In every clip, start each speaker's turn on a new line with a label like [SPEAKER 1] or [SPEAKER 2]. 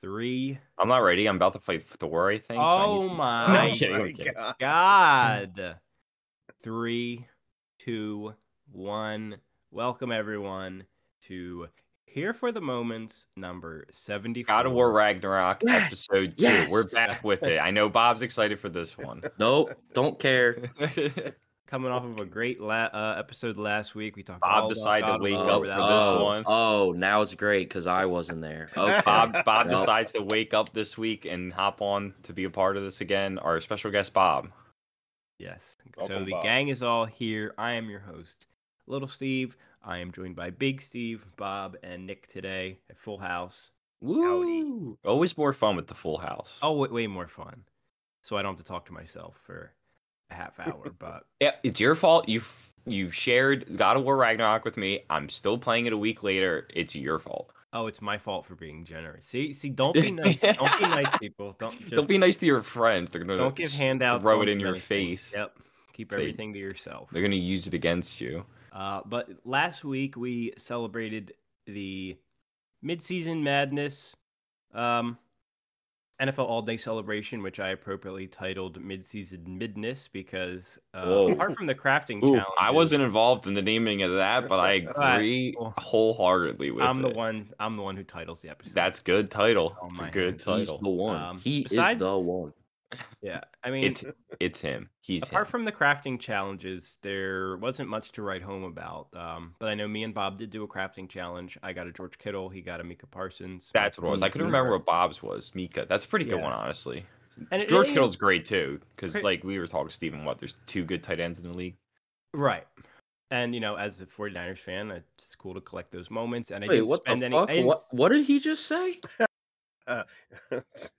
[SPEAKER 1] three.
[SPEAKER 2] I'm not ready. I'm about to fight Thor. I think. I need
[SPEAKER 1] Oh
[SPEAKER 2] some-
[SPEAKER 1] my
[SPEAKER 2] No, I'm kidding, I'm
[SPEAKER 3] my
[SPEAKER 2] kidding.
[SPEAKER 3] God.
[SPEAKER 1] God. Three, two, one. Welcome everyone to Here for the Moments number 74.
[SPEAKER 2] God of War Ragnarok
[SPEAKER 3] Yes,
[SPEAKER 2] episode two.
[SPEAKER 3] yes.
[SPEAKER 2] We're back with it. I know Bob's excited for this one.
[SPEAKER 3] Nope, don't care.
[SPEAKER 1] Coming off of a great la- uh, episode last week. We talked
[SPEAKER 2] Bob
[SPEAKER 1] all about
[SPEAKER 2] decided to
[SPEAKER 1] God of
[SPEAKER 2] wake
[SPEAKER 1] War
[SPEAKER 2] up
[SPEAKER 3] oh,
[SPEAKER 2] for
[SPEAKER 1] without-
[SPEAKER 2] this
[SPEAKER 3] oh,
[SPEAKER 2] one.
[SPEAKER 3] oh, now it's great because I wasn't there. Okay.
[SPEAKER 2] Bob Bob
[SPEAKER 3] Nope.
[SPEAKER 2] decides to wake up this week and hop on to be a part of this again. Our special guest Bob.
[SPEAKER 1] Yes. so
[SPEAKER 4] Welcome,
[SPEAKER 1] the
[SPEAKER 4] Bob.
[SPEAKER 1] gang is all here. I am your host, Little Steve. I am joined by Big Steve, Bob, and Nick today at Full House.
[SPEAKER 2] Woo! Always more fun with the full house.
[SPEAKER 1] Oh, way, way more fun. So I don't have to talk to myself for a half hour, but
[SPEAKER 2] Yeah, it's your fault. You f- you shared God of War Ragnarok with me. I'm still playing it a week later. It's your fault.
[SPEAKER 1] oh, it's my fault for being generous. See, see, don't be nice. don't be nice, people. Don't just
[SPEAKER 2] Don't be nice to your friends. They're gonna
[SPEAKER 1] Don't give
[SPEAKER 2] s-
[SPEAKER 1] handouts.
[SPEAKER 2] Throw
[SPEAKER 1] don't
[SPEAKER 2] it in
[SPEAKER 1] do
[SPEAKER 2] your
[SPEAKER 1] anything.
[SPEAKER 2] face.
[SPEAKER 1] Yep. Keep
[SPEAKER 2] They-
[SPEAKER 1] everything to yourself.
[SPEAKER 2] They're gonna use it against you.
[SPEAKER 1] Uh, but last week we celebrated the midseason madness um, NFL All Day celebration, which I appropriately titled Midseason Midness because uh,
[SPEAKER 2] Whoa.
[SPEAKER 1] apart from the crafting
[SPEAKER 2] Ooh,
[SPEAKER 1] challenge,
[SPEAKER 2] I wasn't involved in the naming of that, but I
[SPEAKER 1] right,
[SPEAKER 2] agree
[SPEAKER 1] cool.
[SPEAKER 2] wholeheartedly with
[SPEAKER 1] I'm the
[SPEAKER 2] it.
[SPEAKER 1] one. I'm the one who titles the episode.
[SPEAKER 2] That's good title.
[SPEAKER 1] Oh
[SPEAKER 2] it's a
[SPEAKER 1] my
[SPEAKER 2] good
[SPEAKER 1] heavens.
[SPEAKER 3] He's
[SPEAKER 2] title.
[SPEAKER 3] the one.
[SPEAKER 1] Um,
[SPEAKER 3] he
[SPEAKER 1] besides-
[SPEAKER 3] is the one.
[SPEAKER 1] yeah. I mean,
[SPEAKER 2] It's it's him. He's
[SPEAKER 1] apart
[SPEAKER 2] him.
[SPEAKER 1] from the crafting challenges, there wasn't much to write home about. Um, but I know me and Bob did do a crafting challenge. I got a George Kittle. He got a Mika Parsons.
[SPEAKER 2] That's what it was. I couldn't remember what Bob's was. Mika. That's a pretty good
[SPEAKER 1] Yeah.
[SPEAKER 2] one, honestly.
[SPEAKER 1] And it-
[SPEAKER 2] George
[SPEAKER 1] it-
[SPEAKER 2] Kittle's great too, because
[SPEAKER 1] Cra-
[SPEAKER 2] like we were talking, to Stephen, what? There's two good tight ends in the league.
[SPEAKER 1] Right. And you know, as a 49ers fan, it's cool to collect those moments. And I
[SPEAKER 3] Wait,
[SPEAKER 1] didn't
[SPEAKER 3] what the
[SPEAKER 1] spend any.
[SPEAKER 3] fuck?
[SPEAKER 1] I didn't-
[SPEAKER 3] What, what did he just say?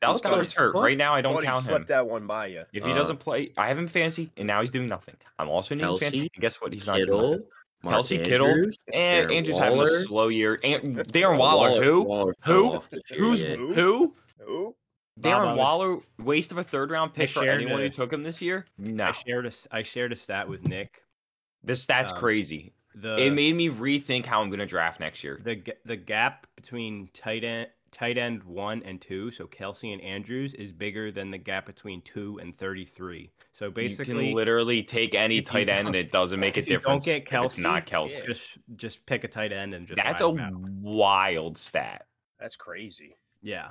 [SPEAKER 2] Dallas Goddard's hurt right now. I don't
[SPEAKER 4] Thought he
[SPEAKER 2] count him.
[SPEAKER 4] Slipped that one by you.
[SPEAKER 2] If he
[SPEAKER 3] Uh,
[SPEAKER 2] doesn't play, I have him fancy, and now he's doing nothing. I'm also a Kelsey, fan.
[SPEAKER 3] Kelsey,
[SPEAKER 2] And guess what? He's not doing
[SPEAKER 3] Kittle,
[SPEAKER 2] nothing.
[SPEAKER 3] Mark
[SPEAKER 2] Kelsey Kittle,
[SPEAKER 3] Andrews,
[SPEAKER 2] And
[SPEAKER 3] Darren
[SPEAKER 2] Andrew's having
[SPEAKER 3] Waller.
[SPEAKER 2] a slow year. And Darren Waller, who?
[SPEAKER 3] fell
[SPEAKER 2] Who?
[SPEAKER 3] off this year,
[SPEAKER 2] Who's
[SPEAKER 3] yeah.
[SPEAKER 4] Who?
[SPEAKER 2] who?
[SPEAKER 4] Who?
[SPEAKER 1] Bob, I
[SPEAKER 2] Darren
[SPEAKER 1] was-
[SPEAKER 2] Waller, waste of a third round pick for
[SPEAKER 1] shared
[SPEAKER 2] anyone
[SPEAKER 1] a-
[SPEAKER 2] who took him this year?
[SPEAKER 1] I
[SPEAKER 2] No.
[SPEAKER 1] shared a s- I shared a stat with Nick.
[SPEAKER 2] This stat's
[SPEAKER 1] um,
[SPEAKER 2] crazy.
[SPEAKER 1] The
[SPEAKER 2] it made me rethink how I'm going to draft next year.
[SPEAKER 1] the ga- the gap between tight end tight end one and two, so Kelsey and Andrews, is bigger than the gap between two and thirty three. So
[SPEAKER 2] you
[SPEAKER 1] basically,
[SPEAKER 2] can literally take any
[SPEAKER 1] if you
[SPEAKER 2] tight end and
[SPEAKER 1] don't-
[SPEAKER 2] it doesn't make a
[SPEAKER 1] if you
[SPEAKER 2] difference.
[SPEAKER 1] don't get
[SPEAKER 2] if it's
[SPEAKER 1] Kelsey,
[SPEAKER 2] not Kelsey.
[SPEAKER 1] just just pick a tight end and just
[SPEAKER 2] That's a
[SPEAKER 1] ride him out.
[SPEAKER 2] wild stat.
[SPEAKER 4] That's crazy.
[SPEAKER 1] yeah.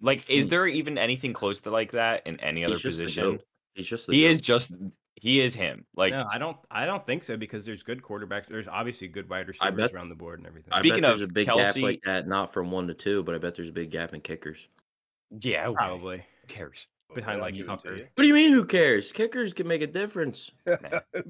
[SPEAKER 2] Like, is
[SPEAKER 1] Hmm.
[SPEAKER 3] Mm.
[SPEAKER 2] there even anything close to like that in any other
[SPEAKER 3] He's just the
[SPEAKER 2] position?
[SPEAKER 3] goat. He's just the
[SPEAKER 2] He
[SPEAKER 3] goat.
[SPEAKER 2] is just he is him. Like
[SPEAKER 1] no, I don't. I don't think so because there's good quarterbacks. There's obviously good wide receivers
[SPEAKER 3] bet-
[SPEAKER 1] around the board and everything.
[SPEAKER 3] I
[SPEAKER 2] Speaking
[SPEAKER 3] bet there's
[SPEAKER 2] of
[SPEAKER 3] a big
[SPEAKER 2] Kelsey-
[SPEAKER 3] gap like that, not from one to two, but I bet there's a big gap in kickers.
[SPEAKER 2] yeah, who
[SPEAKER 1] Probably.
[SPEAKER 2] cares?
[SPEAKER 1] Behind,
[SPEAKER 4] I'll
[SPEAKER 1] like,
[SPEAKER 4] give it to
[SPEAKER 1] Tucker.
[SPEAKER 4] you.
[SPEAKER 3] What do you mean? Who cares? Kickers can make a difference.
[SPEAKER 4] Who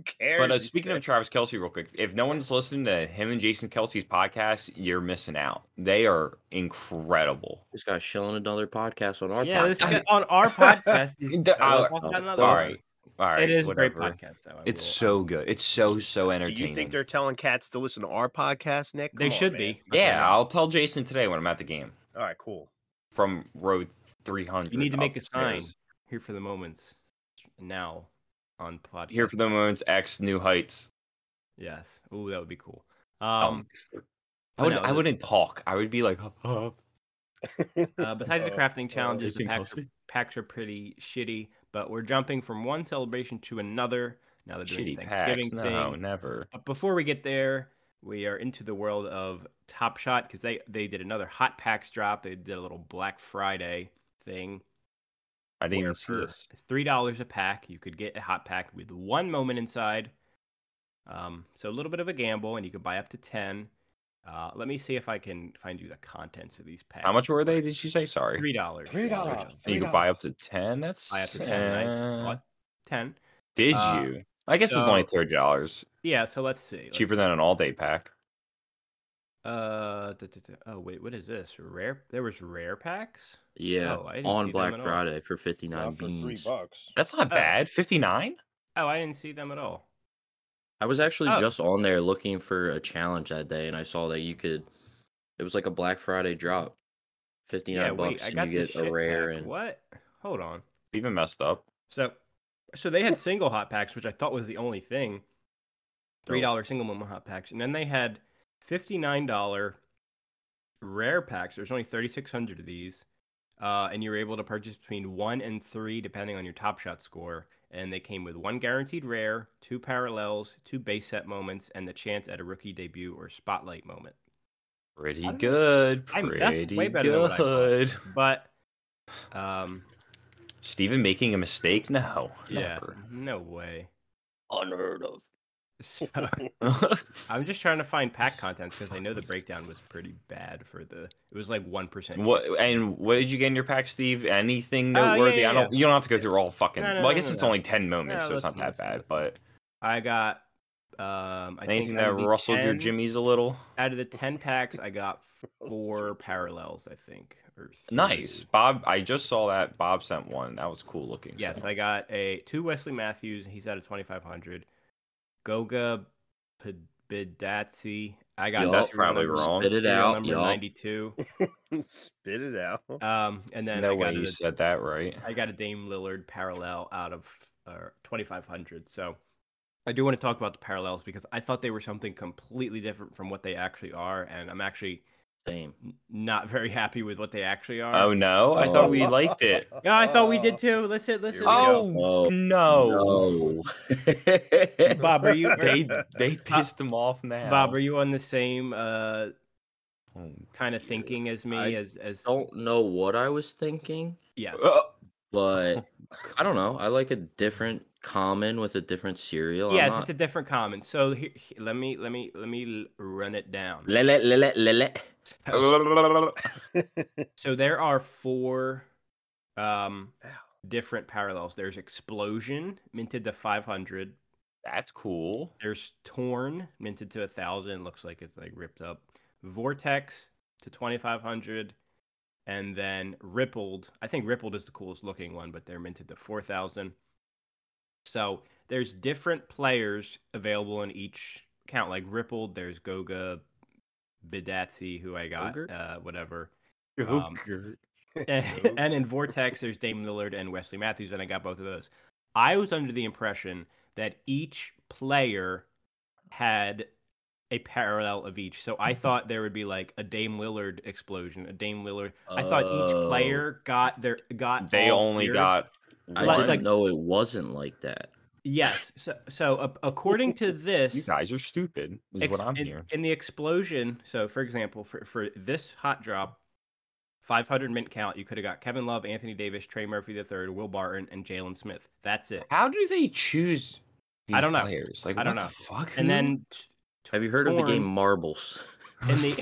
[SPEAKER 4] cares?
[SPEAKER 2] But uh,
[SPEAKER 4] he
[SPEAKER 2] speaking of
[SPEAKER 4] said.
[SPEAKER 2] Travis Kelsey, real quick, if no one's listening to him and Jason Kelsey's podcast, you're missing out. They are incredible.
[SPEAKER 3] This guy's shilling another podcast on our
[SPEAKER 1] yeah,
[SPEAKER 3] podcast.
[SPEAKER 1] this guy on our podcast is
[SPEAKER 2] D- I-
[SPEAKER 1] I'll talk about another
[SPEAKER 2] all
[SPEAKER 1] one.
[SPEAKER 2] right, all right.
[SPEAKER 1] it is a
[SPEAKER 2] whatever.
[SPEAKER 1] great podcast. Though, I
[SPEAKER 2] It's
[SPEAKER 1] will-
[SPEAKER 2] so good. It's so so
[SPEAKER 4] do
[SPEAKER 2] entertaining.
[SPEAKER 4] you think they're telling cats to listen to our podcast, Nick?
[SPEAKER 1] they
[SPEAKER 4] Come on,
[SPEAKER 1] should
[SPEAKER 4] man.
[SPEAKER 1] be. but they're
[SPEAKER 2] Yeah,
[SPEAKER 1] not.
[SPEAKER 2] I'll tell Jason today when I'm at the game
[SPEAKER 4] All right, cool.
[SPEAKER 2] from road 300.
[SPEAKER 1] you need to make a sign
[SPEAKER 2] upstairs.
[SPEAKER 1] here for the moments now on podcast.
[SPEAKER 2] Here for the moments, X New Heights.
[SPEAKER 1] yes. Ooh, that would be cool.
[SPEAKER 2] Um,
[SPEAKER 1] Um,
[SPEAKER 2] I would
[SPEAKER 1] no,
[SPEAKER 2] I
[SPEAKER 1] the-
[SPEAKER 2] wouldn't talk. I would be like, "Huh, huh."
[SPEAKER 1] uh, besides the
[SPEAKER 4] Uh,
[SPEAKER 1] crafting challenges, the
[SPEAKER 2] Jason
[SPEAKER 1] packs are,
[SPEAKER 2] Kelsey?
[SPEAKER 1] packs are pretty shitty. But we're jumping from one celebration to another. Now they're doing
[SPEAKER 2] shitty
[SPEAKER 1] the
[SPEAKER 2] packs.
[SPEAKER 1] Thanksgiving thing.
[SPEAKER 2] No, never.
[SPEAKER 1] But before we get there, we are into the world of Top Shot because they they did another Hot Packs drop. They did a little Black Friday thing.
[SPEAKER 2] I didn't
[SPEAKER 1] where
[SPEAKER 2] even see
[SPEAKER 1] for
[SPEAKER 2] this.
[SPEAKER 1] Three dollars a pack, you could get a hot pack with one moment inside. Um, so a little bit of a gamble, and you could buy up to ten. Uh, let me see if I can find you the contents of these packs.
[SPEAKER 2] How much were they? Did you say? Sorry.
[SPEAKER 1] Three Uh, dollars.
[SPEAKER 4] $3.
[SPEAKER 2] And you could buy up to ten. That's
[SPEAKER 1] Buy up to ten. and I
[SPEAKER 2] uh,
[SPEAKER 1] bought ten.
[SPEAKER 2] Did
[SPEAKER 1] Uh,
[SPEAKER 2] you? I guess it's only
[SPEAKER 1] so-
[SPEAKER 2] thirty dollars
[SPEAKER 1] Yeah. So let's see. Let's
[SPEAKER 2] cheaper
[SPEAKER 1] see.
[SPEAKER 2] than an all-day pack.
[SPEAKER 1] Uh. duh, duh, duh. Oh wait, what is this? Rare. There was rare packs.
[SPEAKER 3] yeah,
[SPEAKER 1] Oh, I didn't see
[SPEAKER 3] on
[SPEAKER 1] them
[SPEAKER 3] Black
[SPEAKER 1] at all.
[SPEAKER 3] Friday for fifty
[SPEAKER 4] Not
[SPEAKER 3] nine
[SPEAKER 4] for three
[SPEAKER 3] beans.
[SPEAKER 4] bucks.
[SPEAKER 2] That's not bad. Fifty-nine.
[SPEAKER 1] Oh, I didn't see them at all.
[SPEAKER 3] I was actually
[SPEAKER 1] Oh.
[SPEAKER 3] just on there looking for a challenge that day, and I saw that you could. It was like a Black Friday drop, fifty nine bucks, and you
[SPEAKER 1] this
[SPEAKER 3] get a
[SPEAKER 1] shit
[SPEAKER 3] rare
[SPEAKER 1] back.
[SPEAKER 3] and
[SPEAKER 1] what? Hold on.
[SPEAKER 2] Even messed up.
[SPEAKER 1] So, so they had single hot packs, which I thought was the only thing.
[SPEAKER 3] Dope.
[SPEAKER 1] Three dollar single moment hot packs, and then they had fifty nine dollar rare packs. There's only 3,600 of these, uh, and you were able to purchase between one and three depending on your Top Shot score. And they came with one guaranteed rare, two parallels, two base set moments, and the chance at a rookie debut or spotlight moment.
[SPEAKER 2] Pretty
[SPEAKER 1] I don't-
[SPEAKER 2] good.
[SPEAKER 1] I mean,
[SPEAKER 2] Pretty
[SPEAKER 1] that's way better than what I thought.
[SPEAKER 2] good.
[SPEAKER 1] But um,
[SPEAKER 2] Steven making a mistake? No.
[SPEAKER 1] yeah,
[SPEAKER 2] Never.
[SPEAKER 1] no way.
[SPEAKER 3] Unheard of.
[SPEAKER 1] So I'm just trying to find pack contents because I know the breakdown was pretty bad for the. It was like one percent.
[SPEAKER 2] what and what did you get in your pack, Steve? Anything
[SPEAKER 1] Uh, yeah,
[SPEAKER 2] noteworthy?
[SPEAKER 1] yeah,
[SPEAKER 2] I don't. You don't have to go through all fucking.
[SPEAKER 1] No, no,
[SPEAKER 2] well, I
[SPEAKER 1] no,
[SPEAKER 2] guess
[SPEAKER 1] no,
[SPEAKER 2] it's
[SPEAKER 1] no.
[SPEAKER 2] only ten moments,
[SPEAKER 1] No,
[SPEAKER 2] so it's not
[SPEAKER 1] listen,
[SPEAKER 2] that
[SPEAKER 1] listen,
[SPEAKER 2] bad.
[SPEAKER 1] listen.
[SPEAKER 2] But
[SPEAKER 1] I got. Um, I
[SPEAKER 2] anything
[SPEAKER 1] think out
[SPEAKER 2] that
[SPEAKER 1] of the
[SPEAKER 2] rustled your
[SPEAKER 1] 10
[SPEAKER 2] jimmies a little.
[SPEAKER 1] out of the ten packs, I got four parallels. I think. Or
[SPEAKER 2] Nice,
[SPEAKER 1] three.
[SPEAKER 2] Bob. I just saw that Bob sent one. That was cool looking. so-
[SPEAKER 1] Yes, I got a two Wesley Matthews. He's out of twenty five hundred. Goga P- Bidatsi. I got
[SPEAKER 3] Yup.
[SPEAKER 2] that's
[SPEAKER 1] serial
[SPEAKER 2] probably
[SPEAKER 1] number-
[SPEAKER 2] wrong.
[SPEAKER 3] Spit it
[SPEAKER 1] serial
[SPEAKER 3] out.
[SPEAKER 1] Number
[SPEAKER 3] y'all.
[SPEAKER 1] ninety two.
[SPEAKER 4] Spit it out.
[SPEAKER 2] Uh,
[SPEAKER 1] Um, and then
[SPEAKER 2] no
[SPEAKER 1] I got
[SPEAKER 2] way you
[SPEAKER 1] a,
[SPEAKER 2] said that right.
[SPEAKER 1] I got a Dame Lillard parallel out of uh, 2,500. So I do want to talk about the parallels because I thought they were something completely different from what they actually are, and I'm actually
[SPEAKER 3] Same.
[SPEAKER 1] n- not very happy with what they actually are.
[SPEAKER 2] Oh no, I thought we
[SPEAKER 4] Oh.
[SPEAKER 2] liked it.
[SPEAKER 1] Yeah, I thought we did too. Listen, listen.
[SPEAKER 4] we go.
[SPEAKER 2] Oh
[SPEAKER 3] Oh,
[SPEAKER 2] no,
[SPEAKER 1] Oh.
[SPEAKER 3] no.
[SPEAKER 1] Bob, are you? are-
[SPEAKER 2] they they pissed them off now.
[SPEAKER 1] Bob, are you on the same uh,
[SPEAKER 2] Oh,
[SPEAKER 1] kind of thinking as me?
[SPEAKER 3] I
[SPEAKER 1] as as
[SPEAKER 3] don't know what I was thinking,
[SPEAKER 1] yes.
[SPEAKER 2] Uh,
[SPEAKER 3] but I don't know. I like a different common with a different cereal. I'm
[SPEAKER 1] yes,
[SPEAKER 3] not-
[SPEAKER 1] it's a different comment. So here, he- let me let me let me l- run it down.
[SPEAKER 3] Lele, lele, lele.
[SPEAKER 1] So there are four um
[SPEAKER 4] Ow.
[SPEAKER 1] different parallels. There's explosion minted to 500.
[SPEAKER 2] That's cool.
[SPEAKER 1] There's torn minted to 1000, looks like it's like ripped up. Vortex to 2500 and then rippled. I think rippled is the coolest looking one, but they're minted to 4000. So there's different players available in each count like rippled, there's Goga Bidatsi who I got
[SPEAKER 3] Ogre?
[SPEAKER 1] uh whatever.
[SPEAKER 2] Oh,
[SPEAKER 1] Um,
[SPEAKER 2] good.
[SPEAKER 1] and, and in Vortex, there's Dame Lillard and Wesley Matthews, and I got both of those. I was under the impression that each player had a parallel of each. So I thought there would be like a Dame Lillard explosion, a Dame Lillard. I thought each
[SPEAKER 3] Oh.
[SPEAKER 1] player got their got.
[SPEAKER 2] they
[SPEAKER 1] all
[SPEAKER 2] only
[SPEAKER 1] players.
[SPEAKER 2] got
[SPEAKER 3] I
[SPEAKER 1] Like-
[SPEAKER 2] one.
[SPEAKER 3] didn't
[SPEAKER 1] like-
[SPEAKER 3] know it wasn't like that.
[SPEAKER 1] yes. So so a- according to this,
[SPEAKER 2] you guys are stupid. Is
[SPEAKER 1] Ex-
[SPEAKER 2] what I'm
[SPEAKER 1] in,
[SPEAKER 2] hearing.
[SPEAKER 1] in the explosion, so for example, for, for this hot drop, 500 mint count, you could have got Kevin Love, Anthony Davis, Trey Murphy III, Will Barton, and Jalen Smith. That's it.
[SPEAKER 2] How do they choose? These
[SPEAKER 1] I don't know.
[SPEAKER 2] Players? Like
[SPEAKER 1] I don't
[SPEAKER 2] what
[SPEAKER 1] know.
[SPEAKER 2] the fuck?
[SPEAKER 1] And
[SPEAKER 2] Who-
[SPEAKER 1] then t- t-
[SPEAKER 3] Have you heard of the game
[SPEAKER 1] torn
[SPEAKER 3] Marbles?
[SPEAKER 1] In the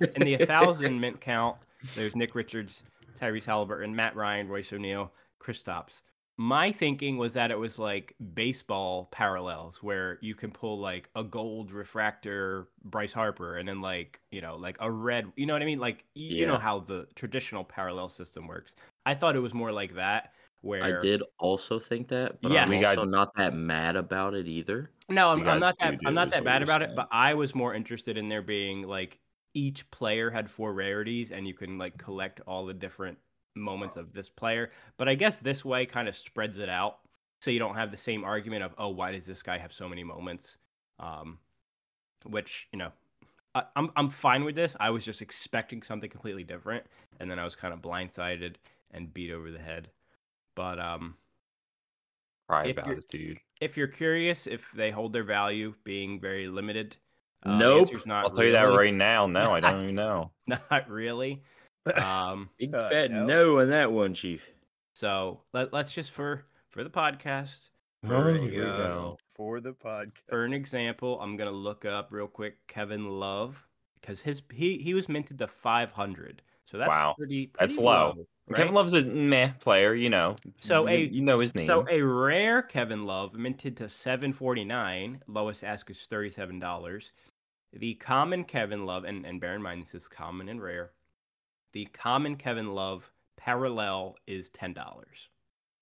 [SPEAKER 1] in the 1,000 mint count, there's Nick Richards, Tyrese Halliburton, Matt Ryan, Royce O'Neal, Kristaps. My thinking was that it was like baseball parallels where you can pull like a gold refractor Bryce Harper and then like, you know, like a red, you know what I mean? Like y- you know
[SPEAKER 3] Yeah.
[SPEAKER 1] how the traditional parallel system works. I thought it was more like that where
[SPEAKER 3] I did also think that, but
[SPEAKER 1] Yes.
[SPEAKER 3] I'm
[SPEAKER 1] We
[SPEAKER 2] got-
[SPEAKER 3] also not that mad about it either.
[SPEAKER 1] No, I'm,
[SPEAKER 2] You
[SPEAKER 1] I'm
[SPEAKER 2] got
[SPEAKER 1] not that
[SPEAKER 2] two
[SPEAKER 1] I'm not
[SPEAKER 2] dudes,
[SPEAKER 1] that
[SPEAKER 2] what
[SPEAKER 1] bad
[SPEAKER 2] you're
[SPEAKER 1] about it,
[SPEAKER 2] saying.
[SPEAKER 1] but I was more interested in there being like each player had four rarities and you can like collect all the different moments of this player. But I guess this way kind of spreads it out so you don't have the same argument of oh why does this guy have so many moments? Um which, you know, I, I'm I'm fine with this. I was just expecting something completely different and then I was kind of blindsided and beat over the head. But um
[SPEAKER 2] Cry
[SPEAKER 1] if
[SPEAKER 2] about
[SPEAKER 1] you're-
[SPEAKER 2] it, dude.
[SPEAKER 1] if you're curious if they hold their value being very limited uh, the
[SPEAKER 3] Nope.
[SPEAKER 1] answer's not
[SPEAKER 2] I'll tell you that
[SPEAKER 1] really.
[SPEAKER 2] right now. No, I don't even know.
[SPEAKER 1] not really um
[SPEAKER 3] Big
[SPEAKER 4] Uh,
[SPEAKER 3] fat
[SPEAKER 4] no.
[SPEAKER 3] no. on that one, Chief.
[SPEAKER 1] so let, let's just for for the podcast
[SPEAKER 2] There
[SPEAKER 1] There
[SPEAKER 2] we
[SPEAKER 1] you go.
[SPEAKER 4] for the podcast.
[SPEAKER 1] for an example i'm gonna look up real quick kevin love because his he he was minted to 500 so that's
[SPEAKER 2] Wow.
[SPEAKER 1] pretty, pretty
[SPEAKER 2] That's low,
[SPEAKER 1] right?
[SPEAKER 2] Kevin Love's a meh player, you know.
[SPEAKER 1] So
[SPEAKER 2] you,
[SPEAKER 1] a-
[SPEAKER 2] you know his name.
[SPEAKER 1] So a rare Kevin Love minted to 749, lowest ask is $37. The common Kevin Love and and bear in mind this is common and rare. The common Kevin Love parallel is $10.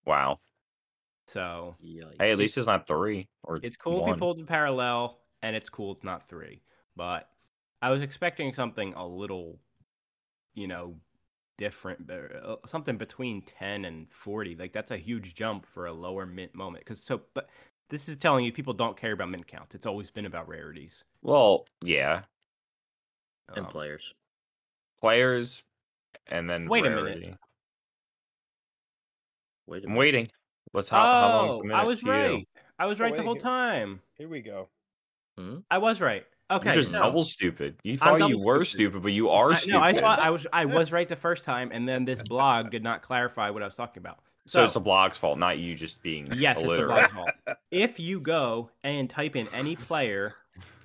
[SPEAKER 2] wow.
[SPEAKER 1] So
[SPEAKER 2] Hey, at least it's not three or
[SPEAKER 1] it's cool if
[SPEAKER 2] one.
[SPEAKER 1] you pulled the parallel and it's cool it's not 3. But I was expecting something a little you know different but uh, something between 10 and 40 like that's a huge jump for a lower mint moment because so but this is telling you people don't care about mint counts it's always been about rarities
[SPEAKER 2] Well, yeah.
[SPEAKER 3] and
[SPEAKER 1] Um,
[SPEAKER 3] players.
[SPEAKER 2] players, and then
[SPEAKER 1] Wait a minute.
[SPEAKER 2] rarity.
[SPEAKER 3] Wait a
[SPEAKER 2] I'm
[SPEAKER 3] minute.
[SPEAKER 2] waiting. Let's
[SPEAKER 1] Oh,
[SPEAKER 2] how, how long's the minute
[SPEAKER 1] I was
[SPEAKER 2] to you?
[SPEAKER 1] right. I was
[SPEAKER 4] Oh,
[SPEAKER 1] right the
[SPEAKER 4] wait,
[SPEAKER 1] whole
[SPEAKER 4] here-
[SPEAKER 1] time.
[SPEAKER 4] Here we go.
[SPEAKER 1] I was right. Okay,
[SPEAKER 2] You're just
[SPEAKER 1] so-
[SPEAKER 2] double stupid. You thought you
[SPEAKER 1] double
[SPEAKER 2] were
[SPEAKER 1] stupid.
[SPEAKER 2] stupid, but you are
[SPEAKER 1] I,
[SPEAKER 2] stupid.
[SPEAKER 1] no, I thought I was I was right the first time, and then this blog did not clarify what I was talking about.
[SPEAKER 2] so, it's the blog's fault, not you just being
[SPEAKER 1] yes, it's the
[SPEAKER 2] illiterate.
[SPEAKER 1] blog's fault. If you go and type in any player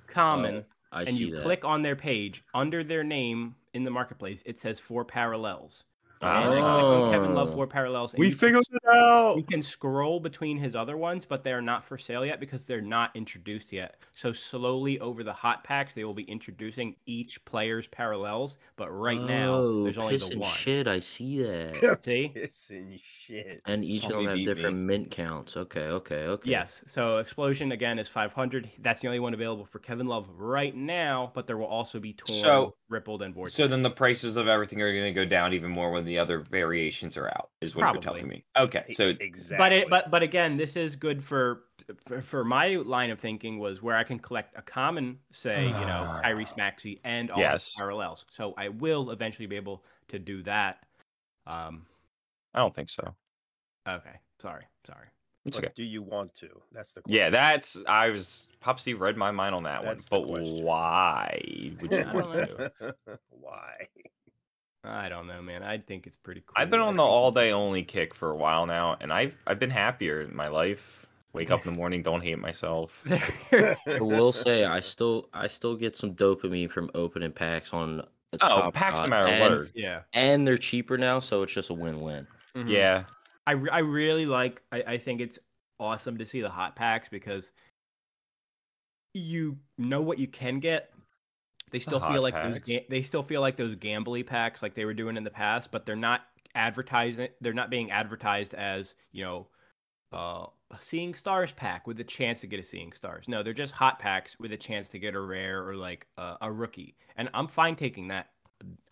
[SPEAKER 1] common
[SPEAKER 3] Oh, I
[SPEAKER 1] and
[SPEAKER 3] see
[SPEAKER 1] you
[SPEAKER 3] that.
[SPEAKER 1] click on their page under their name in the marketplace, it says four parallels. And I click
[SPEAKER 2] Ah.
[SPEAKER 1] on Kevin Love
[SPEAKER 3] Oh.
[SPEAKER 1] four parallels. and
[SPEAKER 2] we
[SPEAKER 1] you can
[SPEAKER 2] figured it out.
[SPEAKER 1] You can scroll between his other ones, but they are not for sale yet because they're not introduced yet. So slowly over the hot packs, they will be introducing each player's parallels. But right now,
[SPEAKER 3] Oh,
[SPEAKER 1] there's only
[SPEAKER 3] piss
[SPEAKER 1] the
[SPEAKER 3] and
[SPEAKER 1] one.
[SPEAKER 3] Shit, I see that.
[SPEAKER 1] See?
[SPEAKER 4] Pissing shit.
[SPEAKER 3] and each of them
[SPEAKER 2] Somebody
[SPEAKER 3] have
[SPEAKER 2] beat me.
[SPEAKER 3] different mint counts. Okay, okay, okay.
[SPEAKER 1] Yes. So explosion again is 500. That's the only one available for Kevin Love right now. But there will also be torn,
[SPEAKER 2] So-
[SPEAKER 1] rippled, and vortex.
[SPEAKER 2] So then the prices of everything are going to go down even more when the other variations are out, is what you're telling
[SPEAKER 1] Probably.
[SPEAKER 2] me. Okay, so
[SPEAKER 4] E, exactly.
[SPEAKER 1] but it, but but again, this is good for, for for my line of thinking was where I can collect a common, say, you know, Tyrese Maxey and all
[SPEAKER 2] Ah. Yes.
[SPEAKER 1] his parallels. So I will eventually be able to do that. Um.
[SPEAKER 2] I don't think so.
[SPEAKER 1] Okay. Sorry. Sorry.
[SPEAKER 2] It's
[SPEAKER 4] But
[SPEAKER 2] okay.
[SPEAKER 4] do you want to? That's the question.
[SPEAKER 2] Yeah, that's I was Pop Steve read my mind on that
[SPEAKER 4] That's the
[SPEAKER 2] one. But
[SPEAKER 4] question.
[SPEAKER 2] why would you
[SPEAKER 1] I
[SPEAKER 2] want
[SPEAKER 1] don't
[SPEAKER 2] to?
[SPEAKER 4] Why?
[SPEAKER 1] I don't know, man. I think it's pretty cool.
[SPEAKER 2] I've been
[SPEAKER 1] I
[SPEAKER 2] on the
[SPEAKER 1] think
[SPEAKER 2] all
[SPEAKER 1] it's-
[SPEAKER 2] day only kick for a while now, and I've I've been happier in my life. Wake up in the morning, don't hate myself.
[SPEAKER 3] I will say I still I still get some dopamine from opening packs on the
[SPEAKER 2] Oh,
[SPEAKER 3] top
[SPEAKER 2] packs no
[SPEAKER 3] spot,
[SPEAKER 2] matter what.
[SPEAKER 3] and,
[SPEAKER 2] Are,
[SPEAKER 1] yeah.
[SPEAKER 3] and they're cheaper now, so it's just a win-win.
[SPEAKER 1] Mhm.
[SPEAKER 2] yeah,
[SPEAKER 1] I, re- I really like I, I think it's awesome to see the hot packs because you know what you can get they still
[SPEAKER 2] hot
[SPEAKER 1] feel like those
[SPEAKER 2] packs.
[SPEAKER 1] ga- they still feel like those gambly packs like they were doing in the past but they're not advertising they're not being advertised as you know uh, a seeing stars pack with a chance to get a seeing stars no they're just hot packs with a chance to get a rare or like a, a rookie and i'm fine taking that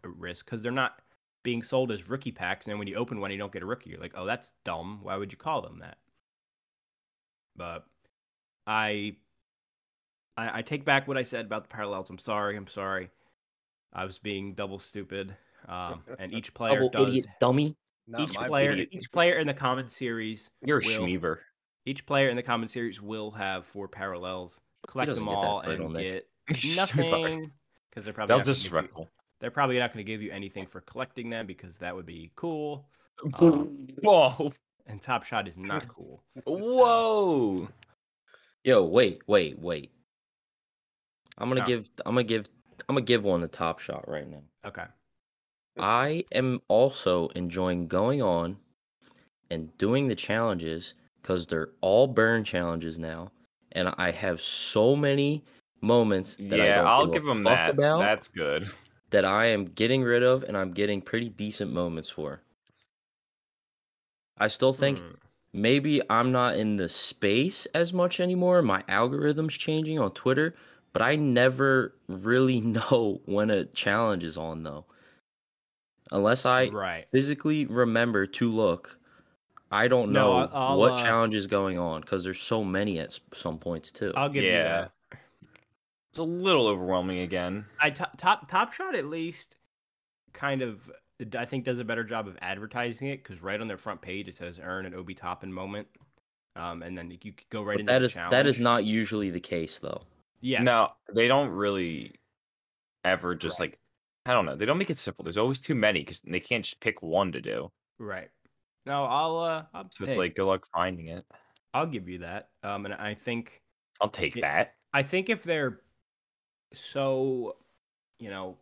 [SPEAKER 1] risk because they're not being sold as rookie packs, and then when you open one, you don't get a rookie. You're like, oh, that's dumb. Why would you call them that? But I, I, I take back what I said about the parallels. I'm sorry. I'm sorry. I was being double stupid. Um, and each player
[SPEAKER 3] Double
[SPEAKER 1] does
[SPEAKER 3] idiot dummy.
[SPEAKER 4] Not
[SPEAKER 1] each
[SPEAKER 4] my
[SPEAKER 1] player
[SPEAKER 4] opinion.
[SPEAKER 1] each player in the common series
[SPEAKER 2] you're a
[SPEAKER 1] will-
[SPEAKER 2] schmeber.
[SPEAKER 1] each player in the common series will have four parallels. Collect
[SPEAKER 3] doesn't
[SPEAKER 1] them
[SPEAKER 3] get that
[SPEAKER 1] all
[SPEAKER 3] title,
[SPEAKER 1] and
[SPEAKER 3] Nick.
[SPEAKER 1] get
[SPEAKER 2] I'm sorry.
[SPEAKER 1] nothing because they're probably
[SPEAKER 2] That
[SPEAKER 1] not gonna
[SPEAKER 2] was
[SPEAKER 1] give you-
[SPEAKER 2] disrespectful.
[SPEAKER 1] They're probably not going to give you anything for collecting them because that would be cool.
[SPEAKER 3] Hmm.
[SPEAKER 2] Uh, Um, Whoa,
[SPEAKER 1] and Top Shot is
[SPEAKER 2] Hmm.
[SPEAKER 1] not cool.
[SPEAKER 2] whoa.
[SPEAKER 3] Yo, wait, wait, wait. I'm gonna
[SPEAKER 1] No.
[SPEAKER 3] give I'm gonna give I'm gonna give one a top shot right now.
[SPEAKER 1] Okay.
[SPEAKER 3] I am also enjoying going on and doing the challenges because they're all burn challenges now, and I have so many moments that I
[SPEAKER 2] yeah,
[SPEAKER 3] don't
[SPEAKER 2] I'll
[SPEAKER 3] give,
[SPEAKER 2] give
[SPEAKER 3] a
[SPEAKER 2] him
[SPEAKER 3] fuck
[SPEAKER 2] that.
[SPEAKER 3] about
[SPEAKER 2] That's good.
[SPEAKER 3] that I am getting rid of, and I'm getting pretty decent moments for. I still think
[SPEAKER 1] Hmm.
[SPEAKER 3] maybe I'm not in the space as much anymore. My algorithm's changing on Twitter, but I never really know when a challenge is on though. Unless I
[SPEAKER 1] right.
[SPEAKER 3] physically remember to look, I don't
[SPEAKER 1] No,
[SPEAKER 3] know
[SPEAKER 1] I'll- I'll,
[SPEAKER 3] what
[SPEAKER 1] uh,
[SPEAKER 3] challenge is going on because there's so many at s- some points too.
[SPEAKER 1] I'll give you
[SPEAKER 2] Yeah.
[SPEAKER 1] that.
[SPEAKER 2] It's a little overwhelming again.
[SPEAKER 1] I to- top top shot at least kind of I think does a better job of advertising it because right on their front page it says earn an Obi Toppin moment, um, and then you could go right
[SPEAKER 3] But
[SPEAKER 1] into
[SPEAKER 3] that
[SPEAKER 1] the
[SPEAKER 3] is
[SPEAKER 1] challenge.
[SPEAKER 3] that is not usually the case though.
[SPEAKER 1] yeah
[SPEAKER 2] No, they don't really ever just like I don't know. They don't make it simple. There's always too many because they can't just pick one to do.
[SPEAKER 1] right. No, I'll uh, I'll,
[SPEAKER 2] So it's
[SPEAKER 1] hey,
[SPEAKER 2] like good luck finding it.
[SPEAKER 1] I'll give you that. Um, and I think
[SPEAKER 2] I'll take
[SPEAKER 1] Yeah.
[SPEAKER 2] that.
[SPEAKER 1] I think if they're so, you know,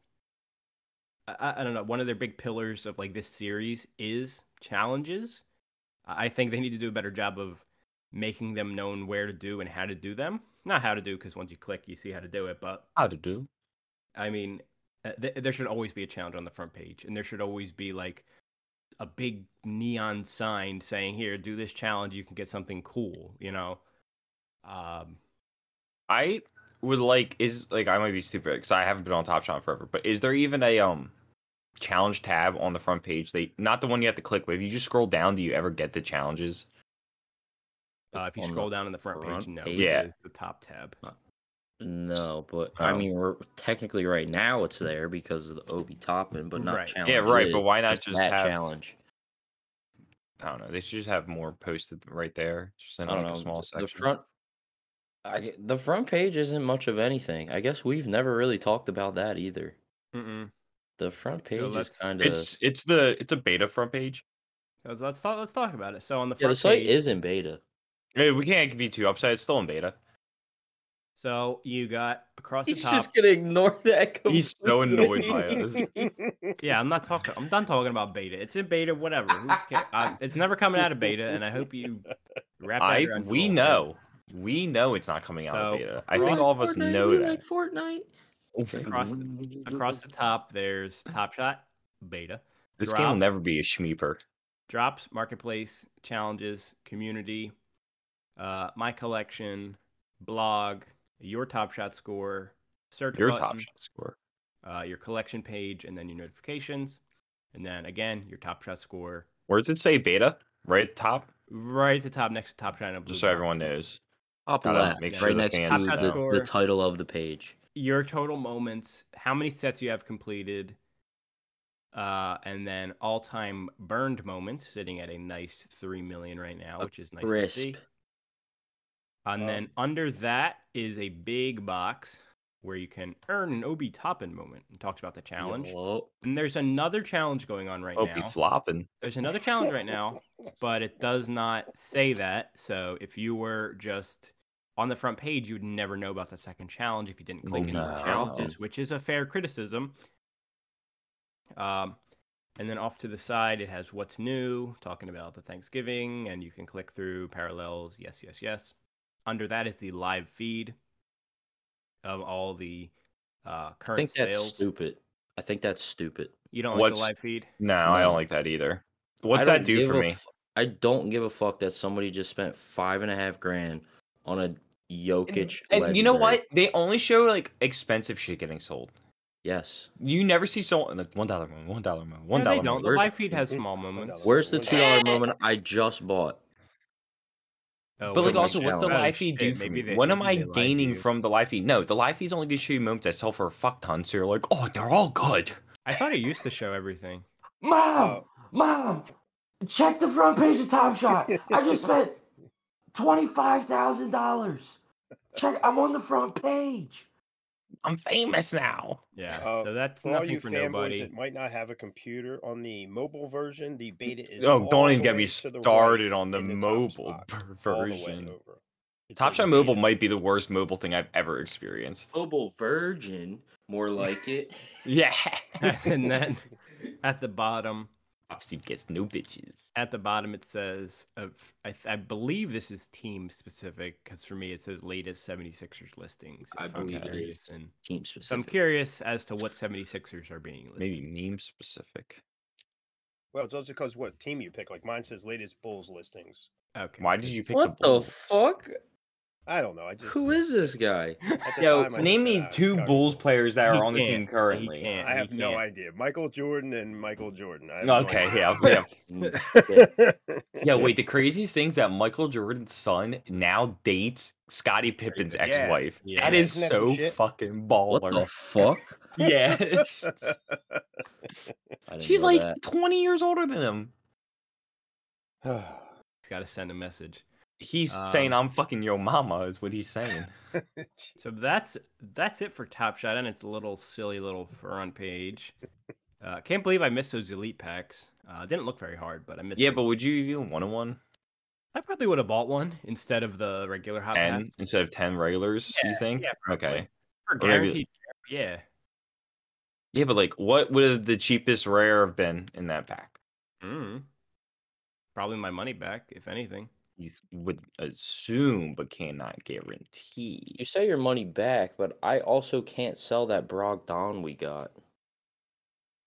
[SPEAKER 1] I- I, I don't know, one of their big pillars of like this series is challenges. I I think they need to do a better job of making them known where to do and how to do them. Not how to do, because once you click, you see how to do it. But
[SPEAKER 2] How to do?
[SPEAKER 1] I mean, uh, th- there should always be a challenge on the front page, and there should always be like a big neon sign saying, "Here, do this challenge. You can get something cool." You know. Um,
[SPEAKER 2] I would like is like I might be stupid because I haven't been on Top Shot forever. But is there even a um challenge tab on the front page? They not the one you have to click. But if you just scroll down, do you ever get the challenges?
[SPEAKER 1] Uh, if you
[SPEAKER 3] On the
[SPEAKER 1] scroll down in the front page,
[SPEAKER 3] front
[SPEAKER 1] no.
[SPEAKER 3] page?
[SPEAKER 1] it
[SPEAKER 2] Yeah.
[SPEAKER 1] is the top tab.
[SPEAKER 3] No, but I
[SPEAKER 2] Oh.
[SPEAKER 3] mean, we're technically right now it's there because of the Obi Toppin, but not
[SPEAKER 1] Right. Yeah,
[SPEAKER 3] challenge.
[SPEAKER 2] Yeah, right.
[SPEAKER 3] is.
[SPEAKER 2] But why not
[SPEAKER 3] It's
[SPEAKER 2] just
[SPEAKER 3] that
[SPEAKER 2] have?
[SPEAKER 3] challenge?
[SPEAKER 2] I don't know. They should just have more posted right there, just
[SPEAKER 3] I
[SPEAKER 2] in
[SPEAKER 3] don't
[SPEAKER 2] like
[SPEAKER 3] know.
[SPEAKER 2] a small
[SPEAKER 3] th-
[SPEAKER 2] section.
[SPEAKER 3] The front, I g the front page isn't much of anything. I guess we've never really talked about that either.
[SPEAKER 1] Mm-mm.
[SPEAKER 3] The front page is
[SPEAKER 1] let's-
[SPEAKER 3] kind of
[SPEAKER 2] It's it's the it's a beta front page.
[SPEAKER 1] Let's- Let's talk. Let's talk about it. So on the
[SPEAKER 3] yeah.
[SPEAKER 1] front
[SPEAKER 3] The site
[SPEAKER 1] page,
[SPEAKER 3] is in beta.
[SPEAKER 2] Hey, we can't be too upset. It's still in beta.
[SPEAKER 1] so you got across the
[SPEAKER 3] He's
[SPEAKER 1] top.
[SPEAKER 3] just gonna ignore that.
[SPEAKER 2] He's so annoyed by us.
[SPEAKER 1] Yeah, I'm not talking. I'm done talking about beta. It's in beta. Whatever. Who ca- I, it's never coming out of beta, and I hope you wrap that
[SPEAKER 2] I
[SPEAKER 1] around your
[SPEAKER 2] we
[SPEAKER 1] little
[SPEAKER 2] know we know it's not coming out
[SPEAKER 1] So,
[SPEAKER 2] of beta. I think all of us know that.
[SPEAKER 3] Like Fortnite.
[SPEAKER 1] Across Across the top, there's Top Shot beta.
[SPEAKER 2] this
[SPEAKER 1] drop.
[SPEAKER 2] game will never be a schmeeper.
[SPEAKER 1] drops, marketplace, challenges, community, uh, my collection, blog, your top shot score, search
[SPEAKER 2] Your
[SPEAKER 1] button,
[SPEAKER 2] top shot score.
[SPEAKER 1] uh, your collection page, and then your notifications, and then again your top shot score
[SPEAKER 2] Where does it say beta? Right at the top.
[SPEAKER 1] right at the top next to top shot. in a blue
[SPEAKER 2] Just so
[SPEAKER 1] bar.
[SPEAKER 2] everyone knows.
[SPEAKER 3] top
[SPEAKER 2] Gotta
[SPEAKER 3] left,
[SPEAKER 2] make
[SPEAKER 1] sure
[SPEAKER 3] right
[SPEAKER 2] the
[SPEAKER 3] next to
[SPEAKER 2] fans
[SPEAKER 1] know.
[SPEAKER 3] the, the
[SPEAKER 1] Score.
[SPEAKER 3] title of the page.
[SPEAKER 1] your total moments, how many sets you have completed, uh, and then all time burned moments, sitting at a nice three million right now,
[SPEAKER 3] A
[SPEAKER 1] which is nice
[SPEAKER 3] crisp.
[SPEAKER 1] to see. And
[SPEAKER 4] Wow.
[SPEAKER 1] then under that is a big box where you can earn an Obi Toppin moment. It talks about the challenge.
[SPEAKER 3] Yellow.
[SPEAKER 1] And there's another challenge going on right
[SPEAKER 2] Oh, be
[SPEAKER 1] now.
[SPEAKER 2] flopping.
[SPEAKER 1] there's another challenge right now but it does not say that. So if you were just on the front page, you would never know about the second challenge if you didn't click any of the
[SPEAKER 2] No.
[SPEAKER 1] challenges, which is a fair criticism. Um, and then off to the side, it has what's new, talking about the Thanksgiving, and you can click through parallels. Yes, yes, yes. Under that is the live feed of all the uh,
[SPEAKER 3] I
[SPEAKER 1] current
[SPEAKER 3] think that's
[SPEAKER 1] sales.
[SPEAKER 3] stupid. I think that's stupid.
[SPEAKER 1] You don't like
[SPEAKER 2] What's-
[SPEAKER 1] the live feed?
[SPEAKER 2] No, I
[SPEAKER 3] No.
[SPEAKER 2] don't like that either. What's
[SPEAKER 3] I
[SPEAKER 2] that
[SPEAKER 3] don't
[SPEAKER 2] do
[SPEAKER 3] give
[SPEAKER 2] for
[SPEAKER 3] a
[SPEAKER 2] me?
[SPEAKER 3] f- I don't give a fuck that somebody just spent five and a half grand on a Jokic.
[SPEAKER 2] and you know
[SPEAKER 3] legendary.
[SPEAKER 2] what? They only show like expensive shit getting sold.
[SPEAKER 3] Yes.
[SPEAKER 2] You never see someone like one dollar one, one dollar one, one
[SPEAKER 1] no, they
[SPEAKER 2] dollar
[SPEAKER 1] don't.
[SPEAKER 2] one.
[SPEAKER 1] The
[SPEAKER 3] Where's-
[SPEAKER 1] live feed has small moments.
[SPEAKER 3] Where's the
[SPEAKER 4] Where's-
[SPEAKER 3] two dollar moment I just bought?
[SPEAKER 1] Oh,
[SPEAKER 2] But
[SPEAKER 3] From
[SPEAKER 2] like,
[SPEAKER 3] the
[SPEAKER 2] also, what's the
[SPEAKER 3] challenge.
[SPEAKER 2] life feed do
[SPEAKER 1] Shit,
[SPEAKER 2] for
[SPEAKER 1] maybe
[SPEAKER 2] me?
[SPEAKER 1] they-
[SPEAKER 2] What am
[SPEAKER 1] maybe
[SPEAKER 2] I
[SPEAKER 1] they lied to
[SPEAKER 2] gaining
[SPEAKER 1] you.
[SPEAKER 2] from the life feed? No, the life feed's only gonna show you moments that sell for a fuck ton. So you're like, oh, they're all good.
[SPEAKER 1] I thought it used to show everything.
[SPEAKER 4] Oh.
[SPEAKER 3] mom, check the front page of Top Shot.
[SPEAKER 4] I just spent
[SPEAKER 3] twenty five thousand dollars. Check, I'm on the front page.
[SPEAKER 2] I'm famous now.
[SPEAKER 1] Yeah.
[SPEAKER 4] Uh,
[SPEAKER 1] so that's
[SPEAKER 4] For all
[SPEAKER 1] nothing
[SPEAKER 4] you
[SPEAKER 1] for
[SPEAKER 4] fanboys
[SPEAKER 1] nobody.
[SPEAKER 4] that might not have a computer on the mobile version, the beta is.
[SPEAKER 2] oh,
[SPEAKER 4] all
[SPEAKER 2] don't even
[SPEAKER 4] the
[SPEAKER 2] get
[SPEAKER 4] way
[SPEAKER 2] me
[SPEAKER 4] to the right,
[SPEAKER 2] started on the
[SPEAKER 4] in the top
[SPEAKER 2] mobile
[SPEAKER 4] spot,
[SPEAKER 2] per-
[SPEAKER 4] all the way
[SPEAKER 2] version.
[SPEAKER 4] over. It
[SPEAKER 2] Top
[SPEAKER 4] says
[SPEAKER 2] Shot
[SPEAKER 4] the
[SPEAKER 2] Mobile
[SPEAKER 4] beta.
[SPEAKER 2] might be the worst mobile thing I've ever experienced.
[SPEAKER 3] Global Virgin, more like it.
[SPEAKER 2] Yeah.
[SPEAKER 1] and then at the bottom,
[SPEAKER 2] Top Steve gets no bitches.
[SPEAKER 1] at the bottom, it says, of, I, th- I believe this is team specific because for me it says latest 76ers listings.
[SPEAKER 3] I
[SPEAKER 1] if I'm
[SPEAKER 3] believe it
[SPEAKER 1] curious.
[SPEAKER 3] is
[SPEAKER 1] And
[SPEAKER 3] team
[SPEAKER 1] so I'm
[SPEAKER 3] specific.
[SPEAKER 1] curious as to what 76ers are being listed.
[SPEAKER 2] Maybe meme specific.
[SPEAKER 4] Well, it's also because what team you pick. Like mine says latest Bulls listings.
[SPEAKER 1] Okay.
[SPEAKER 2] Why did you pick
[SPEAKER 3] What
[SPEAKER 2] the
[SPEAKER 3] the
[SPEAKER 2] Bulls?
[SPEAKER 3] fuck?
[SPEAKER 4] I don't know. I just
[SPEAKER 3] Who is this guy?
[SPEAKER 4] at the
[SPEAKER 2] Yo,
[SPEAKER 4] time, I just
[SPEAKER 2] name
[SPEAKER 4] said I
[SPEAKER 2] me
[SPEAKER 4] was
[SPEAKER 2] two
[SPEAKER 4] Chicago
[SPEAKER 2] Bulls
[SPEAKER 4] Bulls.
[SPEAKER 2] players that
[SPEAKER 1] He
[SPEAKER 2] are on the
[SPEAKER 1] can't.
[SPEAKER 2] team
[SPEAKER 1] He
[SPEAKER 2] currently.
[SPEAKER 1] can't.
[SPEAKER 4] I
[SPEAKER 1] He
[SPEAKER 4] have no
[SPEAKER 1] can't.
[SPEAKER 4] idea. Michael Jordan and Michael Jordan. I have no
[SPEAKER 2] Okay,
[SPEAKER 4] idea.
[SPEAKER 2] yeah, yeah.
[SPEAKER 3] Mm,
[SPEAKER 2] Yeah, wait. The craziest thing is that Michael Jordan's son now dates Scottie Pippen's
[SPEAKER 1] Pippen.
[SPEAKER 4] Yeah.
[SPEAKER 2] ex-wife.
[SPEAKER 1] Yeah.
[SPEAKER 2] That is
[SPEAKER 4] Isn't that some
[SPEAKER 2] so
[SPEAKER 4] shit?
[SPEAKER 2] fucking
[SPEAKER 3] What the
[SPEAKER 2] baller.
[SPEAKER 3] fuck?
[SPEAKER 2] yeah,
[SPEAKER 3] I didn't
[SPEAKER 2] she's
[SPEAKER 3] know
[SPEAKER 2] like
[SPEAKER 3] that.
[SPEAKER 2] 20 years older than him.
[SPEAKER 1] Got to send a message.
[SPEAKER 2] He's
[SPEAKER 1] Um,
[SPEAKER 2] saying, "I'm fucking your mama," is what he's saying.
[SPEAKER 1] So that's that's it for Top Shot and its little silly little front page. Uh, can't believe I missed those elite packs. Uh, didn't look very hard, but I missed.
[SPEAKER 2] yeah,
[SPEAKER 1] them.
[SPEAKER 2] but would you even want one
[SPEAKER 1] I probably would have bought one instead of the regular hot pack.
[SPEAKER 2] ten instead of ten regulars? you think?
[SPEAKER 1] yeah, probably.
[SPEAKER 2] okay.
[SPEAKER 1] For
[SPEAKER 2] Or maybe-
[SPEAKER 1] guaranteed, yeah.
[SPEAKER 2] Yeah, but like, what would the cheapest rare have been in that pack?
[SPEAKER 4] Mm-hmm.
[SPEAKER 1] Mm. Probably my money back, if anything.
[SPEAKER 2] You would assume, but cannot guarantee.
[SPEAKER 3] You say your money back, but I also can't sell that Brog Don we got.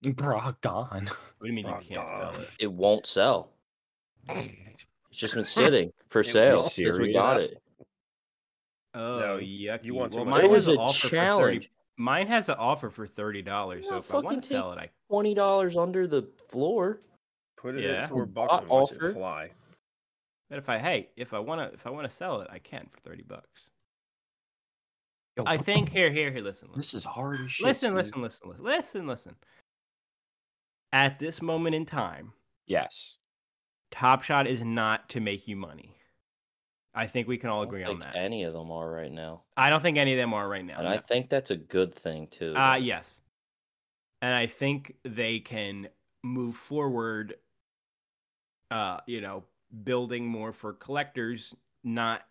[SPEAKER 2] Brock Don.
[SPEAKER 1] What do you mean
[SPEAKER 4] Fuck
[SPEAKER 1] you can't
[SPEAKER 4] off.
[SPEAKER 1] sell it?
[SPEAKER 3] It won't sell. It's just been sitting for
[SPEAKER 4] was
[SPEAKER 3] sale since we
[SPEAKER 2] serious.
[SPEAKER 3] got it.
[SPEAKER 1] Oh,
[SPEAKER 4] No,
[SPEAKER 1] yucky.
[SPEAKER 4] you want too
[SPEAKER 1] well,
[SPEAKER 4] much.
[SPEAKER 1] mine
[SPEAKER 3] It was
[SPEAKER 1] has
[SPEAKER 3] a
[SPEAKER 1] an offer For 30,
[SPEAKER 3] challenge.
[SPEAKER 1] mine has an offer for thirty dollars.
[SPEAKER 3] Yeah,
[SPEAKER 1] So if I
[SPEAKER 3] fucking
[SPEAKER 1] want to
[SPEAKER 3] take-
[SPEAKER 1] sell it, I
[SPEAKER 3] Twenty dollars under the floor.
[SPEAKER 4] Put it
[SPEAKER 1] Yeah.
[SPEAKER 4] at four bucks
[SPEAKER 3] Bought
[SPEAKER 4] and watch
[SPEAKER 3] offer.
[SPEAKER 4] it fly.
[SPEAKER 1] but if I hey, if I wanna if I wanna sell it, I can for thirty bucks.
[SPEAKER 2] Yo,
[SPEAKER 1] I
[SPEAKER 2] what
[SPEAKER 1] think
[SPEAKER 2] the-
[SPEAKER 1] here, here, here. Listen, listen,
[SPEAKER 2] this is hard as shit.
[SPEAKER 1] listen,
[SPEAKER 2] Steve.
[SPEAKER 1] listen, listen, listen, listen, listen. At this moment in time,
[SPEAKER 2] Yes.
[SPEAKER 1] Top Shot is not to make you money. I think we can all
[SPEAKER 3] I don't
[SPEAKER 1] agree on
[SPEAKER 3] think
[SPEAKER 1] that.
[SPEAKER 3] Any of them are right now,
[SPEAKER 1] I don't think any of them are right now.
[SPEAKER 3] and I
[SPEAKER 1] no.
[SPEAKER 3] think that's a good thing too.
[SPEAKER 1] Uh, yes. And I think they can move forward, uh, you know, building more for collectors. Not,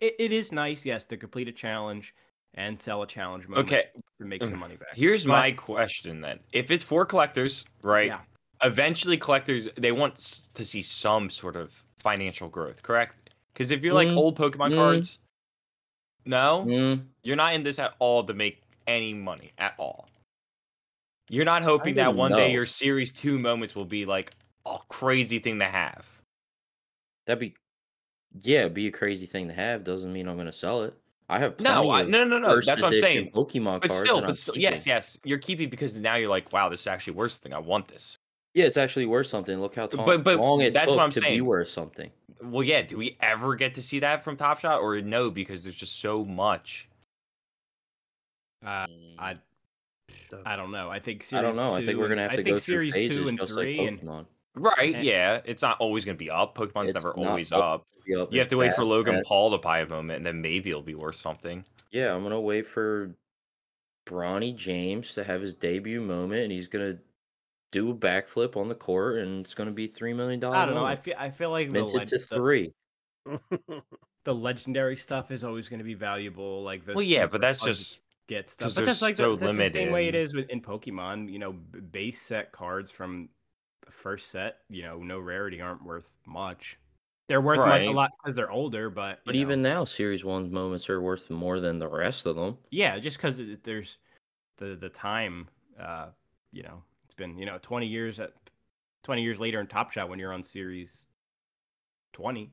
[SPEAKER 1] it, it is nice, yes, to complete a challenge and sell a challenge moment
[SPEAKER 2] Okay. Mm.
[SPEAKER 1] to make some money back.
[SPEAKER 2] Here's
[SPEAKER 1] But-
[SPEAKER 2] my question then. If it's for collectors, right?
[SPEAKER 1] Yeah.
[SPEAKER 2] Eventually, collectors they want s- to see some sort of financial growth, correct? Because if you're like
[SPEAKER 3] Mm,
[SPEAKER 2] old Pokemon
[SPEAKER 3] mm.
[SPEAKER 2] cards, no,
[SPEAKER 3] Mm,
[SPEAKER 2] you're not in this at all to make any money at all. You're not hoping that
[SPEAKER 3] don't
[SPEAKER 2] one
[SPEAKER 3] know.
[SPEAKER 2] day your series two moments will be like a crazy thing to have.
[SPEAKER 3] that'd be yeah, it'd be a crazy thing to have. Doesn't mean I'm gonna sell it. I have
[SPEAKER 2] No,
[SPEAKER 3] plenty
[SPEAKER 2] I,
[SPEAKER 3] of
[SPEAKER 2] no, no, no.
[SPEAKER 3] first
[SPEAKER 2] That's what I'm
[SPEAKER 3] edition
[SPEAKER 2] saying.
[SPEAKER 3] Pokemon
[SPEAKER 2] But
[SPEAKER 3] cards
[SPEAKER 2] still,
[SPEAKER 3] that I'm
[SPEAKER 2] but still, yes,
[SPEAKER 3] keeping.
[SPEAKER 2] yes. You're keeping because now you're like, wow, this is actually worth something. I want this.
[SPEAKER 3] Yeah, it's actually worth something. Look how
[SPEAKER 2] But-
[SPEAKER 3] tall,
[SPEAKER 2] but
[SPEAKER 3] long it
[SPEAKER 2] that's what
[SPEAKER 3] took
[SPEAKER 2] I'm
[SPEAKER 3] to be
[SPEAKER 2] saying.
[SPEAKER 3] worth something.
[SPEAKER 2] Well, yeah. Do we ever get to see that from Top Shot, or no? Because there's just so much.
[SPEAKER 1] Uh, I,
[SPEAKER 4] The-
[SPEAKER 1] I don't know. I think
[SPEAKER 3] I
[SPEAKER 1] series
[SPEAKER 3] don't know. I
[SPEAKER 1] two
[SPEAKER 3] think we're
[SPEAKER 1] and-
[SPEAKER 3] gonna have
[SPEAKER 1] I
[SPEAKER 3] to
[SPEAKER 1] think
[SPEAKER 3] go through
[SPEAKER 1] series
[SPEAKER 3] phases
[SPEAKER 1] two and
[SPEAKER 3] just
[SPEAKER 1] three.
[SPEAKER 3] like
[SPEAKER 1] and,
[SPEAKER 3] Pokemon.
[SPEAKER 2] Right?
[SPEAKER 1] Okay.
[SPEAKER 2] Yeah. It's not always going to be up. Pokemon's
[SPEAKER 3] Eh. It's
[SPEAKER 2] never
[SPEAKER 3] not
[SPEAKER 2] always
[SPEAKER 3] up.
[SPEAKER 2] up.
[SPEAKER 3] Yep,
[SPEAKER 2] You have
[SPEAKER 3] it's
[SPEAKER 2] to wait for
[SPEAKER 3] bad,
[SPEAKER 2] Logan
[SPEAKER 3] bad.
[SPEAKER 2] Paul to buy a moment, and then maybe it'll be worth something.
[SPEAKER 3] Yeah, I'm gonna wait for Bronny James to have his debut moment, and he's gonna do a backflip on the court, and it's gonna be three million dollars.
[SPEAKER 1] I don't know. I feel, I feel like the,
[SPEAKER 3] minted
[SPEAKER 1] leg-
[SPEAKER 3] to
[SPEAKER 1] the,
[SPEAKER 3] three.
[SPEAKER 1] the legendary stuff is always going to be valuable. Like the
[SPEAKER 2] Well, yeah, but
[SPEAKER 1] super
[SPEAKER 2] that's
[SPEAKER 1] hard-
[SPEAKER 2] just
[SPEAKER 1] get stuff.
[SPEAKER 2] 'Cause
[SPEAKER 1] But
[SPEAKER 2] they're
[SPEAKER 1] that's like the,
[SPEAKER 2] so
[SPEAKER 1] that's the same way it
[SPEAKER 2] limited.
[SPEAKER 1] is with in Pokemon. You know, b- base set cards from the first set, you know, no rarity aren't worth much. They're worth like a
[SPEAKER 2] Right.
[SPEAKER 1] lot because they're older, but you
[SPEAKER 3] But
[SPEAKER 1] know,
[SPEAKER 3] even now, Series One moments are worth more than the rest of them.
[SPEAKER 1] yeah, just because there's the the time, uh, you know, it's been you know twenty years at twenty years later in Top Shot when you're on series twenty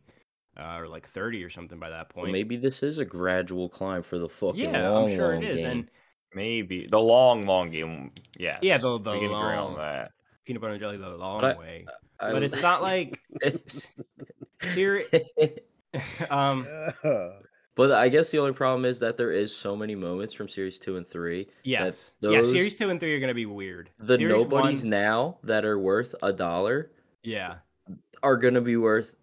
[SPEAKER 1] uh, or like thirty or something by that
[SPEAKER 3] But
[SPEAKER 1] point.
[SPEAKER 3] maybe this is a gradual climb for the fucking
[SPEAKER 1] yeah,
[SPEAKER 3] long,
[SPEAKER 1] I'm sure
[SPEAKER 3] long
[SPEAKER 1] it is,
[SPEAKER 3] game.
[SPEAKER 1] and
[SPEAKER 2] maybe the long, long game. Yes.
[SPEAKER 1] the- the
[SPEAKER 2] we can agree on
[SPEAKER 1] long-
[SPEAKER 2] that.
[SPEAKER 1] peanut butter and jelly the long
[SPEAKER 3] I-
[SPEAKER 1] way,
[SPEAKER 3] I-
[SPEAKER 1] but it's not like seri- um.
[SPEAKER 4] Yeah.
[SPEAKER 3] but I guess the only problem is that there is so many moments from Series Two and Three
[SPEAKER 1] Yes. Yeah,
[SPEAKER 3] those-
[SPEAKER 1] series two and three are gonna be weird.
[SPEAKER 3] the
[SPEAKER 1] Series
[SPEAKER 3] nobodies
[SPEAKER 1] one-
[SPEAKER 3] now that are worth a dollar
[SPEAKER 1] yeah.
[SPEAKER 3] are gonna be worth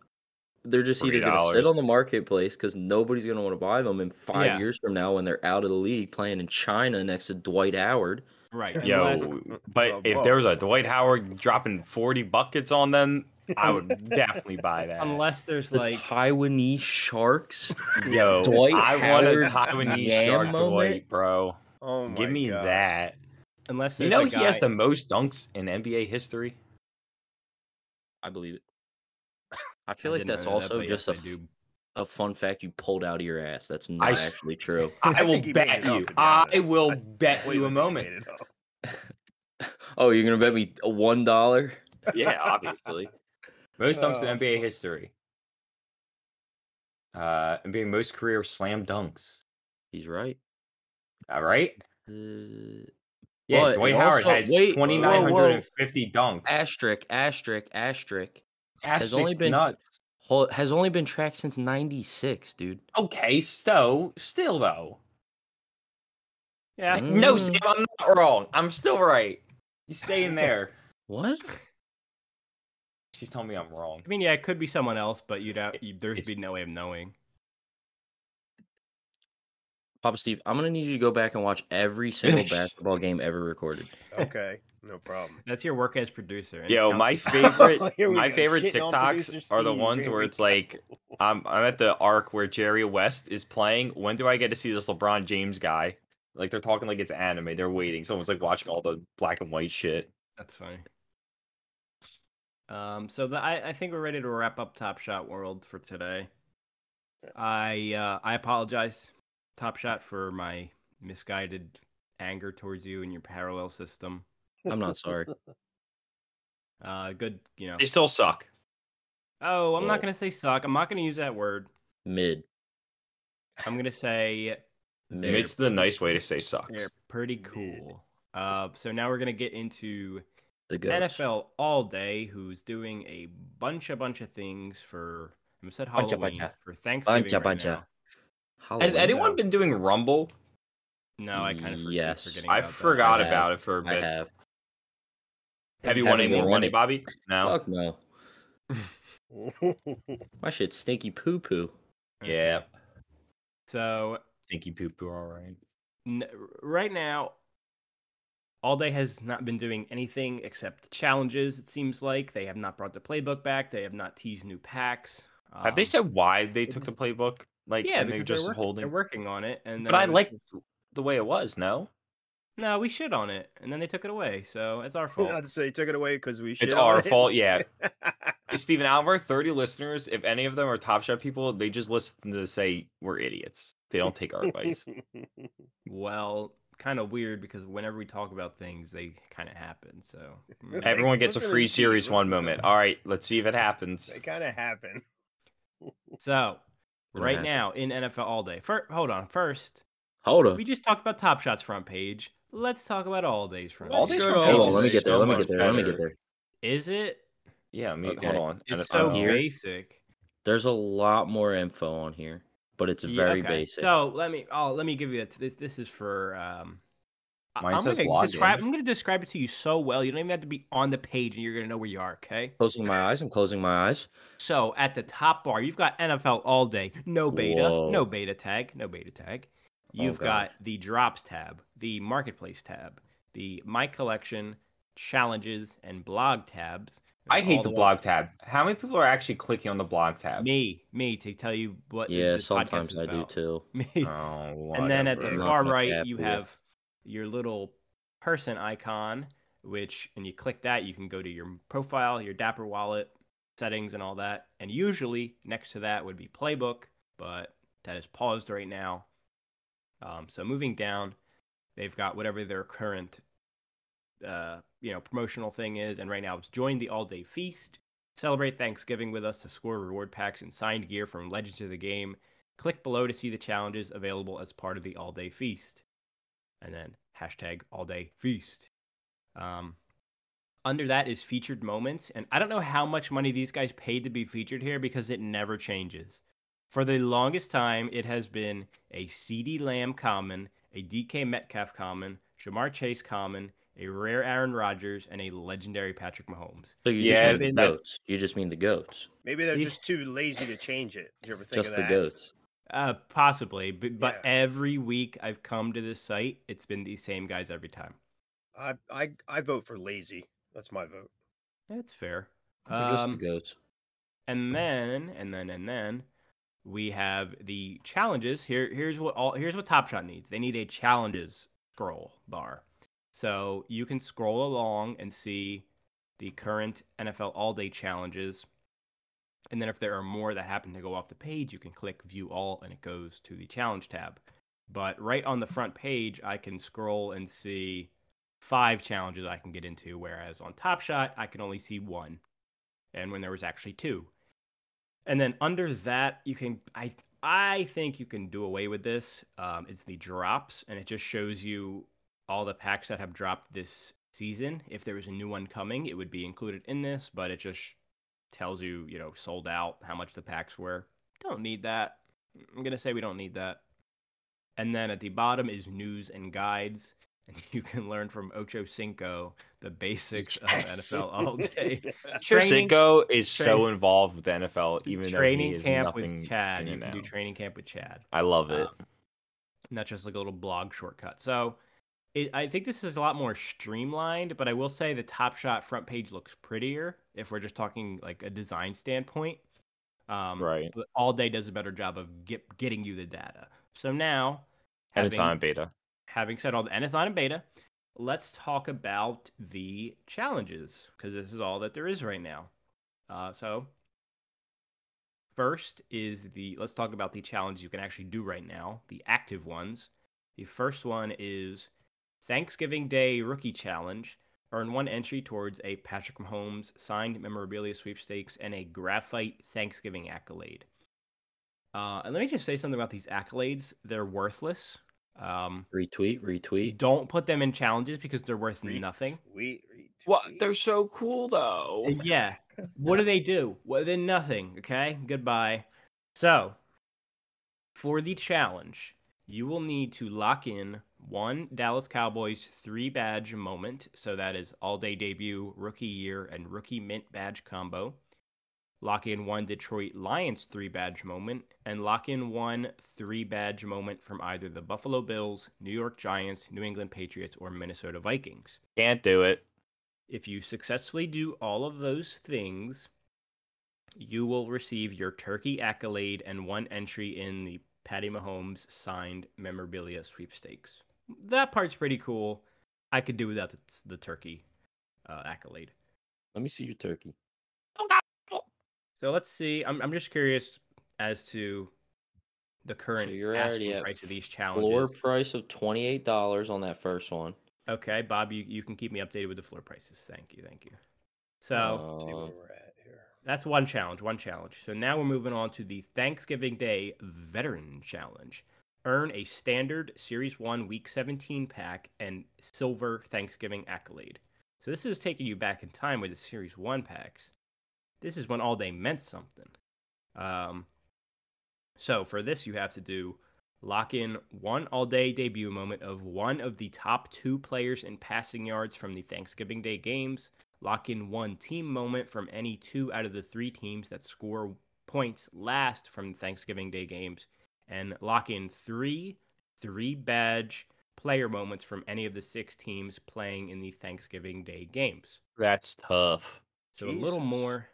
[SPEAKER 3] they're just either gonna sit
[SPEAKER 2] $40.
[SPEAKER 3] on the marketplace because nobody's gonna want to buy them in five
[SPEAKER 1] Yeah.
[SPEAKER 3] years from now when they're out of the league playing in China next to Dwight Howard.
[SPEAKER 1] Right.
[SPEAKER 4] And
[SPEAKER 2] Yo,
[SPEAKER 1] unless-
[SPEAKER 2] but
[SPEAKER 4] Uh,
[SPEAKER 2] if
[SPEAKER 4] whoa.
[SPEAKER 2] there was a Dwight Howard dropping forty buckets on them, I would definitely buy that.
[SPEAKER 1] unless there's
[SPEAKER 3] The
[SPEAKER 1] like
[SPEAKER 3] Taiwanese Sharks.
[SPEAKER 2] Yo,
[SPEAKER 3] Dwight
[SPEAKER 2] I want a
[SPEAKER 3] Howard
[SPEAKER 2] Taiwanese
[SPEAKER 3] Yam
[SPEAKER 2] shark
[SPEAKER 3] moment?
[SPEAKER 2] Dwight, bro.
[SPEAKER 4] Oh my
[SPEAKER 2] Give me
[SPEAKER 4] God.
[SPEAKER 2] that.
[SPEAKER 1] unless
[SPEAKER 2] You
[SPEAKER 1] there's
[SPEAKER 2] know
[SPEAKER 1] a
[SPEAKER 2] he has
[SPEAKER 1] guy-
[SPEAKER 2] the most dunks in NBA history.
[SPEAKER 3] I believe it. I
[SPEAKER 1] I
[SPEAKER 3] feel like
[SPEAKER 1] didn't
[SPEAKER 3] that's
[SPEAKER 1] know that,
[SPEAKER 3] also
[SPEAKER 1] but
[SPEAKER 3] just
[SPEAKER 1] yes,
[SPEAKER 3] a,
[SPEAKER 1] I do.
[SPEAKER 3] f- a fun fact you pulled out of your ass. That's not
[SPEAKER 2] s-
[SPEAKER 3] actually true.
[SPEAKER 2] I, will
[SPEAKER 4] think he made
[SPEAKER 2] bet
[SPEAKER 4] it up,
[SPEAKER 2] you.
[SPEAKER 4] to be
[SPEAKER 2] I
[SPEAKER 4] honest.
[SPEAKER 2] will
[SPEAKER 4] I
[SPEAKER 2] bet you a moment.
[SPEAKER 3] Oh, you're gonna bet me a one dollar?
[SPEAKER 2] Yeah, obviously. Most dunks
[SPEAKER 4] Oh,
[SPEAKER 2] in NBA history. Uh, NBA most career slam dunks.
[SPEAKER 3] He's right.
[SPEAKER 2] All right.
[SPEAKER 3] Uh,
[SPEAKER 2] Yeah,
[SPEAKER 3] But
[SPEAKER 2] Dwight
[SPEAKER 3] it
[SPEAKER 2] Howard
[SPEAKER 3] also-
[SPEAKER 2] has
[SPEAKER 3] wait, whoa, whoa.
[SPEAKER 2] twenty nine hundred and fifty dunks.
[SPEAKER 3] asterisk, asterisk, asterisk.
[SPEAKER 2] Asterix
[SPEAKER 3] only been-
[SPEAKER 2] nuts.
[SPEAKER 3] Hol- Has only been tracked since '96, dude.
[SPEAKER 2] Okay, so still though.
[SPEAKER 1] Yeah.
[SPEAKER 3] Mm.
[SPEAKER 2] No, Sam, I'm not wrong. I'm still right. You stay in there.
[SPEAKER 3] What?
[SPEAKER 2] She's telling me I'm wrong.
[SPEAKER 1] I mean, yeah, it could be someone else, but you'd have you, there'd
[SPEAKER 2] It's-
[SPEAKER 1] be no way of knowing.
[SPEAKER 3] Papa Steve, I'm gonna need you to go back and watch every single basketball game ever recorded.
[SPEAKER 4] Okay, no problem.
[SPEAKER 1] That's your work as producer. and it
[SPEAKER 2] Yo,
[SPEAKER 1] counts
[SPEAKER 2] my
[SPEAKER 1] as-
[SPEAKER 2] favorite,
[SPEAKER 4] Oh, Here we
[SPEAKER 2] my
[SPEAKER 4] go,
[SPEAKER 2] favorite
[SPEAKER 4] shitting on
[SPEAKER 2] TikToks
[SPEAKER 4] producer
[SPEAKER 2] are the
[SPEAKER 4] Steve.
[SPEAKER 2] ones
[SPEAKER 4] Here
[SPEAKER 2] where
[SPEAKER 4] we
[SPEAKER 2] it's like,
[SPEAKER 4] go.
[SPEAKER 2] I'm, I'm at the arc where Jerry West is playing. When do I get to see this LeBron James guy? Like they're talking like it's anime. They're waiting. Someone's like watching all the black and white shit.
[SPEAKER 1] That's funny. Um, so the, I, I think we're ready to wrap up Top Shot World for today. I uh, I apologize, Top Shot, for my misguided anger towards you and your parallel system.
[SPEAKER 3] I'm not sorry.
[SPEAKER 1] Uh, good, you know.
[SPEAKER 2] They still suck.
[SPEAKER 1] Oh, I'm
[SPEAKER 3] Oh.
[SPEAKER 1] not gonna say suck. I'm not gonna use that word.
[SPEAKER 3] Mid,
[SPEAKER 1] I'm gonna say
[SPEAKER 3] mid.
[SPEAKER 1] They're-
[SPEAKER 2] It's the nice way to say sucks.
[SPEAKER 1] they're pretty cool. Uh, so now we're gonna get into
[SPEAKER 3] the goats.
[SPEAKER 1] NFL all day. Who's doing a bunch a bunch of things for? I said
[SPEAKER 3] Buncha,
[SPEAKER 1] Halloween
[SPEAKER 3] buncha.
[SPEAKER 1] for Thanksgiving.
[SPEAKER 3] Buncha,
[SPEAKER 1] right
[SPEAKER 3] buncha.
[SPEAKER 1] now.
[SPEAKER 2] Has
[SPEAKER 3] Halloween.
[SPEAKER 2] anyone been doing Rumble?
[SPEAKER 1] No, I kind of forget,
[SPEAKER 3] Yes.
[SPEAKER 1] forgetting.
[SPEAKER 2] I
[SPEAKER 1] about that.
[SPEAKER 2] forgot
[SPEAKER 3] I have-
[SPEAKER 2] about it for a
[SPEAKER 3] I
[SPEAKER 2] bit. Have,
[SPEAKER 3] have.
[SPEAKER 2] you
[SPEAKER 3] Haven't
[SPEAKER 2] won any
[SPEAKER 3] won
[SPEAKER 2] more money,
[SPEAKER 3] any.
[SPEAKER 2] Bobby? No.
[SPEAKER 3] Fuck no.
[SPEAKER 4] All
[SPEAKER 3] My shit's stinky poo poo.
[SPEAKER 1] Okay.
[SPEAKER 2] Yeah.
[SPEAKER 1] So
[SPEAKER 2] Stinky poop poo. All right.
[SPEAKER 1] n- right now, All Day has not been doing anything except challenges. It seems like they have not brought the playbook back. They have not teased new packs.
[SPEAKER 2] Have they
[SPEAKER 1] Um,
[SPEAKER 2] said why they took the playbook? Like,
[SPEAKER 1] yeah,
[SPEAKER 2] and they're
[SPEAKER 1] because
[SPEAKER 2] just
[SPEAKER 1] they're, work-
[SPEAKER 2] holding.
[SPEAKER 1] they're working on it. And
[SPEAKER 2] But I
[SPEAKER 1] then-
[SPEAKER 2] like the way it was. No,
[SPEAKER 1] No, we shit on it, and then they took it away. So it's our fault.
[SPEAKER 4] I'd say took it away because we.
[SPEAKER 2] it's
[SPEAKER 4] shit on
[SPEAKER 2] our
[SPEAKER 4] it.
[SPEAKER 2] fault. Yeah, Stephen Alvar, thirty listeners. If any of them are Top Shot people, they just listen to say we're idiots. They don't take our advice.
[SPEAKER 1] well, kind of weird because whenever we talk about things, they kind of happen. So mm.
[SPEAKER 2] Everyone gets a
[SPEAKER 4] Listen to
[SPEAKER 2] free
[SPEAKER 4] Steve,
[SPEAKER 2] series one
[SPEAKER 4] listen to
[SPEAKER 2] moment.
[SPEAKER 4] him.
[SPEAKER 2] All right, let's see if it happens.
[SPEAKER 4] They kind of happen.
[SPEAKER 1] so
[SPEAKER 3] It'll
[SPEAKER 1] right
[SPEAKER 3] happen.
[SPEAKER 1] now in NFL All Day. Fir- hold on, first
[SPEAKER 3] Hold
[SPEAKER 1] We
[SPEAKER 3] on.
[SPEAKER 1] just talked about Top Shot's front page. Let's talk about All Day's front
[SPEAKER 4] All
[SPEAKER 1] page.
[SPEAKER 4] Day's- front
[SPEAKER 3] Hold
[SPEAKER 4] page
[SPEAKER 3] on. Let me get there. Let me get there. Let me get there.
[SPEAKER 1] Is it?
[SPEAKER 2] Yeah, I mean,
[SPEAKER 3] Okay.
[SPEAKER 2] hold on.
[SPEAKER 1] It's so
[SPEAKER 2] NFL.
[SPEAKER 3] here.
[SPEAKER 1] basic.
[SPEAKER 3] There's a lot more info on here, but it's
[SPEAKER 1] Yeah,
[SPEAKER 3] very
[SPEAKER 1] okay.
[SPEAKER 3] basic.
[SPEAKER 1] So let me. Oh, let me give you that. This this is for. Um, I-
[SPEAKER 2] Mine
[SPEAKER 1] I'm
[SPEAKER 2] says
[SPEAKER 1] gonna
[SPEAKER 2] log
[SPEAKER 1] describe.
[SPEAKER 2] in.
[SPEAKER 1] I'm gonna describe it to you so well. You don't even have to be on the page, and you're gonna know where you are. Okay.
[SPEAKER 3] closing my eyes. I'm closing my eyes.
[SPEAKER 1] So at the top bar, you've got NFL all day. No beta.
[SPEAKER 3] Whoa. Oh,
[SPEAKER 1] No beta tag. No beta tag. You've
[SPEAKER 3] God.
[SPEAKER 1] got the drops tab, the marketplace tab, the my collection, challenges, and blog tabs. and
[SPEAKER 2] I
[SPEAKER 1] then
[SPEAKER 2] hate
[SPEAKER 1] all
[SPEAKER 2] the
[SPEAKER 1] way-
[SPEAKER 2] blog tab. How many people are actually clicking on the blog tab?
[SPEAKER 1] me me to tell you what th-
[SPEAKER 3] Yeah,
[SPEAKER 1] this podcast
[SPEAKER 3] sometimes
[SPEAKER 1] is
[SPEAKER 3] I do
[SPEAKER 1] about.
[SPEAKER 3] too.
[SPEAKER 1] me
[SPEAKER 2] Oh,
[SPEAKER 1] and then at the
[SPEAKER 2] whatever.
[SPEAKER 3] Not
[SPEAKER 1] far
[SPEAKER 3] much
[SPEAKER 1] right
[SPEAKER 3] happy
[SPEAKER 1] you
[SPEAKER 3] with.
[SPEAKER 1] have your little person icon which and you click that you can go to your profile your dapper wallet settings and all that and usually next to that would be playbook but that is paused right now um, so moving down they've got whatever their current uh, you know promotional thing is and right now it's join the all day feast celebrate thanksgiving with us to score reward packs and signed gear from legends of the game click below to see the challenges available as part of the all day feast and then hashtag all day feast um, under that is featured moments and i don't know how much money these guys paid to be featured here because it never changes for the longest time it has been a cd lamb common a dk metcalf common shamar chase common a rare aaron rodgers and a legendary patrick mahomes
[SPEAKER 3] So you
[SPEAKER 2] Yeah,
[SPEAKER 3] just mean the
[SPEAKER 2] that-
[SPEAKER 3] goats. You just mean the goats.
[SPEAKER 4] Maybe they're
[SPEAKER 1] These-
[SPEAKER 4] just too lazy to change it. Did you ever think
[SPEAKER 3] Just
[SPEAKER 4] of
[SPEAKER 3] the
[SPEAKER 4] that?
[SPEAKER 3] goats.
[SPEAKER 1] Uh, possibly, but, but
[SPEAKER 4] Yeah.
[SPEAKER 1] every week I've come to this site, it's been these same guys every time.
[SPEAKER 4] I, I I vote for lazy. That's my vote.
[SPEAKER 1] That's fair.
[SPEAKER 3] They're just
[SPEAKER 1] Um,
[SPEAKER 3] the goats.
[SPEAKER 1] and then, and then, and then, we have the challenges. Here, here's what all here's what Top Shot needs. They need a challenges scroll bar, so you can scroll along and see the current NFL All Day challenges. And then if there are more that happen to go off the page, you can click View All, and it goes to the challenge tab. But right on the front page, I can scroll and see five challenges I can get into, whereas on Top Shot, I can only see one. And when there was actually two. And then under that, you can I I think you can do away with this. Um, it's the drops, and it just shows you all the packs that have dropped this season. If there was a new one coming, it would be included in this, but it just tells you, you know, sold out, how much the packs were. Don't need that. I'm gonna say we don't need that. And then at the bottom is news and guides, and you can learn from Ocho Cinco the basics
[SPEAKER 2] Yes.
[SPEAKER 1] of NFL all day. Training-
[SPEAKER 2] Shinko is so
[SPEAKER 1] training-
[SPEAKER 2] involved with the NFL, even though he
[SPEAKER 1] training
[SPEAKER 2] is
[SPEAKER 1] camp
[SPEAKER 2] nothing
[SPEAKER 1] with
[SPEAKER 2] in
[SPEAKER 1] Chad. You
[SPEAKER 2] and
[SPEAKER 1] can do
[SPEAKER 2] out.
[SPEAKER 1] training camp with Chad,
[SPEAKER 2] I love it.
[SPEAKER 1] and that's just like a little blog shortcut. So, it, I think this is a lot more streamlined. But I will say the Top Shot front page looks prettier if we're just talking like a design standpoint. Um,
[SPEAKER 2] Right.
[SPEAKER 1] But All Day does a better job of get, getting you the data. So now,
[SPEAKER 2] and it's
[SPEAKER 1] having-
[SPEAKER 2] on beta.
[SPEAKER 1] having said all the and it's not in beta let's talk about the challenges because this is all that there is right now uh, so first is the let's talk about the challenges you can actually do right now the active ones the first one is thanksgiving day rookie challenge earn one entry towards a patrick mahomes signed memorabilia sweepstakes and a graphite thanksgiving accolade uh, and let me just say something about these accolades they're worthless um,
[SPEAKER 3] Retweet, retweet.
[SPEAKER 1] don't put them in challenges because they're worth nothing.
[SPEAKER 4] We
[SPEAKER 2] so cool though.
[SPEAKER 1] Yeah. What do they do? Well, they're nothing. Okay. Goodbye. So, for the challenge, you will need to lock in one Dallas Cowboys three badge moment. So that is all day debut, rookie year, and rookie mint badge combo. Lock in one Detroit Lions three badge moment, and lock in one three badge moment from either the Buffalo Bills, New York Giants, New England Patriots, or Minnesota Vikings.
[SPEAKER 2] Can't do it.
[SPEAKER 1] If you successfully do all of those things, you will receive your turkey accolade and one entry in the Patty Mahomes signed memorabilia sweepstakes. That part's pretty cool. I could do without the, the turkey uh, accolade.
[SPEAKER 3] Let me see your turkey.
[SPEAKER 1] So let's see. I'm, I'm just curious as to the current
[SPEAKER 3] you're
[SPEAKER 1] asking
[SPEAKER 3] already at
[SPEAKER 1] price of these challenges.
[SPEAKER 3] Floor price of twenty eight dollars on that first one.
[SPEAKER 1] Okay, Bob, you, you can keep me updated with the floor prices. Thank you. Thank you. So.
[SPEAKER 4] See where
[SPEAKER 3] Uh,
[SPEAKER 4] we're at here.
[SPEAKER 1] That's one challenge, one challenge. So now we're moving on to the Thanksgiving Day Veteran Challenge. Earn a standard Series 1 Week 17 pack and silver Thanksgiving accolade. So this is taking you back in time with the Series 1 packs. This is when all day meant something. Um, so for this, you have to do lock in one all day debut moment of one of the top two players in passing yards from the Thanksgiving Day games lock in one team moment from any two out of the three teams that score points last from Thanksgiving Day games, and lock in three three badge player moments from any of the six teams playing in the Thanksgiving Day games.
[SPEAKER 2] That's tough.
[SPEAKER 1] So a little
[SPEAKER 4] Jesus.
[SPEAKER 1] more,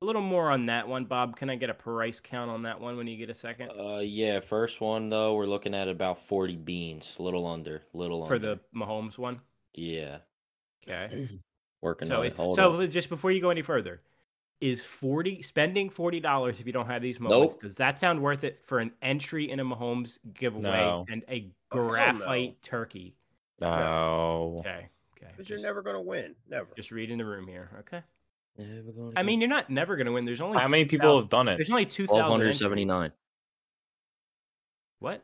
[SPEAKER 1] a little more on that one, Bob. Can I get a price count on that one when you get a second
[SPEAKER 3] Uh, yeah, first one though, we're looking at about forty beans, little under, little
[SPEAKER 1] for
[SPEAKER 3] under.
[SPEAKER 1] the Mahomes one?
[SPEAKER 3] yeah,
[SPEAKER 1] Okay.
[SPEAKER 3] working
[SPEAKER 1] So,
[SPEAKER 3] on
[SPEAKER 1] it,
[SPEAKER 3] it. Hold
[SPEAKER 1] so
[SPEAKER 3] on.
[SPEAKER 1] just before you go any further, is forty spending forty dollars if you don't have these moments?
[SPEAKER 3] Nope.
[SPEAKER 1] Does that sound worth it for an entry in a Mahomes giveaway
[SPEAKER 2] No.
[SPEAKER 1] and a
[SPEAKER 4] Oh, hell no.
[SPEAKER 1] graphite turkey?
[SPEAKER 2] No.
[SPEAKER 1] Okay, okay.
[SPEAKER 4] Because you're
[SPEAKER 1] Just,
[SPEAKER 4] never gonna win. Never.
[SPEAKER 1] just reading the room here. Okay.
[SPEAKER 3] Never gonna
[SPEAKER 1] I
[SPEAKER 3] get-
[SPEAKER 1] mean, you're not never gonna win. There's only
[SPEAKER 2] How many
[SPEAKER 1] 2,000
[SPEAKER 2] people have done it?
[SPEAKER 1] There's only two
[SPEAKER 3] twelve
[SPEAKER 1] thousand
[SPEAKER 3] hundred seventy nine.
[SPEAKER 1] What?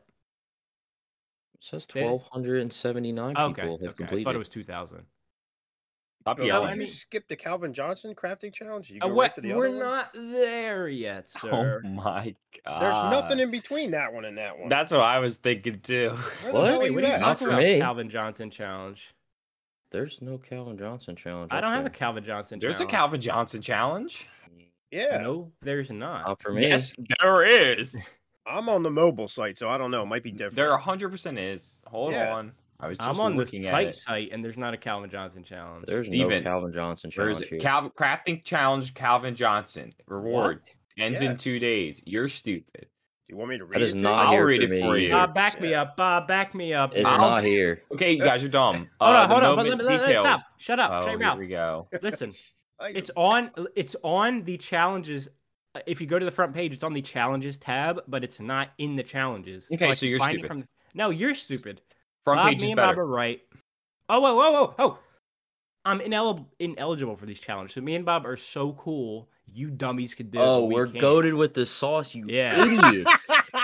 [SPEAKER 3] It says
[SPEAKER 1] Say it.
[SPEAKER 3] twelve hundred and seventy nine
[SPEAKER 1] Okay.
[SPEAKER 3] people have
[SPEAKER 1] okay. I
[SPEAKER 3] completed.
[SPEAKER 1] thought it was two thousand.
[SPEAKER 2] Stop
[SPEAKER 4] Bill,
[SPEAKER 1] yelling.
[SPEAKER 4] did
[SPEAKER 1] I
[SPEAKER 2] yelling.
[SPEAKER 4] you
[SPEAKER 1] mean-
[SPEAKER 4] skip the Calvin Johnson crafting challenge? You go right
[SPEAKER 1] Uh, what?
[SPEAKER 4] to the
[SPEAKER 1] We're
[SPEAKER 4] other
[SPEAKER 1] not there yet,
[SPEAKER 2] Oh
[SPEAKER 1] sir.
[SPEAKER 2] my god.
[SPEAKER 4] One? There's nothing in between that one and that one.
[SPEAKER 2] That's what I was thinking too.
[SPEAKER 4] Where the
[SPEAKER 3] What?
[SPEAKER 4] hell are
[SPEAKER 1] Wait,
[SPEAKER 4] you
[SPEAKER 1] what are you
[SPEAKER 4] at?
[SPEAKER 3] Not
[SPEAKER 1] talking
[SPEAKER 3] for
[SPEAKER 1] about?
[SPEAKER 3] me.
[SPEAKER 1] Calvin Johnson challenge.
[SPEAKER 3] There's no Calvin Johnson challenge.
[SPEAKER 1] I
[SPEAKER 3] up
[SPEAKER 1] don't have a
[SPEAKER 3] there.
[SPEAKER 1] Calvin Johnson.
[SPEAKER 2] There's a
[SPEAKER 1] challenge.
[SPEAKER 2] Calvin Johnson challenge.
[SPEAKER 4] Yeah,
[SPEAKER 1] No, there's not.
[SPEAKER 3] Not for me.
[SPEAKER 2] Yes, there is.
[SPEAKER 4] I'm on the mobile site, so I don't know. It might be different.
[SPEAKER 2] There 100 percent is. Hold
[SPEAKER 4] Yeah.
[SPEAKER 2] on. I was just
[SPEAKER 1] I'm on the
[SPEAKER 2] looking at
[SPEAKER 1] site
[SPEAKER 2] it.
[SPEAKER 1] site, and there's not a Calvin Johnson challenge.
[SPEAKER 3] There's no
[SPEAKER 2] Steven,
[SPEAKER 3] Calvin Johnson
[SPEAKER 2] Where
[SPEAKER 3] challenge
[SPEAKER 2] is
[SPEAKER 3] here.
[SPEAKER 2] it? Cal- crafting challenge Calvin Johnson reward
[SPEAKER 1] What?
[SPEAKER 2] ends in two
[SPEAKER 4] Yes.
[SPEAKER 2] days. You're stupid.
[SPEAKER 4] Do you want me to read
[SPEAKER 3] That
[SPEAKER 4] it?
[SPEAKER 3] is
[SPEAKER 4] to you?
[SPEAKER 3] not
[SPEAKER 2] I'll
[SPEAKER 3] here
[SPEAKER 2] read
[SPEAKER 3] for
[SPEAKER 2] it
[SPEAKER 3] me.
[SPEAKER 2] for you.
[SPEAKER 1] Bob, back me up. Bob, back me up.
[SPEAKER 3] It's
[SPEAKER 1] Bob.
[SPEAKER 3] not here.
[SPEAKER 2] Okay, you guys are dumb.
[SPEAKER 1] Hold
[SPEAKER 2] Uh,
[SPEAKER 1] on, hold
[SPEAKER 2] the
[SPEAKER 1] on. But
[SPEAKER 2] moment
[SPEAKER 1] let, let, let,
[SPEAKER 2] details.
[SPEAKER 1] stop. Shut up.
[SPEAKER 2] Oh,
[SPEAKER 1] Shut your
[SPEAKER 2] here
[SPEAKER 1] mouth.
[SPEAKER 2] we go.
[SPEAKER 1] Listen,
[SPEAKER 4] I-
[SPEAKER 1] it's on. It's on the challenges. If you go to the front page, it's on the challenges tab, but it's not in the challenges.
[SPEAKER 2] Okay,
[SPEAKER 1] I
[SPEAKER 2] so
[SPEAKER 1] can
[SPEAKER 2] you're
[SPEAKER 1] find it
[SPEAKER 2] stupid.
[SPEAKER 1] From... No, you're stupid.
[SPEAKER 2] Front
[SPEAKER 1] Bob,
[SPEAKER 2] page
[SPEAKER 1] me
[SPEAKER 2] is
[SPEAKER 1] and Bob
[SPEAKER 2] better.
[SPEAKER 1] are right. Oh, whoa, whoa, whoa, oh! I'm inel- ineligible for these challenges. So me and Bob are so cool. You dummies could do. it,
[SPEAKER 3] Oh,
[SPEAKER 1] but we
[SPEAKER 3] we're
[SPEAKER 1] can't.
[SPEAKER 3] goaded with the sauce, you
[SPEAKER 1] Yeah.
[SPEAKER 3] idiot.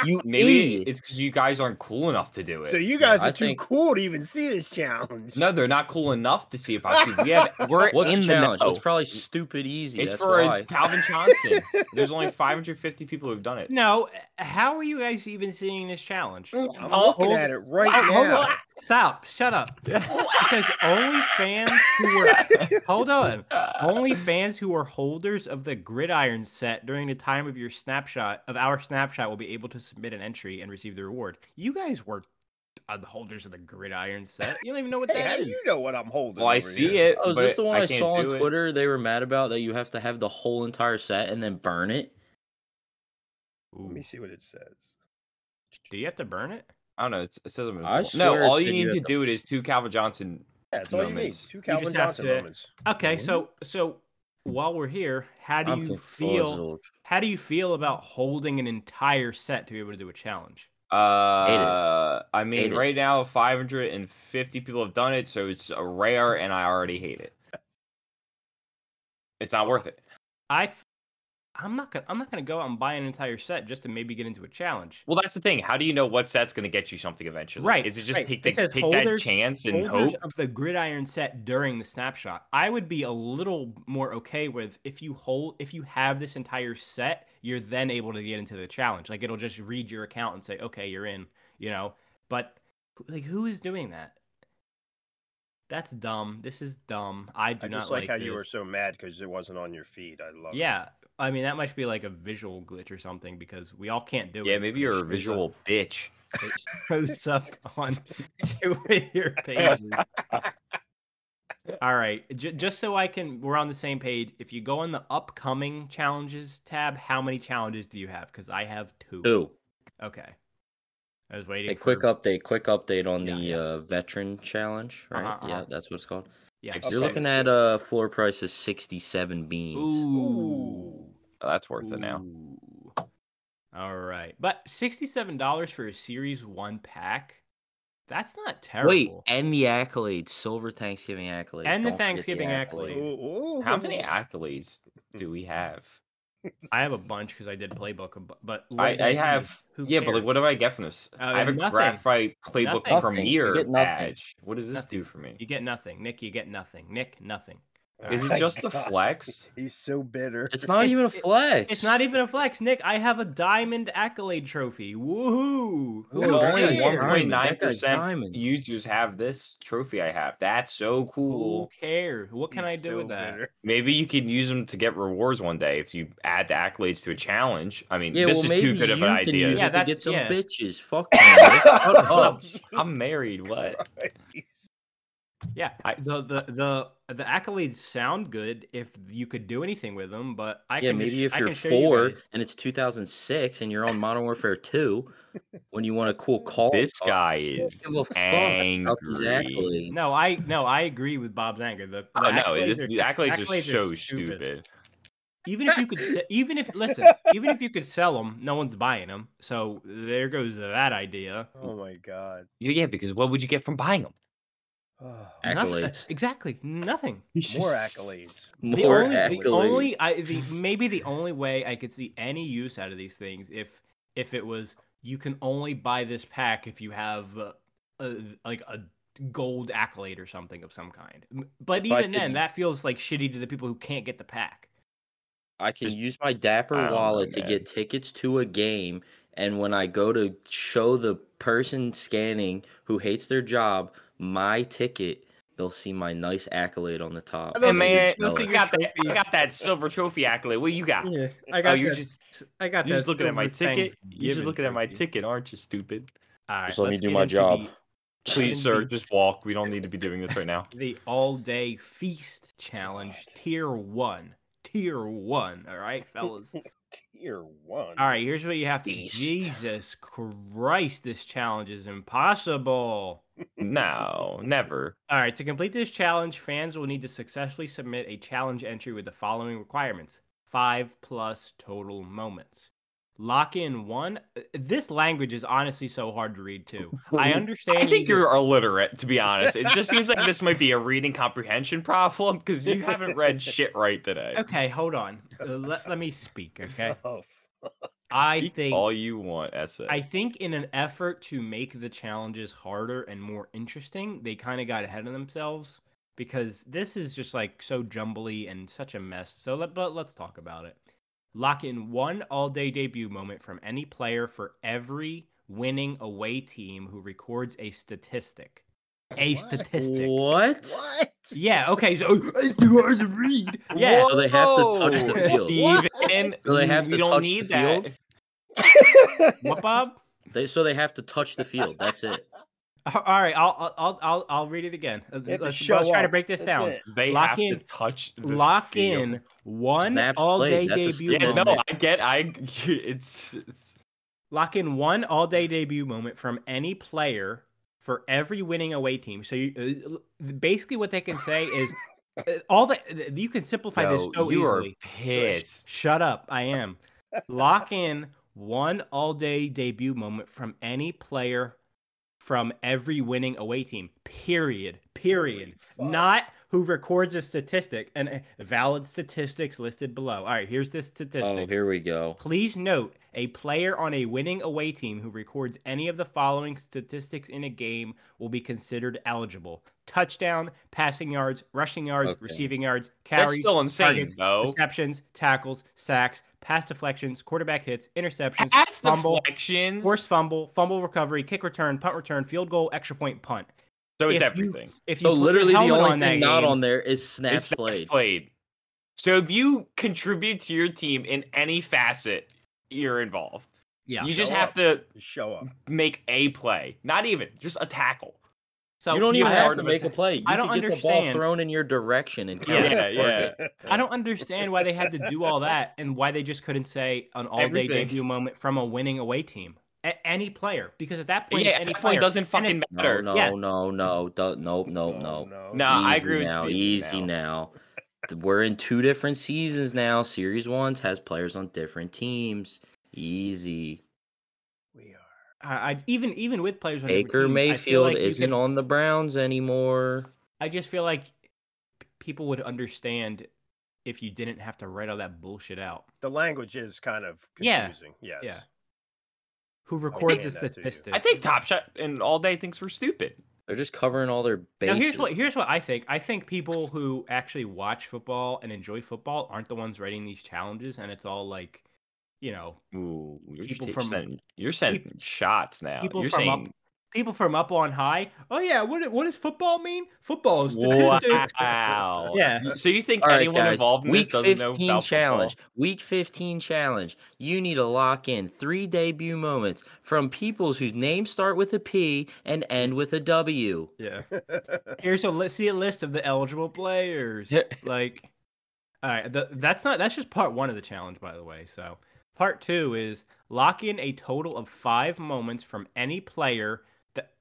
[SPEAKER 3] You
[SPEAKER 2] Maybe
[SPEAKER 3] idiot.
[SPEAKER 2] it's because you guys aren't cool enough to do it.
[SPEAKER 4] so you guys
[SPEAKER 3] I
[SPEAKER 4] are too
[SPEAKER 3] think-
[SPEAKER 4] cool to even see this challenge.
[SPEAKER 2] no, they're not cool enough to see if I see. We have we're
[SPEAKER 3] What's
[SPEAKER 2] in
[SPEAKER 3] the
[SPEAKER 2] the
[SPEAKER 3] challenge?
[SPEAKER 2] know.
[SPEAKER 3] It's probably stupid easy.
[SPEAKER 2] It's
[SPEAKER 3] that's
[SPEAKER 2] for
[SPEAKER 3] why.
[SPEAKER 2] a Calvin Johnson. There's only 550 people who've done it.
[SPEAKER 1] No, how are you guys even seeing this challenge?
[SPEAKER 4] I'm
[SPEAKER 2] Oh,
[SPEAKER 4] looking
[SPEAKER 2] hold-
[SPEAKER 4] at it right
[SPEAKER 2] Wow,
[SPEAKER 4] now.
[SPEAKER 1] Stop! Shut up! It says only fans who were hold on, only fans who are holders of the gridiron set during the time of your snapshot of our snapshot will be able to submit an entry and receive the reward. You guys were uh, the holders of the gridiron set. You don't even know what
[SPEAKER 4] Hey, how
[SPEAKER 1] that
[SPEAKER 4] do
[SPEAKER 1] is.
[SPEAKER 4] you know what I'm holding?
[SPEAKER 2] Well, I
[SPEAKER 4] over
[SPEAKER 2] see
[SPEAKER 4] here?
[SPEAKER 2] it.
[SPEAKER 3] Oh, is this
[SPEAKER 2] but
[SPEAKER 3] the one I,
[SPEAKER 2] can't
[SPEAKER 3] saw on
[SPEAKER 2] do it.
[SPEAKER 3] Twitter? They were mad about that you have to have the whole entire set and then burn it.
[SPEAKER 4] Let me
[SPEAKER 1] Ooh.
[SPEAKER 4] see what it says.
[SPEAKER 1] Do you have to burn it?
[SPEAKER 2] I don't know. It's, it says I'm
[SPEAKER 3] I
[SPEAKER 2] no.
[SPEAKER 3] swear
[SPEAKER 2] All
[SPEAKER 3] it's
[SPEAKER 2] you
[SPEAKER 3] video
[SPEAKER 2] need to
[SPEAKER 3] at the-
[SPEAKER 2] do it is two Calvin Johnson.
[SPEAKER 4] Yeah, that's all you need.
[SPEAKER 2] Moments.
[SPEAKER 4] Two Calvin
[SPEAKER 1] have
[SPEAKER 4] Johnson
[SPEAKER 1] to-
[SPEAKER 4] moments.
[SPEAKER 1] Okay, so so while we're here, how do
[SPEAKER 3] I'm
[SPEAKER 1] you feel?
[SPEAKER 3] confuzzled.
[SPEAKER 1] How do you feel about holding an entire set to be able to do a challenge?
[SPEAKER 2] Uh, I mean,
[SPEAKER 3] Hate it.
[SPEAKER 2] right now 550 people have done it, so it's a rare, and I already hate it. It's not worth it.
[SPEAKER 1] I, f- I'm not gonna, I'm not gonna go out and buy an entire set just to maybe get into a challenge.
[SPEAKER 2] Well, that's the thing. How do you know what set's going to get you something eventually?
[SPEAKER 1] Right,
[SPEAKER 2] Is it just
[SPEAKER 1] right.
[SPEAKER 2] take,
[SPEAKER 1] It
[SPEAKER 2] the,
[SPEAKER 1] says
[SPEAKER 2] take that
[SPEAKER 1] holders-
[SPEAKER 2] chance and
[SPEAKER 1] Holders
[SPEAKER 2] hope?
[SPEAKER 1] of the gridiron set during the snapshot. I would be a little more okay with if you hold, if you have this entire set, you're then able to get into the challenge. Like it'll just read your account and say, okay, you're in. You know, but Who- Like who is doing that? That's dumb. This is dumb. I do
[SPEAKER 4] I
[SPEAKER 1] not
[SPEAKER 4] just like, how you were
[SPEAKER 1] this.
[SPEAKER 4] so mad because it wasn't on your feed. I love. it.
[SPEAKER 1] Yeah, I mean that must be like a visual glitch or something because we all can't do it.
[SPEAKER 2] Yeah, maybe
[SPEAKER 1] It
[SPEAKER 2] you're a
[SPEAKER 1] shows
[SPEAKER 2] visual
[SPEAKER 1] up-
[SPEAKER 2] bitch.
[SPEAKER 1] It shows up on two of your pages. All right, J- just so I can, we're on the same page. If you go in the upcoming challenges tab, how many challenges do you have? Because I have two.
[SPEAKER 3] Ooh,
[SPEAKER 1] Okay. I was waiting.
[SPEAKER 3] a quick
[SPEAKER 1] for-
[SPEAKER 3] update. Quick update on
[SPEAKER 1] Yeah,
[SPEAKER 3] the
[SPEAKER 1] yeah.
[SPEAKER 3] Uh, veteran challenge, right?
[SPEAKER 1] Uh-huh,
[SPEAKER 3] Yeah,
[SPEAKER 1] uh-huh.
[SPEAKER 3] that's what it's called.
[SPEAKER 1] Yeah.
[SPEAKER 2] You're
[SPEAKER 3] You're
[SPEAKER 2] Okay.
[SPEAKER 3] looking at uh floor price is sixty-seven beans.
[SPEAKER 1] Ooh.
[SPEAKER 2] Oh, that's worth it now.
[SPEAKER 1] Ooh. All right, but sixty-seven dollars for a series one pack. That's not terrible.
[SPEAKER 3] Wait, and the accolades, silver Thanksgiving accolade,
[SPEAKER 1] And the
[SPEAKER 3] Don't forget
[SPEAKER 1] Thanksgiving
[SPEAKER 4] Ooh,
[SPEAKER 1] accolade.
[SPEAKER 4] ooh.
[SPEAKER 2] How many accolades do we have?
[SPEAKER 1] I have a bunch because I did playbook, a bu- but
[SPEAKER 2] I,
[SPEAKER 1] what do
[SPEAKER 2] I
[SPEAKER 1] you mean?
[SPEAKER 2] have.
[SPEAKER 1] Who
[SPEAKER 2] yeah, but like,
[SPEAKER 1] cares?
[SPEAKER 2] what do I get from this?
[SPEAKER 1] Uh,
[SPEAKER 2] I have a
[SPEAKER 1] nothing.
[SPEAKER 2] graphite playbook
[SPEAKER 1] Nothing.
[SPEAKER 3] You
[SPEAKER 2] premiere
[SPEAKER 3] get nothing.
[SPEAKER 2] badge. What does this do for me?
[SPEAKER 1] you get nothing, Nick. You get nothing, Nick. Nothing.
[SPEAKER 2] Is it
[SPEAKER 4] my
[SPEAKER 2] just a
[SPEAKER 4] God.
[SPEAKER 2] flex?
[SPEAKER 4] He's so bitter.
[SPEAKER 3] It's not
[SPEAKER 1] It's-
[SPEAKER 3] even a
[SPEAKER 1] it-
[SPEAKER 3] flex.
[SPEAKER 1] It's not even a flex, Nick. I have a diamond accolade trophy. Woohoo!
[SPEAKER 3] Ooh,
[SPEAKER 2] Look,
[SPEAKER 3] that
[SPEAKER 2] only
[SPEAKER 3] guy's diamond.
[SPEAKER 2] 1.9
[SPEAKER 3] That guy's
[SPEAKER 2] percent
[SPEAKER 3] diamond.
[SPEAKER 2] users have this trophy. I have. That's so
[SPEAKER 1] Who
[SPEAKER 2] cool.
[SPEAKER 1] care? What can I
[SPEAKER 4] He's
[SPEAKER 1] do
[SPEAKER 4] so
[SPEAKER 1] with that?
[SPEAKER 4] bitter.
[SPEAKER 2] Maybe you can use them to get rewards one day if you add the accolades to a challenge. I mean,
[SPEAKER 3] Yeah,
[SPEAKER 2] this
[SPEAKER 3] well,
[SPEAKER 2] is
[SPEAKER 3] maybe
[SPEAKER 2] too good of
[SPEAKER 3] you
[SPEAKER 2] an
[SPEAKER 3] can use
[SPEAKER 2] idea.
[SPEAKER 1] Yeah,
[SPEAKER 3] it to get
[SPEAKER 1] that's-
[SPEAKER 3] some
[SPEAKER 1] yeah.
[SPEAKER 3] bitches. Fuck you, Nick. Shut
[SPEAKER 2] Oh,
[SPEAKER 3] up.
[SPEAKER 2] I'm married, what?
[SPEAKER 4] Christ.
[SPEAKER 1] Yeah,
[SPEAKER 2] I-
[SPEAKER 1] the, the the the accolades sound good if you could do anything with them, but I
[SPEAKER 3] yeah,
[SPEAKER 1] can just-
[SPEAKER 3] maybe if
[SPEAKER 1] I
[SPEAKER 3] you're
[SPEAKER 1] can show you
[SPEAKER 3] four
[SPEAKER 1] guys.
[SPEAKER 3] and it's 2006 and you're on Modern Warfare 2, when you want a cool call,
[SPEAKER 2] This
[SPEAKER 3] up,
[SPEAKER 2] guy
[SPEAKER 3] I don't
[SPEAKER 2] is
[SPEAKER 3] give a Oh, fuck about these
[SPEAKER 2] angry.
[SPEAKER 3] accolades.
[SPEAKER 1] No, I no, I agree with Bob's anger. The, the
[SPEAKER 2] Oh no,
[SPEAKER 1] accolades
[SPEAKER 2] this,
[SPEAKER 1] are,
[SPEAKER 2] the accolades, are so
[SPEAKER 1] stupid.
[SPEAKER 2] stupid.
[SPEAKER 1] Even if you could, se- even if listen, even if you could sell them, no one's buying them. So there goes that idea.
[SPEAKER 4] Oh my god.
[SPEAKER 2] Yeah, yeah, because what would you get from buying them?
[SPEAKER 4] Oh.
[SPEAKER 1] Nothing-
[SPEAKER 3] Accolades.
[SPEAKER 1] exactly, nothing.
[SPEAKER 4] More accolades.
[SPEAKER 1] The
[SPEAKER 3] More
[SPEAKER 1] only,
[SPEAKER 3] accolades.
[SPEAKER 1] the only, I the maybe the only way I could see any use out of these things if if it was you can only buy this pack if you have uh, a, like a gold accolade or something of some kind. M- But
[SPEAKER 3] If I
[SPEAKER 1] even then,
[SPEAKER 3] could-
[SPEAKER 1] that feels like shitty to the people who can't get the pack.
[SPEAKER 3] I can
[SPEAKER 2] Just-
[SPEAKER 3] use my
[SPEAKER 2] I
[SPEAKER 3] Dapper
[SPEAKER 2] don't know,
[SPEAKER 3] wallet to
[SPEAKER 2] man.
[SPEAKER 3] get tickets to a game, and when I go to show the person scanning who hates their job my ticket, they'll see my nice accolade on the top.
[SPEAKER 1] They'll
[SPEAKER 2] Hey,
[SPEAKER 3] and
[SPEAKER 1] see-
[SPEAKER 2] man,
[SPEAKER 1] they'll
[SPEAKER 3] they'll
[SPEAKER 1] see
[SPEAKER 3] be
[SPEAKER 2] you
[SPEAKER 3] jealous.
[SPEAKER 2] got, that, you
[SPEAKER 1] trophies.
[SPEAKER 2] got that silver trophy accolade. What you got?
[SPEAKER 1] Yeah, Oh, I
[SPEAKER 2] got that-
[SPEAKER 1] I got
[SPEAKER 2] You're just looking at my ticket. You're just looking at my ticket, aren't you, stupid?
[SPEAKER 1] All right,
[SPEAKER 3] Just let me
[SPEAKER 1] let's
[SPEAKER 3] do
[SPEAKER 1] get
[SPEAKER 3] my
[SPEAKER 1] into
[SPEAKER 3] job.
[SPEAKER 1] the-
[SPEAKER 2] Please, sir, just walk. We don't need to be doing this right now.
[SPEAKER 1] the all day feast challenge tier one tier one all right fellas
[SPEAKER 4] Tier one.
[SPEAKER 1] all right here's what you have to
[SPEAKER 3] Feast.
[SPEAKER 1] jesus christ this challenge is impossible
[SPEAKER 2] No, never.
[SPEAKER 1] all right to complete this challenge fans will need to successfully submit a challenge entry with the following requirements five plus total moments lock in one this language is honestly so hard to read too i understand
[SPEAKER 2] I think
[SPEAKER 1] you-
[SPEAKER 2] you're illiterate, to be honest. It just seems like this might be a reading comprehension problem because you haven't read shit right today.
[SPEAKER 1] okay hold on Uh, let, let me speak okay
[SPEAKER 4] Oh,
[SPEAKER 1] i
[SPEAKER 2] Speak
[SPEAKER 1] think
[SPEAKER 2] all you want, essay.
[SPEAKER 1] I think in an effort to make the challenges harder and more interesting, they kind of got ahead of themselves because this is just like so jumbly and such a mess. So let, but let's talk about it. Lock in one all-day debut moment from any player for every winning away team who records a statistic. A
[SPEAKER 4] What?
[SPEAKER 1] statistic.
[SPEAKER 3] What?
[SPEAKER 4] what?
[SPEAKER 1] Yeah, okay. So it's too hard to read. Yeah.
[SPEAKER 3] So they have to touch
[SPEAKER 2] Whoa,
[SPEAKER 3] the field.
[SPEAKER 2] Steven,
[SPEAKER 3] So they have
[SPEAKER 2] we
[SPEAKER 3] to
[SPEAKER 2] don't
[SPEAKER 3] touch the
[SPEAKER 2] need
[SPEAKER 3] field?
[SPEAKER 2] that.
[SPEAKER 1] What, Bob?
[SPEAKER 3] They, so they have to touch the field. That's it.
[SPEAKER 1] All right, I'll I'll- I'll I'll I'll read it again. Let's,
[SPEAKER 4] They have to
[SPEAKER 1] let's
[SPEAKER 4] show
[SPEAKER 1] try to
[SPEAKER 4] up.
[SPEAKER 1] break this
[SPEAKER 4] That's
[SPEAKER 1] down.
[SPEAKER 4] it.
[SPEAKER 2] They
[SPEAKER 1] Lock
[SPEAKER 2] have
[SPEAKER 1] in-
[SPEAKER 2] to touch the
[SPEAKER 1] lock
[SPEAKER 2] field.
[SPEAKER 1] in one
[SPEAKER 3] Snaps
[SPEAKER 1] all day
[SPEAKER 3] played, that's a
[SPEAKER 1] debut
[SPEAKER 3] steal.
[SPEAKER 2] Yeah,
[SPEAKER 1] moment.
[SPEAKER 2] no, I get. I it's, it's
[SPEAKER 1] Lock in one all day debut moment from any player for every winning away team. So you, uh, basically, what they can say is uh, all the you can simplify this
[SPEAKER 2] no,
[SPEAKER 1] so
[SPEAKER 2] you are
[SPEAKER 1] easily.
[SPEAKER 2] pissed.
[SPEAKER 1] Shut up, I am. Lock in one all day debut moment from any player from every winning away team. Period. Period.
[SPEAKER 4] Holy fuck.
[SPEAKER 1] Not who records a statistic and uh, valid statistics listed below. All right, here's the statistics.
[SPEAKER 3] Oh, here we go.
[SPEAKER 1] Please note a player on a winning away team who records any of the following statistics in a game will be considered eligible touchdown, passing yards, rushing yards,
[SPEAKER 3] Okay.
[SPEAKER 1] receiving yards,
[SPEAKER 2] That's
[SPEAKER 1] carries,
[SPEAKER 2] still insane,
[SPEAKER 1] targets,
[SPEAKER 2] though.
[SPEAKER 1] receptions, tackles, sacks, pass deflections, quarterback hits, interceptions,
[SPEAKER 2] That's
[SPEAKER 1] fumble,
[SPEAKER 2] deflections.
[SPEAKER 1] forced fumble, fumble recovery, kick return, punt return, field goal, extra point, punt.
[SPEAKER 2] so it's
[SPEAKER 1] if you-
[SPEAKER 2] everything.
[SPEAKER 1] If you
[SPEAKER 3] So
[SPEAKER 1] put your
[SPEAKER 3] literally, the
[SPEAKER 1] helmet
[SPEAKER 3] only
[SPEAKER 1] on that
[SPEAKER 3] thing not
[SPEAKER 1] game-
[SPEAKER 3] on there is snap
[SPEAKER 2] It's snaps
[SPEAKER 3] played.
[SPEAKER 2] played. So if you contribute to your team in any facet, you're involved.
[SPEAKER 1] yeah.
[SPEAKER 2] you just
[SPEAKER 4] show
[SPEAKER 2] have
[SPEAKER 4] up.
[SPEAKER 2] to
[SPEAKER 4] Show up.
[SPEAKER 2] make a play. Not even, just a tackle.
[SPEAKER 1] so
[SPEAKER 3] you don't even
[SPEAKER 2] you
[SPEAKER 3] have
[SPEAKER 2] have
[SPEAKER 3] to
[SPEAKER 2] to
[SPEAKER 3] make a
[SPEAKER 2] attack.
[SPEAKER 3] play. You
[SPEAKER 1] I don't
[SPEAKER 3] can get the
[SPEAKER 1] understand.
[SPEAKER 3] ball thrown in your direction and count it
[SPEAKER 2] Yeah, yeah.
[SPEAKER 3] as a target.
[SPEAKER 1] I don't understand why they had to do all that and why they just couldn't say an all day
[SPEAKER 2] Everything.
[SPEAKER 1] debut moment from a winning away team. A- any player. Because at that point,
[SPEAKER 2] yeah,
[SPEAKER 1] it's
[SPEAKER 2] at
[SPEAKER 1] any
[SPEAKER 2] that point,
[SPEAKER 1] player.
[SPEAKER 2] it doesn't
[SPEAKER 1] And
[SPEAKER 2] fucking
[SPEAKER 1] it-
[SPEAKER 2] matter.
[SPEAKER 3] No, no,
[SPEAKER 1] Yes.
[SPEAKER 3] no, no, do- no, no, no.
[SPEAKER 4] Oh, no.
[SPEAKER 2] No, I
[SPEAKER 3] Easy
[SPEAKER 2] agree with
[SPEAKER 3] now.
[SPEAKER 2] Steven
[SPEAKER 3] Easy now. Th- We're in two different seasons now. Series ones has players on different teams. Easy.
[SPEAKER 4] We are.
[SPEAKER 1] I, I- even even with players, on different
[SPEAKER 3] Baker
[SPEAKER 1] teams, I feel
[SPEAKER 3] Mayfield
[SPEAKER 1] like you
[SPEAKER 3] isn't
[SPEAKER 1] could-
[SPEAKER 3] on the Browns anymore.
[SPEAKER 1] I just feel like p- people would understand if you didn't have to write all that bullshit out.
[SPEAKER 4] The language is kind of
[SPEAKER 1] Yeah.
[SPEAKER 4] confusing. Yes.
[SPEAKER 1] Yeah.
[SPEAKER 2] Oh,
[SPEAKER 1] Who records the
[SPEAKER 4] hand that to you.
[SPEAKER 1] statistics?
[SPEAKER 2] I think Top Shot and All Day thinks we're stupid.
[SPEAKER 3] They're just covering all their
[SPEAKER 1] Now
[SPEAKER 3] bases.
[SPEAKER 1] here's what here's what I think. I think people who actually watch football and enjoy football aren't the ones writing these challenges, and it's all like, you know,
[SPEAKER 2] Ooh, you're,
[SPEAKER 1] People
[SPEAKER 2] ta-
[SPEAKER 1] from-
[SPEAKER 2] sending, you're sending shots now.
[SPEAKER 1] people
[SPEAKER 2] you're
[SPEAKER 1] from up-
[SPEAKER 2] saying,
[SPEAKER 1] people from up on high. Oh yeah, what what does football mean? Football is statistics."
[SPEAKER 2] wow.
[SPEAKER 1] Yeah.
[SPEAKER 2] Uh, So you think
[SPEAKER 3] All right,
[SPEAKER 2] anyone
[SPEAKER 3] guys.
[SPEAKER 2] involved in
[SPEAKER 3] Week
[SPEAKER 2] this doesn't know
[SPEAKER 3] 15
[SPEAKER 2] about
[SPEAKER 3] challenge.
[SPEAKER 2] football?
[SPEAKER 3] Week 15 challenge. You need to lock in three debut moments from peoples whose names start with a P and end with a W.
[SPEAKER 1] Yeah. Here's a let's see a list of the eligible players.
[SPEAKER 3] Yeah.
[SPEAKER 1] like, all right, the, that's not that's just part one of the challenge, by the way. So part two is lock in a total of five moments from any player that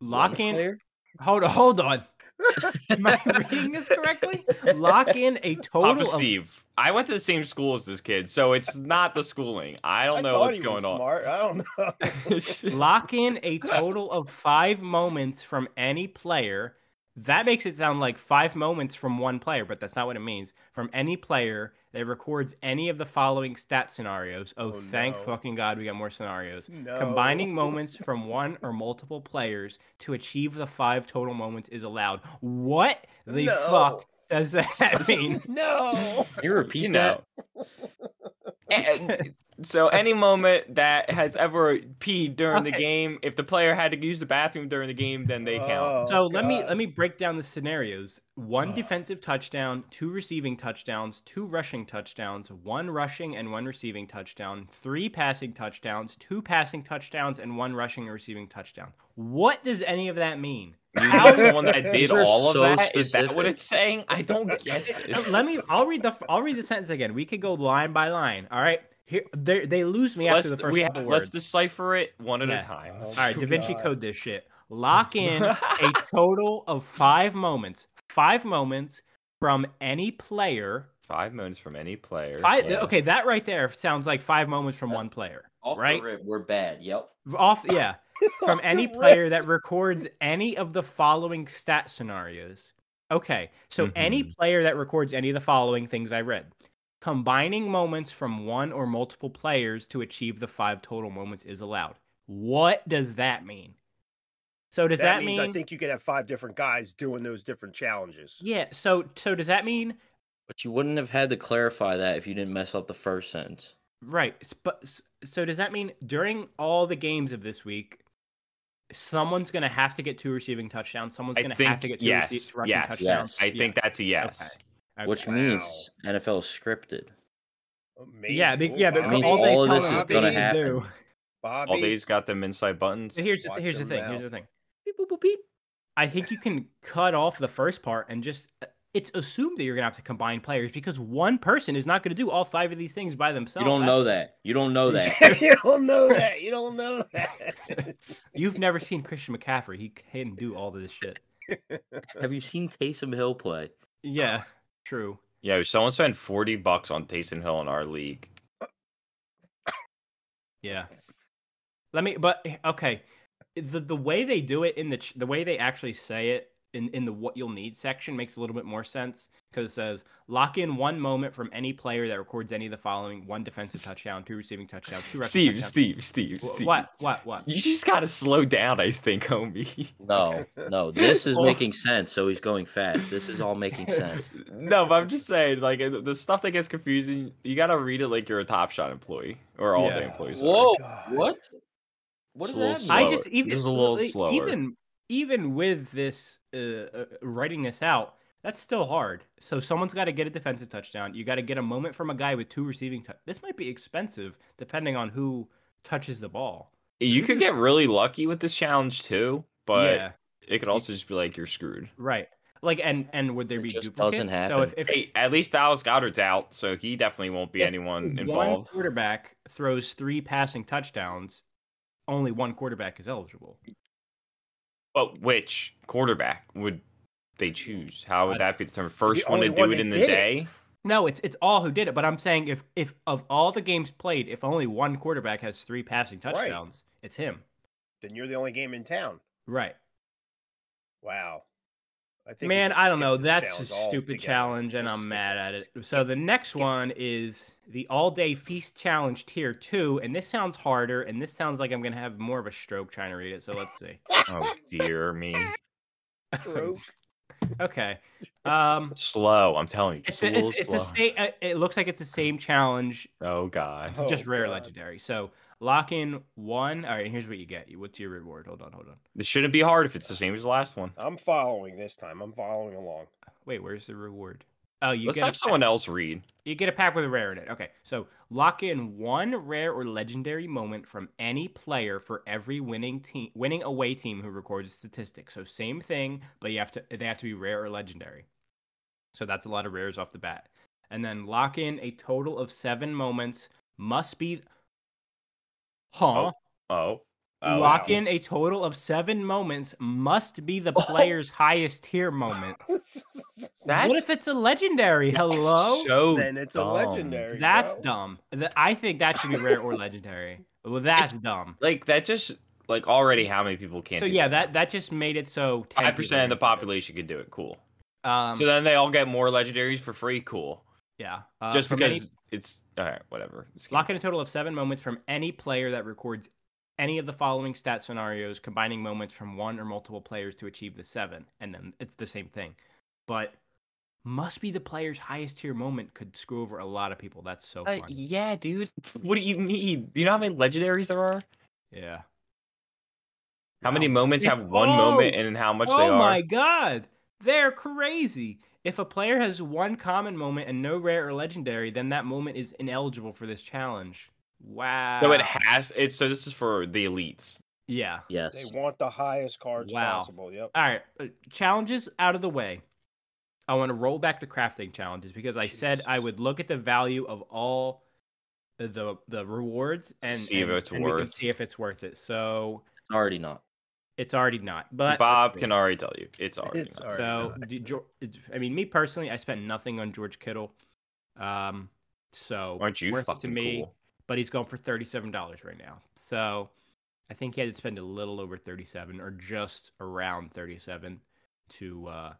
[SPEAKER 1] lock in.
[SPEAKER 3] Player?
[SPEAKER 1] Hold on, hold on. Am I reading this correctly? Lock in a
[SPEAKER 2] Papa
[SPEAKER 1] total of
[SPEAKER 2] Steve, I went to the same school as this kid, so it's not the schooling. I don't
[SPEAKER 4] I
[SPEAKER 2] know
[SPEAKER 4] thought
[SPEAKER 2] what's
[SPEAKER 4] he
[SPEAKER 2] going
[SPEAKER 4] was Smart. I don't know.
[SPEAKER 2] on.
[SPEAKER 1] lock in a total of five moments from any player. That makes it sound like five moments from one player, but that's not what it means. From any player that records any of the following stat scenarios. Oh,
[SPEAKER 4] Oh,
[SPEAKER 1] thank
[SPEAKER 4] no.
[SPEAKER 1] fucking God we got more scenarios.
[SPEAKER 4] No.
[SPEAKER 1] Combining moments from one or multiple players to achieve the five total moments is allowed. What the
[SPEAKER 4] No.
[SPEAKER 1] fuck does that mean?
[SPEAKER 4] no.
[SPEAKER 3] Can you repeat
[SPEAKER 2] you
[SPEAKER 3] that?
[SPEAKER 2] know. Eh, so any moment that has ever peed during the
[SPEAKER 1] Okay.
[SPEAKER 2] game, if the player had to use the bathroom during the game, then they count.
[SPEAKER 4] Oh,
[SPEAKER 1] So let me
[SPEAKER 4] God.
[SPEAKER 1] let me break down the scenarios. One
[SPEAKER 4] Ugh.
[SPEAKER 1] defensive touchdown, two receiving touchdowns, two rushing touchdowns, one rushing and one receiving touchdown, three passing touchdowns, two passing touchdowns, and one rushing and receiving touchdown. What does any of that mean?
[SPEAKER 2] You
[SPEAKER 1] How-
[SPEAKER 2] know someone that did
[SPEAKER 3] These are
[SPEAKER 2] all of
[SPEAKER 3] so
[SPEAKER 2] that? Is that what
[SPEAKER 3] specific.
[SPEAKER 2] it's saying? I don't get it.
[SPEAKER 1] Uh, let me. I'll read the. I'll read the sentence again. We could go line by line. All right. Here they they lose me
[SPEAKER 2] let's,
[SPEAKER 1] after the first
[SPEAKER 2] we
[SPEAKER 1] couple
[SPEAKER 2] have- let's
[SPEAKER 1] words.
[SPEAKER 2] decipher it one at
[SPEAKER 1] Yeah. Oh.
[SPEAKER 2] a time.
[SPEAKER 4] All
[SPEAKER 1] All right, Da Vinci
[SPEAKER 4] oh, God.
[SPEAKER 1] code this shit. Lock in a total of five moments. Five moments from any player
[SPEAKER 2] Five moments from any player.
[SPEAKER 1] Five,
[SPEAKER 2] Yeah.
[SPEAKER 1] Okay, that right there sounds like five moments from one player. right?
[SPEAKER 3] We're bad. Yep.
[SPEAKER 1] Off, yeah, from any player that records any of the following stat scenarios. Okay, so any
[SPEAKER 4] Mm-hmm.
[SPEAKER 1] player that records any of the following things I read. Combining moments from one or multiple players to achieve the five total moments is allowed. What does that mean? So does that,
[SPEAKER 4] means
[SPEAKER 1] mean?
[SPEAKER 4] I think you could have five different guys doing those different challenges.
[SPEAKER 1] yeah. So so does that mean
[SPEAKER 3] But you wouldn't have had to clarify that if you didn't mess up the first sentence.
[SPEAKER 1] Right. s- But s- so does that mean during all the games of this week, someone's going to have to get two receiving touchdowns? Someone's
[SPEAKER 2] I
[SPEAKER 1] going to
[SPEAKER 2] think
[SPEAKER 1] have to get two
[SPEAKER 2] yes,
[SPEAKER 1] rece- rushing
[SPEAKER 2] yes,
[SPEAKER 1] touchdowns?
[SPEAKER 2] I think
[SPEAKER 1] Yes.
[SPEAKER 2] that's e, a yes.
[SPEAKER 1] Okay.
[SPEAKER 3] Which
[SPEAKER 1] Okay.
[SPEAKER 3] means NFL is scripted.
[SPEAKER 4] Amazing.
[SPEAKER 1] yeah, be- yeah, but
[SPEAKER 3] That means
[SPEAKER 1] all, they
[SPEAKER 3] all of
[SPEAKER 1] tell
[SPEAKER 3] this
[SPEAKER 1] us
[SPEAKER 3] is
[SPEAKER 1] what they
[SPEAKER 3] gonna
[SPEAKER 1] need to
[SPEAKER 3] happen.
[SPEAKER 1] do-
[SPEAKER 4] Bobby,
[SPEAKER 2] All these got them inside buttons.
[SPEAKER 1] So here's the,
[SPEAKER 4] Watch
[SPEAKER 1] here's the
[SPEAKER 4] your
[SPEAKER 1] thing. Here's the
[SPEAKER 4] mouth.
[SPEAKER 1] thing.
[SPEAKER 3] Beep, boop, boop, beep.
[SPEAKER 1] I think you can cut off the first part and just. uh, It's assumed that you're gonna have to combine players because one person is not gonna do all five of these things by
[SPEAKER 3] You
[SPEAKER 1] themselves.
[SPEAKER 3] don't know
[SPEAKER 1] That's-
[SPEAKER 3] that. You don't know that.
[SPEAKER 4] you don't know that. You don't know that.
[SPEAKER 1] You've never seen Christian McCaffrey. He can do all this shit.
[SPEAKER 3] have you seen Taysom Hill play?
[SPEAKER 1] Yeah, true.
[SPEAKER 2] Yo, someone spent forty bucks on Taysom Hill in our league.
[SPEAKER 1] Yeah. eh, Let me, but okay, the the way they do it in the ch- the way they actually say it in, in the what you'll need section makes a little bit more sense because it says lock in one moment from any player that records any of the following one defensive touchdown, two receiving touchdowns, two rushing
[SPEAKER 2] Steve,
[SPEAKER 1] touchdowns.
[SPEAKER 2] Steve, Steve,
[SPEAKER 1] Wh-
[SPEAKER 2] Steve.
[SPEAKER 1] What? What? What?
[SPEAKER 2] You just gotta slow down, I think, homie.
[SPEAKER 3] No, no, this is
[SPEAKER 2] Oh.
[SPEAKER 3] making sense. So he's going fast. This is all making sense.
[SPEAKER 2] no, but I'm just saying, like the the stuff that gets confusing, you gotta read it like you're a Top Shot employee or all the
[SPEAKER 4] Yeah.
[SPEAKER 2] employees. are.
[SPEAKER 3] Whoa,
[SPEAKER 4] Oh, God.
[SPEAKER 3] what? What
[SPEAKER 2] It's
[SPEAKER 3] does
[SPEAKER 2] a little
[SPEAKER 3] that mean?
[SPEAKER 1] I
[SPEAKER 2] slower.
[SPEAKER 1] just even
[SPEAKER 2] This is a little
[SPEAKER 1] like,
[SPEAKER 2] slower.
[SPEAKER 1] Even even with this uh, uh, writing this out, that's still hard. So someone's got to get a defensive touchdown. You got to get a moment from a guy with two receiving. tou- this might be expensive depending on who touches the ball.
[SPEAKER 2] You
[SPEAKER 1] This
[SPEAKER 2] could
[SPEAKER 1] is-
[SPEAKER 2] get really lucky with this challenge too, but
[SPEAKER 1] yeah,
[SPEAKER 2] it could also just be like you're screwed.
[SPEAKER 1] right. Like and and would there
[SPEAKER 3] It
[SPEAKER 1] be
[SPEAKER 3] just
[SPEAKER 1] duplicates?
[SPEAKER 3] doesn't
[SPEAKER 1] So if,
[SPEAKER 3] happen.
[SPEAKER 1] if
[SPEAKER 2] Hey, at least Dallas Goddard's out, so he definitely won't be
[SPEAKER 1] If
[SPEAKER 2] anyone
[SPEAKER 1] one
[SPEAKER 2] involved.
[SPEAKER 1] quarterback throws three passing touchdowns, only one quarterback is eligible.
[SPEAKER 2] But which quarterback would they choose? How would
[SPEAKER 1] I-
[SPEAKER 2] that be determined? First one
[SPEAKER 4] only
[SPEAKER 2] to do
[SPEAKER 4] one
[SPEAKER 2] it
[SPEAKER 4] that
[SPEAKER 2] in the
[SPEAKER 4] did it.
[SPEAKER 2] day?
[SPEAKER 1] No, it's it's all who did it. But I'm saying if if of all the games played, if only one quarterback has three passing
[SPEAKER 4] Right.
[SPEAKER 1] touchdowns, it's him.
[SPEAKER 4] Then you're the only game in town.
[SPEAKER 1] Right.
[SPEAKER 4] Wow. I think we
[SPEAKER 1] Man,
[SPEAKER 4] just
[SPEAKER 1] I don't
[SPEAKER 4] skipped
[SPEAKER 1] know.
[SPEAKER 4] this
[SPEAKER 1] That's a
[SPEAKER 4] challenge altogether.
[SPEAKER 1] stupid challenge, and
[SPEAKER 4] Just
[SPEAKER 1] I'm
[SPEAKER 4] skip
[SPEAKER 1] mad
[SPEAKER 4] it.
[SPEAKER 1] at it.
[SPEAKER 4] Skip
[SPEAKER 1] So the next
[SPEAKER 4] Skip it.
[SPEAKER 1] one is the All Day Feast Challenge Tier Two, and this sounds harder, and this sounds like I'm gonna have more of a stroke trying to read it. So let's see.
[SPEAKER 2] Oh dear me.
[SPEAKER 4] Stroke.
[SPEAKER 1] okay. Um,
[SPEAKER 2] Slow, I'm telling you.
[SPEAKER 1] it's
[SPEAKER 2] Just
[SPEAKER 1] a,
[SPEAKER 2] a little
[SPEAKER 1] it's, it's a
[SPEAKER 2] slow.
[SPEAKER 1] sa- uh, It looks like it's the same challenge
[SPEAKER 2] Oh god.
[SPEAKER 4] Oh,
[SPEAKER 1] just rare
[SPEAKER 4] God.
[SPEAKER 1] legendary. So lock in one. All right, here's what you get. What's your reward? Hold on, hold on.
[SPEAKER 2] This shouldn't be hard if it's the same as the last one.
[SPEAKER 4] I'm following this time. I'm following along.
[SPEAKER 1] Wait, where's the reward? Oh, you
[SPEAKER 2] Let's
[SPEAKER 1] get a
[SPEAKER 2] have someone else read.
[SPEAKER 1] you get a pack with a rare in it. Okay, so lock in one rare or legendary moment from any player for every winning team, winning away team who records statistics. So same thing, but you have to they have to be rare or legendary. So that's a lot of rares off the bat. And then lock in a total of seven moments. Must be, huh?
[SPEAKER 2] Oh. Oh. oh
[SPEAKER 1] lock
[SPEAKER 4] wow.
[SPEAKER 1] in a total of seven moments must be the
[SPEAKER 2] Oh.
[SPEAKER 1] player's highest tier moment. what if it's a legendary? Hello,
[SPEAKER 2] So
[SPEAKER 4] then it's a
[SPEAKER 2] dumb.
[SPEAKER 4] legendary.
[SPEAKER 1] that's
[SPEAKER 4] bro.
[SPEAKER 1] dumb. Th- I think that should be rare or legendary. Well, that's dumb.
[SPEAKER 2] Like that just like already how many people can't
[SPEAKER 1] So
[SPEAKER 2] do
[SPEAKER 1] yeah, that that just made it so
[SPEAKER 2] five percent of the population could do it. Cool.
[SPEAKER 1] Um,
[SPEAKER 2] so then they all get more legendaries for free. Cool.
[SPEAKER 1] yeah, uh,
[SPEAKER 2] just
[SPEAKER 1] from
[SPEAKER 2] because
[SPEAKER 1] any-
[SPEAKER 2] it's all right, whatever. It's-
[SPEAKER 1] lock in a total of seven moments from any player that records any of the following stat scenarios, combining moments from one or multiple players to achieve the seven, and then it's the same thing. But must be the player's highest tier moment could screw over a lot of people. That's so
[SPEAKER 2] Uh,
[SPEAKER 1] fun.
[SPEAKER 2] yeah, dude. What do you need? Do you know how many legendaries there are?
[SPEAKER 1] yeah.
[SPEAKER 2] How
[SPEAKER 1] Wow.
[SPEAKER 2] many moments have one
[SPEAKER 1] Oh!
[SPEAKER 2] moment and how much
[SPEAKER 1] oh
[SPEAKER 2] they are?
[SPEAKER 1] my god, they're crazy. If a player has one common moment and no rare or legendary, then that moment is ineligible for this challenge. Wow.
[SPEAKER 2] So it has. It's so this is for the elites.
[SPEAKER 1] Yeah.
[SPEAKER 4] They
[SPEAKER 3] Yes.
[SPEAKER 4] want the highest cards
[SPEAKER 1] Wow.
[SPEAKER 4] possible. Yep. Oh,
[SPEAKER 1] All right. uh, Challenges out of the way. I want to roll back to crafting challenges because I said I would look at the value of all the the rewards and
[SPEAKER 2] See if
[SPEAKER 1] and-
[SPEAKER 2] it's
[SPEAKER 1] and we can
[SPEAKER 2] worth.
[SPEAKER 1] see if it's worth it. So
[SPEAKER 3] Already not.
[SPEAKER 1] it's already not. But
[SPEAKER 2] Bob can already tell you. It's already.
[SPEAKER 4] It's
[SPEAKER 2] not.
[SPEAKER 4] already-
[SPEAKER 1] So,
[SPEAKER 4] not.
[SPEAKER 1] do, Geor- I mean, me personally, I spent nothing on George Kittle. Um, so
[SPEAKER 2] Aren't you
[SPEAKER 1] worth it
[SPEAKER 2] fucking
[SPEAKER 1] to me?
[SPEAKER 2] cool?
[SPEAKER 1] But he's going for thirty-seven dollars right now. So, I think he had to spend a little over thirty-seven, or just around thirty-seven, to uh,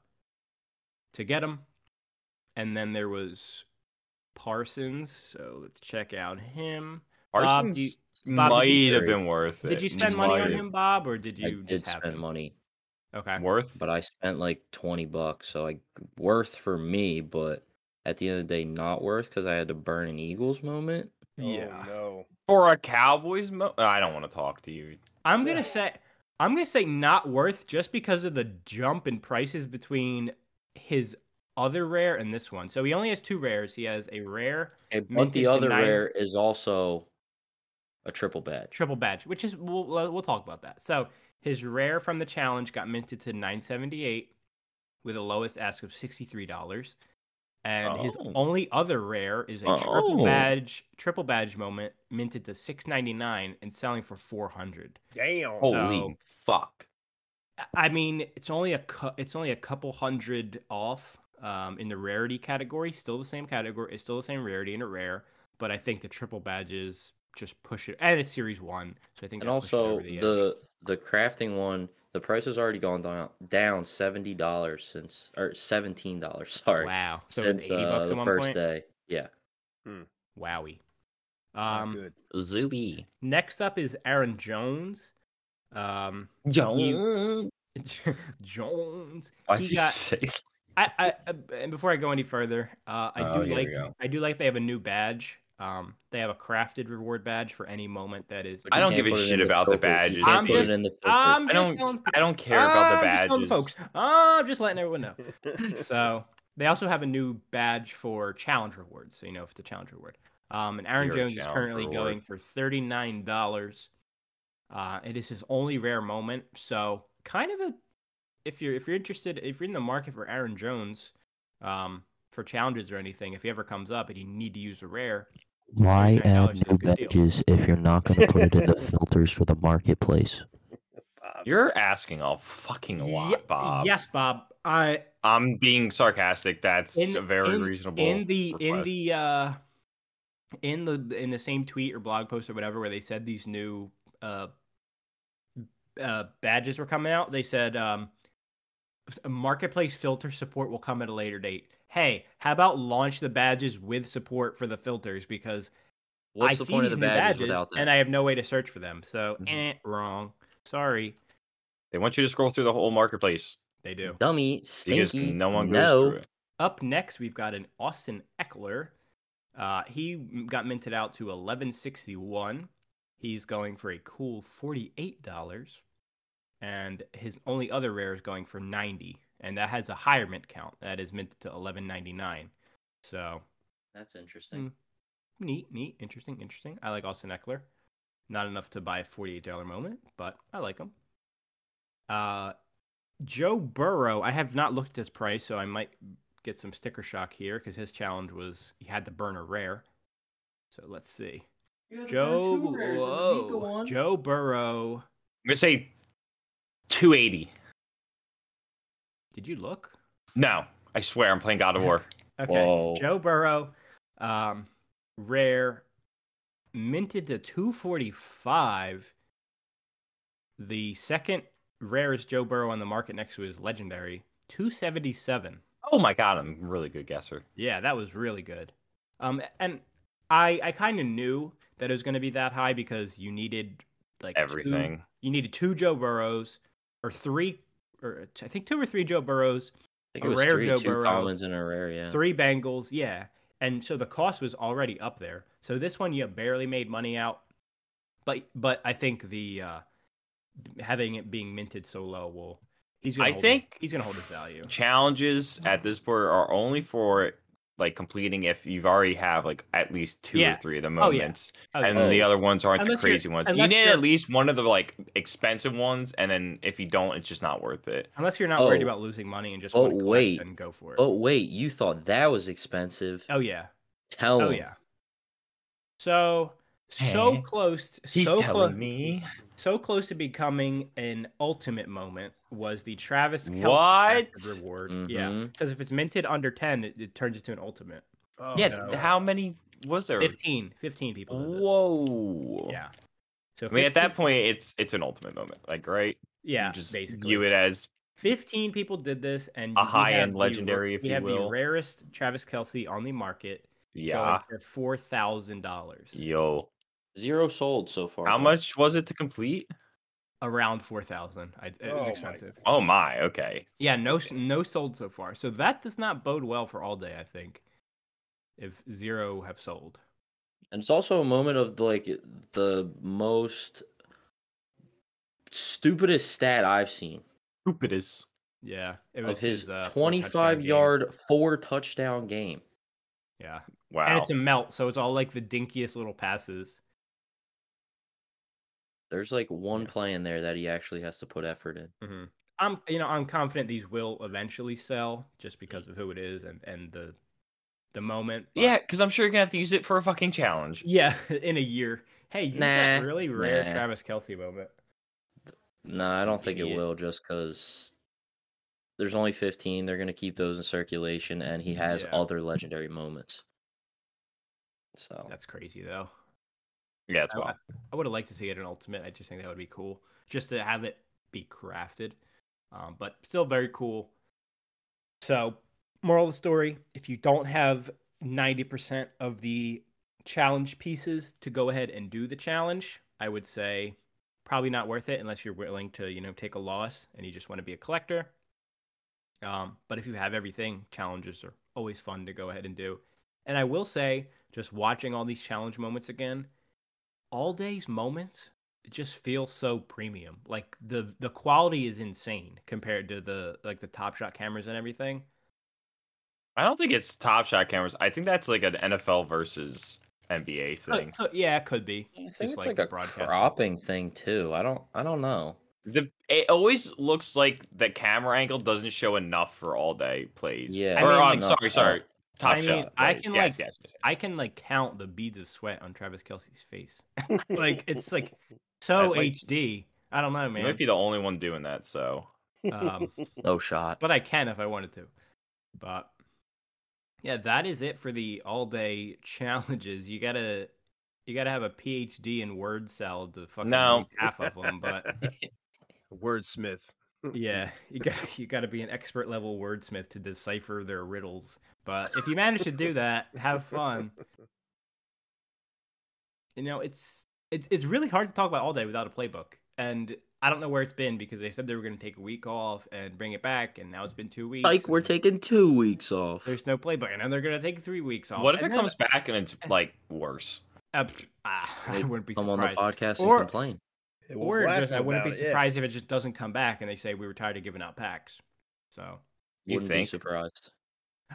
[SPEAKER 1] to get him. And then there was Parsons. So let's check out him. Bob,
[SPEAKER 2] Parsons
[SPEAKER 1] do you- Bob, did you-
[SPEAKER 2] might have been worth it.
[SPEAKER 1] Did you spend money on
[SPEAKER 2] Might-
[SPEAKER 1] him, Bob, or did you
[SPEAKER 3] I did
[SPEAKER 1] just have
[SPEAKER 3] spend
[SPEAKER 1] him?
[SPEAKER 3] money,
[SPEAKER 1] Okay.
[SPEAKER 2] Worth.
[SPEAKER 3] but I spent like twenty bucks. So I worth for me, but at the end of the day, not worth because I had to burn an Eagles moment.
[SPEAKER 1] Yeah.
[SPEAKER 4] Oh, no.
[SPEAKER 2] For a Cowboys, mo- I don't want to talk to you.
[SPEAKER 1] I'm
[SPEAKER 4] Yeah.
[SPEAKER 1] gonna say I'm gonna say not worth just because of the jump in prices between his other rare and this one. So he only has two rares. He has a rare
[SPEAKER 3] Okay, but
[SPEAKER 1] Minted
[SPEAKER 3] the
[SPEAKER 1] to
[SPEAKER 3] other
[SPEAKER 1] nine-
[SPEAKER 3] rare is also a triple badge.
[SPEAKER 1] triple badge, which is we'll, we'll we'll talk about that. So his rare from the challenge got minted to 978 with a lowest ask of $63. And his
[SPEAKER 2] Oh.
[SPEAKER 1] only other rare is a triple
[SPEAKER 2] Oh.
[SPEAKER 1] badge, triple badge moment minted to 699 and selling for 400.
[SPEAKER 4] Damn.
[SPEAKER 1] Oh,
[SPEAKER 2] Holy
[SPEAKER 1] So-
[SPEAKER 2] fuck!
[SPEAKER 1] I mean, it's only a cou- it's only a couple hundred off um, in the rarity category. Still the same category. It's still the same rarity in a rare, but I think the triple badges just push it, and it's series one, so I think
[SPEAKER 3] and
[SPEAKER 1] that pushes it
[SPEAKER 3] also
[SPEAKER 1] over the, edge.
[SPEAKER 3] the the crafting one The price has already gone down down seventy dollars since or seventeen dollars. Sorry,
[SPEAKER 1] Wow. So
[SPEAKER 3] since
[SPEAKER 1] it's 80
[SPEAKER 3] uh,
[SPEAKER 1] bucks
[SPEAKER 3] the
[SPEAKER 1] at one
[SPEAKER 3] first
[SPEAKER 1] point.
[SPEAKER 3] day. Yeah,
[SPEAKER 1] Wowie.
[SPEAKER 4] Not
[SPEAKER 1] Um,
[SPEAKER 4] good.
[SPEAKER 3] Zuby.
[SPEAKER 1] next up is Aaron Jones. Um, Jones.
[SPEAKER 2] Why'd
[SPEAKER 1] He
[SPEAKER 2] you
[SPEAKER 1] got-
[SPEAKER 2] say?
[SPEAKER 1] I, I uh, and before I go any further, uh, I
[SPEAKER 2] Oh,
[SPEAKER 1] do
[SPEAKER 2] here we
[SPEAKER 1] like
[SPEAKER 2] go.
[SPEAKER 1] I do like they have a new badge. Um, they have a crafted reward badge for any moment that is.
[SPEAKER 2] I don't give a
[SPEAKER 3] Put it in
[SPEAKER 2] shit
[SPEAKER 3] the
[SPEAKER 2] about the
[SPEAKER 3] filter. You
[SPEAKER 2] badges,
[SPEAKER 3] can't
[SPEAKER 1] I'm
[SPEAKER 3] put it
[SPEAKER 1] just-
[SPEAKER 3] in the filter.
[SPEAKER 1] I'm
[SPEAKER 2] I don't.
[SPEAKER 1] just telling-
[SPEAKER 2] I don't care about the
[SPEAKER 1] I'm just telling
[SPEAKER 2] badges.
[SPEAKER 1] folks. I'm just letting everyone know. So they also have a new badge for challenge rewards. So you know if it's a challenge reward. Um, and Aaron
[SPEAKER 2] Your
[SPEAKER 1] Jones is
[SPEAKER 2] challenge
[SPEAKER 1] currently
[SPEAKER 2] reward.
[SPEAKER 1] going for thirty nine dollars. Uh, it is his only rare moment. So kind of a if you're if you're interested if you're in the market for Aaron Jones, um, for challenges or anything if he ever comes up and you need to use a rare.
[SPEAKER 5] Why
[SPEAKER 1] $39
[SPEAKER 5] add
[SPEAKER 1] is a
[SPEAKER 5] new
[SPEAKER 1] good deal.
[SPEAKER 5] badges if you're not going to put it in the filters for the marketplace?
[SPEAKER 4] Bob.
[SPEAKER 2] You're asking a fucking lot,
[SPEAKER 1] Ye-
[SPEAKER 2] Bob.
[SPEAKER 1] Yes, Bob. I
[SPEAKER 2] I'm being sarcastic. That's
[SPEAKER 1] In-
[SPEAKER 2] a very
[SPEAKER 1] in-
[SPEAKER 2] reasonable.
[SPEAKER 1] in the in
[SPEAKER 2] request.
[SPEAKER 1] the uh in the in the same tweet or blog post or whatever where they said these new uh uh badges were coming out they said um marketplace filter support will come at a later date hey how about launch the badges with support for the filters because
[SPEAKER 3] What's
[SPEAKER 1] i
[SPEAKER 3] the
[SPEAKER 1] see
[SPEAKER 3] point of
[SPEAKER 1] these
[SPEAKER 3] the
[SPEAKER 1] new
[SPEAKER 3] badges, without that?
[SPEAKER 1] and i have no way to search for them so
[SPEAKER 3] Mhm.
[SPEAKER 1] eh, wrong sorry
[SPEAKER 2] they want you to scroll through the whole marketplace
[SPEAKER 1] they do
[SPEAKER 3] Dummy,
[SPEAKER 2] because
[SPEAKER 3] stinky.
[SPEAKER 2] no one goes
[SPEAKER 3] no.
[SPEAKER 2] through it.
[SPEAKER 1] Up next, we've got an Austin Eckler. Uh, he m- got minted out to 1161. He's going for a cool $48. And his only other rare is going for 90. And that has a higher mint count. That is minted to 1199. So
[SPEAKER 3] That's interesting.
[SPEAKER 1] neat, neat, interesting, interesting. I like Austin Eckler. Not enough to buy a $48 moment, but I like him. Uh, Joe Burrow, I have not looked at his price, so I might get some sticker shock here because his challenge was he had to burn a rare. So let's see. Joe, whoa. Joe Burrow,
[SPEAKER 2] I'm gonna say 280.
[SPEAKER 1] did you look?
[SPEAKER 2] No, I swear I'm playing God of War.
[SPEAKER 1] Okay.
[SPEAKER 3] Whoa.
[SPEAKER 1] Joe Burrow, um, rare, minted to 245. The second rarest Joe Burrow on the market next to his legendary, 277.
[SPEAKER 2] Oh my god, I'm a really good guesser.
[SPEAKER 1] Yeah, that was really good. Um, and I I kind of knew that it was going to be that high because you needed like two-
[SPEAKER 2] Everything.
[SPEAKER 1] you needed two Joe Burrows or three, or I think two or three Joe Burrows
[SPEAKER 3] I think
[SPEAKER 1] A
[SPEAKER 3] it was
[SPEAKER 1] rare
[SPEAKER 3] three,
[SPEAKER 1] Joe
[SPEAKER 3] two
[SPEAKER 1] Burrow.
[SPEAKER 3] Collins in a rare, yeah.
[SPEAKER 1] three Bengals, yeah. And so the cost was already up there. So this one you barely made money out, but but I think the uh, having it being minted so low will he's gonna
[SPEAKER 2] I
[SPEAKER 1] hold-
[SPEAKER 2] think
[SPEAKER 1] he's gonna hold his value.
[SPEAKER 2] Challenges at this point are only for like completing if you've already have like at least two
[SPEAKER 1] Yeah.
[SPEAKER 2] or three of the
[SPEAKER 1] Oh, yeah.
[SPEAKER 2] moments,
[SPEAKER 1] Oh,
[SPEAKER 2] and
[SPEAKER 1] yeah.
[SPEAKER 2] then the other ones aren't
[SPEAKER 1] Unless
[SPEAKER 2] the
[SPEAKER 1] you're-
[SPEAKER 2] crazy ones. You
[SPEAKER 1] unless
[SPEAKER 2] need
[SPEAKER 1] you're-
[SPEAKER 2] at least one of the like expensive ones, and then if you don't, it's just not worth it.
[SPEAKER 1] Unless you're not worried
[SPEAKER 3] Oh.
[SPEAKER 1] about losing money and just
[SPEAKER 3] Oh,
[SPEAKER 1] want to collect
[SPEAKER 3] wait.
[SPEAKER 1] and go for it.
[SPEAKER 3] Oh wait, you thought that was expensive?
[SPEAKER 1] Oh, yeah.
[SPEAKER 3] Tell
[SPEAKER 1] Oh
[SPEAKER 3] him.
[SPEAKER 1] yeah. So so
[SPEAKER 2] Hey,
[SPEAKER 1] close.
[SPEAKER 2] Eh. He's
[SPEAKER 1] so
[SPEAKER 2] telling
[SPEAKER 1] clo-
[SPEAKER 2] me
[SPEAKER 1] So close to becoming an ultimate moment was the Travis Kelce
[SPEAKER 2] What? Mm-hmm.
[SPEAKER 1] active reward. Yeah,
[SPEAKER 3] Mhm.
[SPEAKER 1] because if it's minted under ten, it, it turns into an ultimate.
[SPEAKER 4] Oh,
[SPEAKER 2] yeah,
[SPEAKER 4] no.
[SPEAKER 2] how many was there?
[SPEAKER 1] 15, 15 people. did this.
[SPEAKER 2] Whoa.
[SPEAKER 1] Yeah. So
[SPEAKER 2] I mean, at
[SPEAKER 1] 15
[SPEAKER 2] that point, it's it's an ultimate moment, like right?
[SPEAKER 1] yeah,
[SPEAKER 2] you just
[SPEAKER 1] basically,
[SPEAKER 2] view it as
[SPEAKER 1] 15 people did this, and
[SPEAKER 2] A
[SPEAKER 1] we
[SPEAKER 2] high-end
[SPEAKER 1] have the ra-
[SPEAKER 2] legendary, if
[SPEAKER 1] we
[SPEAKER 2] you
[SPEAKER 1] have the
[SPEAKER 2] will.
[SPEAKER 1] rarest Travis Kelsey on the market
[SPEAKER 2] yeah,
[SPEAKER 1] going for four thousand dollars,
[SPEAKER 2] yo.
[SPEAKER 3] Zero sold so far.
[SPEAKER 2] How
[SPEAKER 3] though.
[SPEAKER 2] much was it to complete?
[SPEAKER 1] around four thousand. It
[SPEAKER 4] Oh
[SPEAKER 1] was
[SPEAKER 4] my
[SPEAKER 1] expensive.
[SPEAKER 2] Oh my, okay.
[SPEAKER 1] Yeah, no, s- no sold so far. So that does not bode well for all day. I think if zero have sold,
[SPEAKER 3] And it's also a moment of like the most stupidest stat I've seen
[SPEAKER 2] Stupid is.
[SPEAKER 1] yeah, it was
[SPEAKER 3] of his
[SPEAKER 1] uh, four touchdown
[SPEAKER 3] 25
[SPEAKER 1] game.
[SPEAKER 3] yard four touchdown game.
[SPEAKER 1] Yeah,
[SPEAKER 2] Wow.
[SPEAKER 1] and it's a melt, so it's all like the dinkiest little passes.
[SPEAKER 3] There's like one play in there that he actually has to put effort in.
[SPEAKER 1] hmm I'm, you know, I'm confident these will eventually sell just because of who it is and and the the moment. but-
[SPEAKER 2] yeah, because I'm sure you're gonna have to use it for a fucking challenge.
[SPEAKER 1] yeah, in a year. Hey, you that
[SPEAKER 3] Nah,
[SPEAKER 1] really rare
[SPEAKER 3] nah.
[SPEAKER 1] Travis Kelsey moment.
[SPEAKER 3] No, I don't think it
[SPEAKER 2] Idiot.
[SPEAKER 3] will just because there's only 15. They're going to keep those in circulation, and he has
[SPEAKER 1] Yeah.
[SPEAKER 3] other legendary moments. So,
[SPEAKER 1] That's crazy though.
[SPEAKER 2] Yeah, it's
[SPEAKER 1] I-
[SPEAKER 2] well.
[SPEAKER 1] I would have liked to see it in Ultimate. I just think that would be cool. Just to have it be crafted, um, but still very cool. So, moral of the story: if you don't have ninety percent of the challenge pieces to go ahead and do the challenge, I would say probably not worth it unless you're willing to you know take a loss and you just want to be a collector. Um, but if you have everything, challenges are always fun to go ahead and do. And I will say, just watching all these challenge moments again, all day's moments just feel so premium. Like the the quality is insane compared to the like the Top Shot cameras and everything.
[SPEAKER 2] I don't think it's Top Shot cameras. I think that's like an NFL versus NBA
[SPEAKER 1] Uh,
[SPEAKER 2] thing.
[SPEAKER 1] uh, yeah, it could be.
[SPEAKER 3] I think
[SPEAKER 1] Just
[SPEAKER 3] it's
[SPEAKER 1] like
[SPEAKER 3] like,
[SPEAKER 1] the
[SPEAKER 3] a
[SPEAKER 1] broadcast.
[SPEAKER 3] cropping thing too. I don't. I don't know.
[SPEAKER 2] The it always looks like the camera angle doesn't show enough for all day plays.
[SPEAKER 3] Yeah.
[SPEAKER 2] Or
[SPEAKER 1] I
[SPEAKER 2] I
[SPEAKER 1] mean,
[SPEAKER 2] sorry, sorry. Top
[SPEAKER 1] I mean,
[SPEAKER 2] shot.
[SPEAKER 1] I
[SPEAKER 2] plays.
[SPEAKER 1] can,
[SPEAKER 2] yes,
[SPEAKER 1] like-
[SPEAKER 2] yes, yes.
[SPEAKER 1] I can like count the beads of sweat on Travis Kelsey's face. like it's like so
[SPEAKER 2] I'd like-
[SPEAKER 1] HD. I don't know,
[SPEAKER 2] You might
[SPEAKER 1] man.
[SPEAKER 2] be the only one doing that, so
[SPEAKER 1] Um,
[SPEAKER 3] No shot.
[SPEAKER 1] but I can if I wanted to. But yeah, that is it for the all day challenges. You gotta you gotta have a PhD in word salad to fucking
[SPEAKER 2] No.
[SPEAKER 1] read half of them. But
[SPEAKER 4] wordsmith.
[SPEAKER 1] yeah, you got you gotta be an expert level wordsmith to decipher their riddles. But if you manage to do that, have fun. You know, it's it's it's really hard to talk about all day without a playbook, and I don't know where it's been because they said they were going to take a week off and bring it back, and now it's been two weeks.
[SPEAKER 3] Like we're
[SPEAKER 1] and-
[SPEAKER 3] taking two weeks off.
[SPEAKER 1] There's no playbook, and then they're gonna take three weeks off.
[SPEAKER 2] what if it
[SPEAKER 1] and then-
[SPEAKER 2] comes back and it's like worse?
[SPEAKER 1] Uh, pff, ah, I
[SPEAKER 3] Wait,
[SPEAKER 1] wouldn't be
[SPEAKER 3] Come on the
[SPEAKER 1] surprised.
[SPEAKER 3] podcast
[SPEAKER 1] Or-
[SPEAKER 3] and complain.
[SPEAKER 4] It will
[SPEAKER 1] Or
[SPEAKER 4] blast
[SPEAKER 1] just, I
[SPEAKER 4] them
[SPEAKER 1] wouldn't be
[SPEAKER 4] about it, yeah.
[SPEAKER 1] surprised if it just doesn't come back, and they say we were tired of giving out packs. So
[SPEAKER 2] You
[SPEAKER 3] Wouldn't be
[SPEAKER 2] think?
[SPEAKER 3] surprised.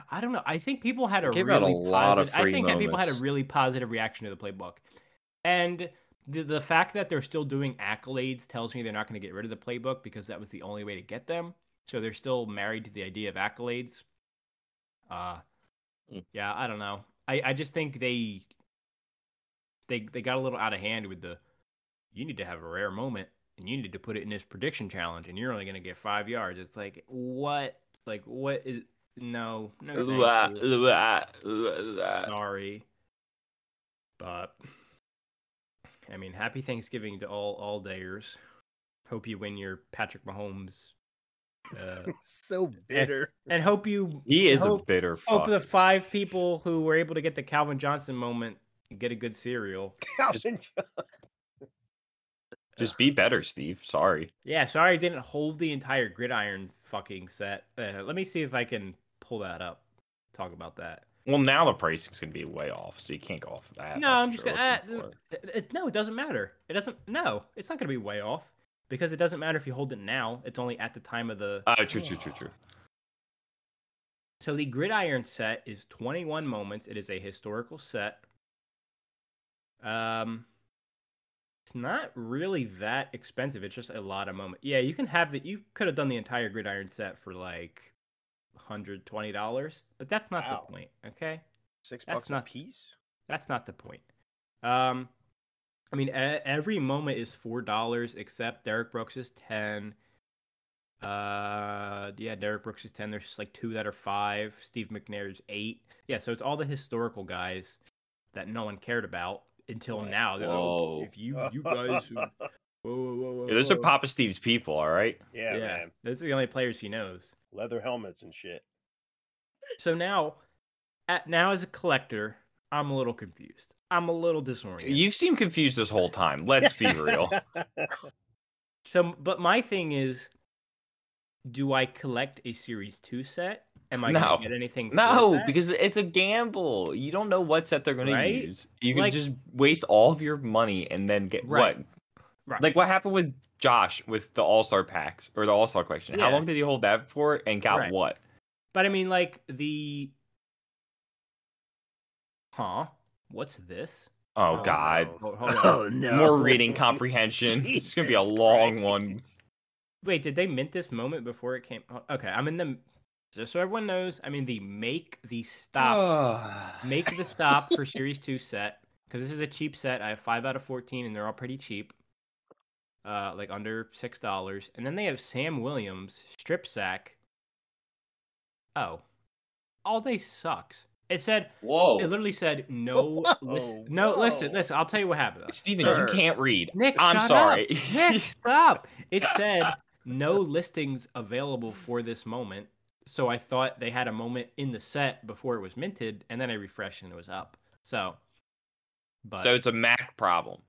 [SPEAKER 1] I don't know. I think people had a
[SPEAKER 3] Give
[SPEAKER 1] really
[SPEAKER 3] out a lot of
[SPEAKER 1] positive. I
[SPEAKER 3] free
[SPEAKER 1] think that people had a
[SPEAKER 3] moments.
[SPEAKER 1] really positive reaction to the playbook, and the the fact that they're still doing accolades tells me they're not going to get rid of the playbook because that was the only way to get them. So they're still married to the idea of accolades. Uh
[SPEAKER 3] Mm.
[SPEAKER 1] yeah, I don't know. I I just think they they they got a little out of hand with the you need to have a rare moment and you need to put it in this prediction challenge and you're only going to get 5 yards. It's like what like what is no no thank
[SPEAKER 2] Blah,
[SPEAKER 1] you.
[SPEAKER 2] blah, blah, blah.
[SPEAKER 1] sorry. But I mean, happy Thanksgiving to all all dayers. Hope you win your Patrick Mahomes, uh,
[SPEAKER 4] so bitter.
[SPEAKER 1] and hope you
[SPEAKER 2] He is a
[SPEAKER 1] hope,
[SPEAKER 2] bitter
[SPEAKER 1] hope Oh, the
[SPEAKER 2] fuck.
[SPEAKER 1] five people who were able to get the Calvin Johnson moment get a good cereal.
[SPEAKER 4] Calvin Johnson.
[SPEAKER 2] Just be better, Steve. Sorry.
[SPEAKER 1] Yeah, sorry I didn't hold the entire gridiron fucking set. Uh, let me see if I can pull that up. Talk about that.
[SPEAKER 2] Well, now the pricing's gonna be way off, so you can't go off of that.
[SPEAKER 1] No,
[SPEAKER 2] That's
[SPEAKER 1] I'm
[SPEAKER 2] what
[SPEAKER 1] just
[SPEAKER 2] you're
[SPEAKER 1] gonna. Uh,
[SPEAKER 2] looking for.
[SPEAKER 1] it- it- no, it doesn't matter. It doesn't. No, it's not gonna be way off because it doesn't matter if you hold it now. It's only at the time of the.
[SPEAKER 2] Ah, true, true, true, true.
[SPEAKER 1] So the gridiron set is 21 moments. It is a historical set. Um, it's not really that expensive. It's just a lot of moments. Yeah, you can have the. You could have done the entire gridiron set for like. Hundred twenty dollars, but that's not
[SPEAKER 4] Wow.
[SPEAKER 1] the point. Okay,
[SPEAKER 4] Six
[SPEAKER 1] That's
[SPEAKER 4] bucks a
[SPEAKER 1] not-
[SPEAKER 4] piece.
[SPEAKER 1] That's not the point. Um, I mean, e- every moment is four dollars except Derek Brooks is ten. Uh, yeah, Derek Brooks is ten. There's like two that are five. Steve McNair is eight. Yeah, so it's all the historical guys that no one cared about until
[SPEAKER 4] Right.
[SPEAKER 1] now. They're, "Oh,
[SPEAKER 3] Whoa.
[SPEAKER 1] If you you guys, who- whoa, whoa, whoa, whoa,
[SPEAKER 2] Yeah, those are
[SPEAKER 1] whoa."
[SPEAKER 2] Papa Steve's people, all right.
[SPEAKER 4] yeah, man.
[SPEAKER 1] those are the only players he knows.
[SPEAKER 4] Leather helmets and shit.
[SPEAKER 1] So now, at now as a collector, I'm a little confused. I'm a little disoriented.
[SPEAKER 2] You've seemed confused this whole time. Let's be real.
[SPEAKER 4] Oh,
[SPEAKER 1] So, but my thing is, do I collect a series two set? Am I
[SPEAKER 2] No.
[SPEAKER 1] gonna get anything? for
[SPEAKER 2] No,
[SPEAKER 1] that?
[SPEAKER 2] because it's a gamble. You don't know what set they're going
[SPEAKER 1] Right?
[SPEAKER 2] to use. You can
[SPEAKER 1] Like-
[SPEAKER 2] just waste all of your money and then get
[SPEAKER 1] Right.
[SPEAKER 2] what?
[SPEAKER 1] Right.
[SPEAKER 2] Like what happened with Josh with the All Star packs or the All Star collection? How
[SPEAKER 1] Yeah.
[SPEAKER 2] long did he hold that for and got
[SPEAKER 1] Right.
[SPEAKER 2] what?
[SPEAKER 1] but I mean, like the, huh? What's this?
[SPEAKER 2] Oh,
[SPEAKER 4] Oh,
[SPEAKER 2] God.
[SPEAKER 4] no. Oh,
[SPEAKER 1] Hold, hold on.
[SPEAKER 4] no.
[SPEAKER 2] More reading comprehension. This is going to be a
[SPEAKER 4] Jesus
[SPEAKER 2] long
[SPEAKER 4] Christ.
[SPEAKER 2] one.
[SPEAKER 1] Wait, did they mint this moment before it came? oh, Okay, I'm in the. Just so everyone knows, I'm in the make the stop, make the stop for series two set because this is a cheap set. I have five out of fourteen, and they're all pretty cheap. uh, like under six dollars, and then they have Sam Williams strip sack. Oh, all day sucks. It said it
[SPEAKER 3] Whoa.
[SPEAKER 1] literally said no. lis-
[SPEAKER 4] Whoa,
[SPEAKER 1] no, listen,
[SPEAKER 4] whoa.
[SPEAKER 1] listen. I'll tell you what happened.
[SPEAKER 2] Steven,
[SPEAKER 1] Sir.
[SPEAKER 2] you can't read.
[SPEAKER 1] Nick,
[SPEAKER 2] I'm
[SPEAKER 1] shut
[SPEAKER 2] sorry.
[SPEAKER 1] Up. Nick, stop. It said no listings available for this moment. So I thought they had a moment in the set before it was minted, and then I refreshed and it was up. So, but
[SPEAKER 2] So it's a Mac problem.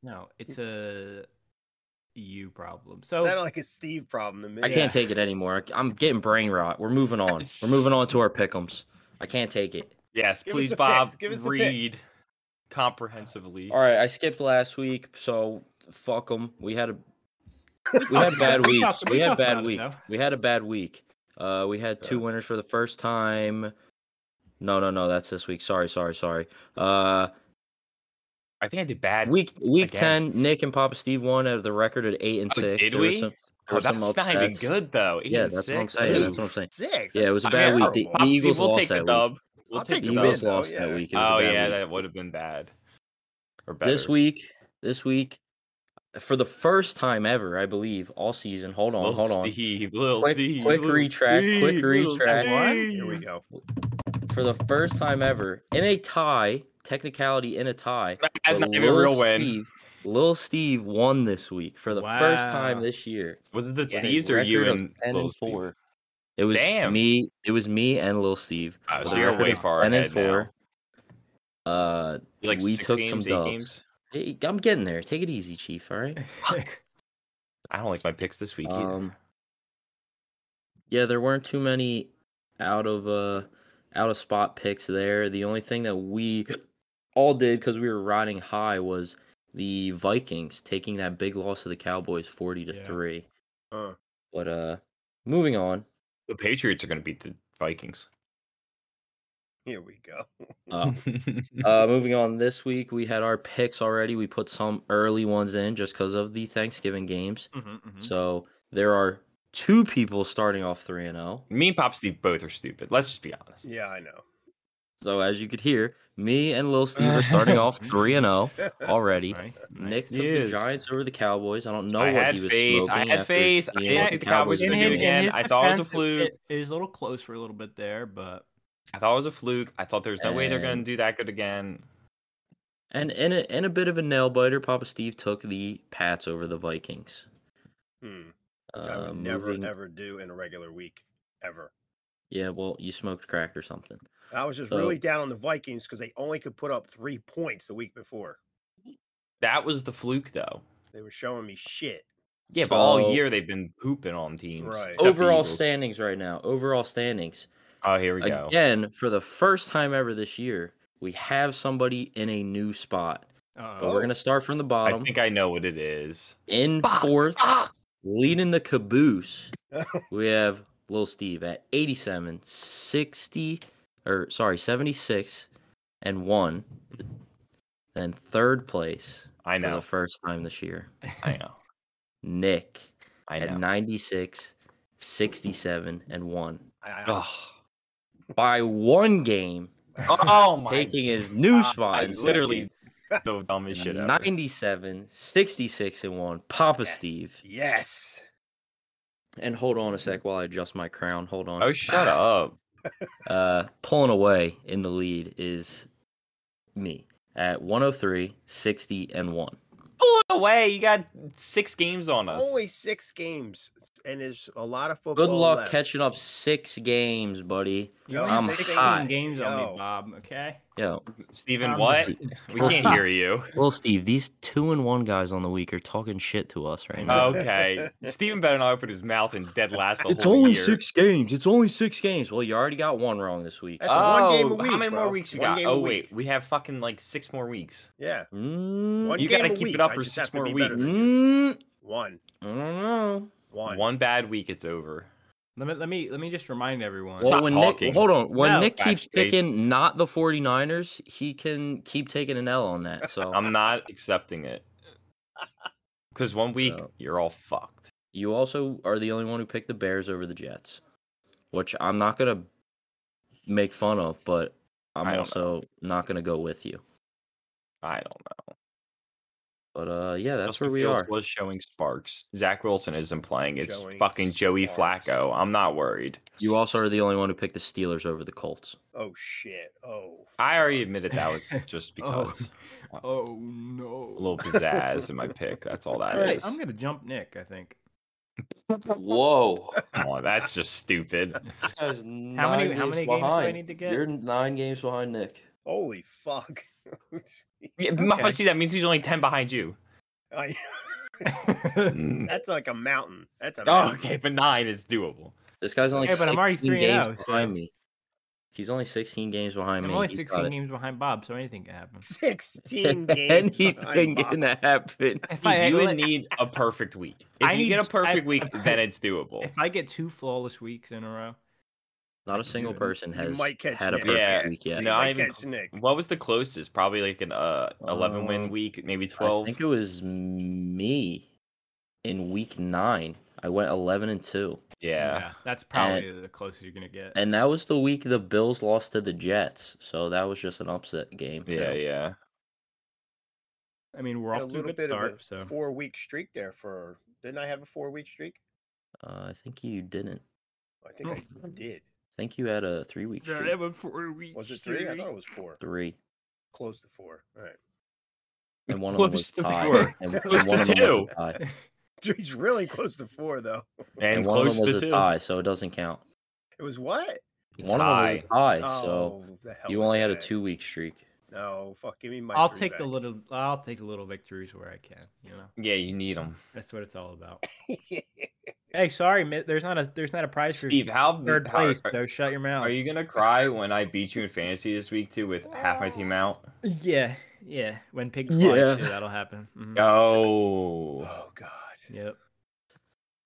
[SPEAKER 1] no, it's a you problem. So
[SPEAKER 4] Sounded like a Steve problem to me.
[SPEAKER 3] I
[SPEAKER 1] Yeah.
[SPEAKER 3] can't take it anymore. I- I'm getting brain rot. We're moving on. We're moving on to our pickums. I can't take it.
[SPEAKER 2] Yes,
[SPEAKER 4] Give us
[SPEAKER 2] please,
[SPEAKER 4] the picks,
[SPEAKER 2] Bob.
[SPEAKER 4] give us the picks.
[SPEAKER 2] read comprehensively.
[SPEAKER 3] All right, I skipped last week, so fuck them. We had a we had
[SPEAKER 1] talked
[SPEAKER 3] bad
[SPEAKER 1] about it. We
[SPEAKER 3] weeks.
[SPEAKER 1] talked-
[SPEAKER 3] We
[SPEAKER 1] we
[SPEAKER 3] had
[SPEAKER 1] talked
[SPEAKER 3] bad
[SPEAKER 1] about it,
[SPEAKER 3] week.
[SPEAKER 1] though.
[SPEAKER 3] We had a bad week. Uh, we had two winners for the first time. No, no, no. That's this week. Sorry, sorry, sorry. Uh,
[SPEAKER 2] I think I did bad.
[SPEAKER 3] week week
[SPEAKER 2] Again.
[SPEAKER 3] ten, Nick and Papa Steve won at the record at eight and
[SPEAKER 2] Oh,
[SPEAKER 3] six.
[SPEAKER 2] did
[SPEAKER 3] There was
[SPEAKER 2] we?
[SPEAKER 3] some- there
[SPEAKER 2] Oh,
[SPEAKER 3] was some
[SPEAKER 2] that's not even
[SPEAKER 3] upsets.
[SPEAKER 2] good though. Eight
[SPEAKER 3] Yeah,
[SPEAKER 2] and
[SPEAKER 3] that's what I'm
[SPEAKER 2] six.
[SPEAKER 3] saying. That's
[SPEAKER 2] Ooh.
[SPEAKER 3] what I'm saying.
[SPEAKER 4] Six,
[SPEAKER 3] Yeah, it
[SPEAKER 4] that's
[SPEAKER 3] was a
[SPEAKER 2] I
[SPEAKER 3] bad
[SPEAKER 2] mean,
[SPEAKER 3] week. The
[SPEAKER 4] terrible.
[SPEAKER 2] Bob,
[SPEAKER 3] Eagles
[SPEAKER 2] Steve, we'll
[SPEAKER 3] lost
[SPEAKER 2] take the
[SPEAKER 3] that
[SPEAKER 2] dub.
[SPEAKER 3] week.
[SPEAKER 2] We'll
[SPEAKER 4] I'll
[SPEAKER 2] take
[SPEAKER 4] take
[SPEAKER 2] the
[SPEAKER 4] the
[SPEAKER 2] dub.
[SPEAKER 3] Eagles
[SPEAKER 4] win, though,
[SPEAKER 3] lost that
[SPEAKER 4] yeah.
[SPEAKER 3] week. It was a
[SPEAKER 2] Oh
[SPEAKER 3] bad
[SPEAKER 2] yeah,
[SPEAKER 3] week.
[SPEAKER 2] that would have been bad. Or better.
[SPEAKER 3] this week, this week, for the first time ever, I believe, all season. Hold on,
[SPEAKER 2] Little
[SPEAKER 3] hold on.
[SPEAKER 2] Steve, little
[SPEAKER 3] Quick-
[SPEAKER 2] Steve,
[SPEAKER 3] quick
[SPEAKER 2] little
[SPEAKER 3] retract,
[SPEAKER 2] Steve,
[SPEAKER 3] quick
[SPEAKER 2] little
[SPEAKER 3] retract.
[SPEAKER 4] What?
[SPEAKER 2] Steve.
[SPEAKER 4] Here we go.
[SPEAKER 3] For the first time ever, in a tie, technicality in a tie,
[SPEAKER 2] That's
[SPEAKER 3] but
[SPEAKER 2] not even a
[SPEAKER 3] Lil
[SPEAKER 2] real win.
[SPEAKER 3] Steve, Little Steve won this week for the first time
[SPEAKER 1] Wow.
[SPEAKER 3] this year.
[SPEAKER 2] Was it the
[SPEAKER 3] with a
[SPEAKER 2] Steves or you
[SPEAKER 3] record of
[SPEAKER 2] and
[SPEAKER 3] 10
[SPEAKER 2] Lil Steve?
[SPEAKER 3] four. It was
[SPEAKER 2] Damn.
[SPEAKER 3] me. It was me and Little Steve.
[SPEAKER 2] Oh,
[SPEAKER 3] with
[SPEAKER 2] so
[SPEAKER 3] a
[SPEAKER 2] you're
[SPEAKER 3] record
[SPEAKER 2] way
[SPEAKER 3] of
[SPEAKER 2] far
[SPEAKER 3] 10 and
[SPEAKER 2] ahead now.
[SPEAKER 3] four. Uh,
[SPEAKER 2] You like
[SPEAKER 3] we
[SPEAKER 2] six
[SPEAKER 3] took
[SPEAKER 2] games,
[SPEAKER 3] some
[SPEAKER 2] eight
[SPEAKER 3] dubs.
[SPEAKER 2] games.
[SPEAKER 3] hey, I'm getting there. Take it easy, Chief. All right.
[SPEAKER 2] I don't like my picks this week. either.
[SPEAKER 3] Um, yeah, there weren't too many out of uh out of spot picks there. The only thing that we all did because we were riding high was the Vikings taking that big loss to the Cowboys, forty to
[SPEAKER 1] Yeah.
[SPEAKER 3] three.
[SPEAKER 4] Uh,
[SPEAKER 3] But uh, moving on.
[SPEAKER 2] the Patriots are going to beat the Vikings.
[SPEAKER 4] here we go.
[SPEAKER 2] Oh.
[SPEAKER 3] Uh, uh, moving on this week, we had our picks already. We put some early ones in just because of the Thanksgiving games.
[SPEAKER 1] Mhm,
[SPEAKER 2] Mm-hmm.
[SPEAKER 1] mhm.
[SPEAKER 3] So there are two people starting off three and oh. zero.
[SPEAKER 2] Me and Pop Steve both are stupid. Let's just be honest.
[SPEAKER 4] Yeah, I know.
[SPEAKER 3] So as you could hear, me and Lil Steve are starting off three and zero
[SPEAKER 4] Hmm,
[SPEAKER 3] already.
[SPEAKER 1] Nice, nice.
[SPEAKER 3] Nick took
[SPEAKER 2] Yes.
[SPEAKER 3] the Giants over the Cowboys. I don't know
[SPEAKER 2] I
[SPEAKER 3] what
[SPEAKER 2] had
[SPEAKER 3] he was
[SPEAKER 2] faith.
[SPEAKER 3] smoking.
[SPEAKER 2] I had
[SPEAKER 3] after
[SPEAKER 2] faith. I
[SPEAKER 3] seeing
[SPEAKER 2] didn't
[SPEAKER 3] what
[SPEAKER 2] think the Cowboys
[SPEAKER 3] were
[SPEAKER 2] were gonna do it
[SPEAKER 3] doing.
[SPEAKER 2] again. I thought it was a
[SPEAKER 1] defense,
[SPEAKER 2] fluke.
[SPEAKER 1] It, it was a little close for a little bit there, but
[SPEAKER 2] I thought it was a fluke. I thought there's no way they're going to
[SPEAKER 3] And-
[SPEAKER 2] do that good again.
[SPEAKER 3] And in a, in a bit of a nail biter, Papa Steve took the Pats over the Vikings.
[SPEAKER 4] Hmm.
[SPEAKER 3] Uh,
[SPEAKER 4] Which I would never,
[SPEAKER 3] moving-
[SPEAKER 4] ever do in a regular week, ever.
[SPEAKER 3] Yeah, well, you smoked crack or something.
[SPEAKER 4] I was just
[SPEAKER 3] So-
[SPEAKER 4] really down on the Vikings because they only could put up three points the week before.
[SPEAKER 2] That was the fluke, though.
[SPEAKER 4] They were showing me shit.
[SPEAKER 2] Yeah, but all
[SPEAKER 3] So-
[SPEAKER 2] year they've been pooping on teams.
[SPEAKER 4] Right.
[SPEAKER 2] except the
[SPEAKER 3] Overall
[SPEAKER 2] Eagles.
[SPEAKER 3] standings right now. Overall standings.
[SPEAKER 2] Oh, here we go.
[SPEAKER 3] Again, for the first time ever this year, we have somebody in a new spot. But
[SPEAKER 1] uh,
[SPEAKER 3] we're gonna start from the
[SPEAKER 2] I
[SPEAKER 3] bottom.
[SPEAKER 2] think I know what it is.
[SPEAKER 3] in
[SPEAKER 2] Fuck.
[SPEAKER 3] fourth,
[SPEAKER 2] Ah.
[SPEAKER 3] leading the caboose. we have Lil Steve at 87, 60, or sorry, 76 and 1. Then third place
[SPEAKER 2] I
[SPEAKER 3] for
[SPEAKER 2] know.
[SPEAKER 3] the first time this year.
[SPEAKER 2] I know.
[SPEAKER 3] Nick
[SPEAKER 2] I
[SPEAKER 3] at
[SPEAKER 2] know.
[SPEAKER 3] 96, 67 and 1.
[SPEAKER 4] I, I,
[SPEAKER 2] Ugh.
[SPEAKER 3] By one game,
[SPEAKER 2] Oh my!
[SPEAKER 3] taking his new
[SPEAKER 2] God,
[SPEAKER 3] spot. in
[SPEAKER 2] literally
[SPEAKER 4] second.
[SPEAKER 2] the dumbest shit
[SPEAKER 3] second,
[SPEAKER 2] ever.
[SPEAKER 3] 97, 66 and 1. Papa
[SPEAKER 4] Yes.
[SPEAKER 3] Steve.
[SPEAKER 4] yes.
[SPEAKER 3] And hold on a sec while I adjust my crown. Hold on.
[SPEAKER 2] Oh, shut up!
[SPEAKER 3] uh, pulling away in the lead is me at 103, 60, and 1.
[SPEAKER 2] Pull it away! You got six games on us.
[SPEAKER 4] Only six games, and there's a lot of football.
[SPEAKER 3] Good luck
[SPEAKER 4] left.
[SPEAKER 3] catching up six games, buddy.
[SPEAKER 1] you
[SPEAKER 4] no,
[SPEAKER 1] only
[SPEAKER 3] I'm
[SPEAKER 1] have 16
[SPEAKER 3] high.
[SPEAKER 1] games on me,
[SPEAKER 4] Yo.
[SPEAKER 1] Bob. Okay.
[SPEAKER 3] Yo,
[SPEAKER 2] Steven,
[SPEAKER 1] I'm
[SPEAKER 2] what?
[SPEAKER 3] just-
[SPEAKER 2] We can't hear you.
[SPEAKER 3] well, Steve, these two and one guys on the week are talking shit to us right
[SPEAKER 2] Oh,
[SPEAKER 3] now.
[SPEAKER 2] Okay. Steven better not open his mouth and dead last the
[SPEAKER 3] it's
[SPEAKER 2] whole
[SPEAKER 3] only
[SPEAKER 2] year.
[SPEAKER 3] six games. It's only six games. Well, you already got one wrong this week.
[SPEAKER 4] That's
[SPEAKER 3] so-
[SPEAKER 4] all. one game a
[SPEAKER 2] Oh, How
[SPEAKER 4] week,
[SPEAKER 2] many more
[SPEAKER 4] bro.
[SPEAKER 2] weeks you
[SPEAKER 4] One
[SPEAKER 2] got?
[SPEAKER 4] game a
[SPEAKER 2] Oh
[SPEAKER 4] week.
[SPEAKER 2] wait, we have fucking like six more weeks.
[SPEAKER 4] Yeah.
[SPEAKER 3] Mm,
[SPEAKER 4] One
[SPEAKER 2] you
[SPEAKER 4] game
[SPEAKER 2] gotta
[SPEAKER 4] a
[SPEAKER 2] keep
[SPEAKER 4] week.
[SPEAKER 2] it up
[SPEAKER 4] I
[SPEAKER 2] for
[SPEAKER 4] just
[SPEAKER 2] six
[SPEAKER 4] have to
[SPEAKER 2] more
[SPEAKER 4] be better
[SPEAKER 2] weeks.
[SPEAKER 4] this year.
[SPEAKER 3] mm,
[SPEAKER 4] One.
[SPEAKER 3] I don't know.
[SPEAKER 4] One.
[SPEAKER 2] One. bad week, it's over.
[SPEAKER 1] Let me let me let me just remind everyone.
[SPEAKER 2] Well,
[SPEAKER 3] Well,
[SPEAKER 2] not
[SPEAKER 3] when
[SPEAKER 2] talking.
[SPEAKER 3] Nick, hold on. When
[SPEAKER 1] No.
[SPEAKER 3] Nick keeps
[SPEAKER 2] Fast pace.
[SPEAKER 3] picking not the 49ers, he can keep taking an L on that.
[SPEAKER 4] Oh,
[SPEAKER 3] So
[SPEAKER 2] I'm not accepting it. Because one week
[SPEAKER 3] No.
[SPEAKER 2] you're all fucked.
[SPEAKER 3] You also are the only one who picked the Bears over the Jets, which I'm not gonna make fun of, but
[SPEAKER 2] I
[SPEAKER 3] I'm
[SPEAKER 2] don't know.
[SPEAKER 3] also not gonna go with you.
[SPEAKER 2] I don't know.
[SPEAKER 3] But uh, yeah, that's
[SPEAKER 2] Justin
[SPEAKER 3] where we
[SPEAKER 2] Fields
[SPEAKER 3] are.
[SPEAKER 2] Was showing sparks. Zach Wilson isn't playing. It's
[SPEAKER 4] Showing
[SPEAKER 2] fucking Joey
[SPEAKER 4] sparks.
[SPEAKER 2] Flacco. I'm not worried.
[SPEAKER 3] You also are the only one who picked the Steelers over the Colts.
[SPEAKER 4] Oh shit. Oh.
[SPEAKER 2] I already admitted that was just because
[SPEAKER 1] Oh no.
[SPEAKER 2] a little pizzazz in my pick. That's all that
[SPEAKER 1] All right,
[SPEAKER 2] is.
[SPEAKER 1] I'm gonna jump Nick. I think.
[SPEAKER 3] Whoa.
[SPEAKER 2] Oh, that's just stupid.
[SPEAKER 3] This guy's nine
[SPEAKER 1] How many
[SPEAKER 3] games
[SPEAKER 1] how many games do
[SPEAKER 3] behind.
[SPEAKER 1] I need to get?
[SPEAKER 3] You're nine games behind Nick.
[SPEAKER 4] Holy fuck!
[SPEAKER 2] Yeah,
[SPEAKER 1] Okay.
[SPEAKER 2] but see, that means he's only ten behind you.
[SPEAKER 4] I- That's like a mountain. That's a
[SPEAKER 2] Oh,
[SPEAKER 4] mountain.
[SPEAKER 2] okay, but nine is doable.
[SPEAKER 3] This guy's only
[SPEAKER 1] Yeah, but I'm already
[SPEAKER 3] 16
[SPEAKER 1] 3 and
[SPEAKER 3] games
[SPEAKER 1] 0, so-
[SPEAKER 3] behind me. He's only 16 games behind
[SPEAKER 1] I'm
[SPEAKER 3] me.
[SPEAKER 1] only
[SPEAKER 3] He's
[SPEAKER 1] 16
[SPEAKER 3] got it.
[SPEAKER 1] games behind Bob, so anything can happen.
[SPEAKER 4] Sixteen games.
[SPEAKER 3] Anything
[SPEAKER 4] behind Bob.
[SPEAKER 3] can happen.
[SPEAKER 1] If I,
[SPEAKER 2] You would
[SPEAKER 1] let-
[SPEAKER 2] need a perfect week. If
[SPEAKER 1] I
[SPEAKER 2] you
[SPEAKER 1] need-
[SPEAKER 2] get a perfect
[SPEAKER 1] I-
[SPEAKER 2] week, then it's doable.
[SPEAKER 1] if I get two flawless weeks in a row,
[SPEAKER 3] Not a single
[SPEAKER 1] You
[SPEAKER 3] person has
[SPEAKER 4] might catch
[SPEAKER 3] had a
[SPEAKER 4] Nick.
[SPEAKER 3] perfect
[SPEAKER 2] Yeah.
[SPEAKER 3] week yet.
[SPEAKER 4] You
[SPEAKER 2] No,
[SPEAKER 4] might
[SPEAKER 2] I even-
[SPEAKER 4] catch Nick.
[SPEAKER 2] What was the closest? Probably like an uh, eleven
[SPEAKER 3] Um,
[SPEAKER 1] Oh,
[SPEAKER 2] win week, maybe
[SPEAKER 3] I
[SPEAKER 2] twelve.
[SPEAKER 3] think it was me in week nine. I went 11 and 2.
[SPEAKER 2] Yeah.
[SPEAKER 1] that's probably the closest you're gonna get.
[SPEAKER 3] And that was the week the Bills lost to the Jets. So that was just an upset game. too.
[SPEAKER 2] Yeah, yeah.
[SPEAKER 1] I mean, we're
[SPEAKER 4] Had
[SPEAKER 1] off to a good start, so
[SPEAKER 4] four week streak there for. Didn't I have a four week streak?
[SPEAKER 3] Uh, I think you didn't.
[SPEAKER 4] I think I did.
[SPEAKER 3] I think you had a three week streak.
[SPEAKER 4] Was it three? I thought it was four.
[SPEAKER 3] Three.
[SPEAKER 4] Close to four. All right.
[SPEAKER 3] And one of them
[SPEAKER 2] Close
[SPEAKER 3] was
[SPEAKER 2] to
[SPEAKER 3] tied.
[SPEAKER 2] four.
[SPEAKER 3] And,
[SPEAKER 2] Close
[SPEAKER 3] and one
[SPEAKER 2] to
[SPEAKER 3] of them was
[SPEAKER 2] two.
[SPEAKER 3] a tie.
[SPEAKER 4] He's really close to four though.
[SPEAKER 2] And,
[SPEAKER 3] And one of
[SPEAKER 2] close
[SPEAKER 3] them was
[SPEAKER 2] to
[SPEAKER 3] a
[SPEAKER 2] two.
[SPEAKER 3] tie, so it doesn't count.
[SPEAKER 4] It was what? Oh,
[SPEAKER 3] One of them was a tie, so
[SPEAKER 4] the hell
[SPEAKER 3] you
[SPEAKER 4] with
[SPEAKER 3] only had a
[SPEAKER 4] that.
[SPEAKER 3] two week streak.
[SPEAKER 4] No, fuck. Give me my.
[SPEAKER 1] I'll
[SPEAKER 4] three
[SPEAKER 1] take the
[SPEAKER 4] back.
[SPEAKER 1] little. I'll take the little victories where I can. You know,
[SPEAKER 2] Yeah, you need them.
[SPEAKER 1] that's what it's all about. hey, sorry, Mi- there's not a there's not a prize for
[SPEAKER 2] Steve, how
[SPEAKER 1] third
[SPEAKER 2] how-
[SPEAKER 1] place. So shut your mouth.
[SPEAKER 2] Are you gonna cry when I beat you in fantasy this week too with half my team out?
[SPEAKER 1] Yeah, yeah. When pigs fly,
[SPEAKER 3] Yeah.
[SPEAKER 1] too, that'll happen. Mhm.
[SPEAKER 2] Oh,
[SPEAKER 4] oh god.
[SPEAKER 1] Yep.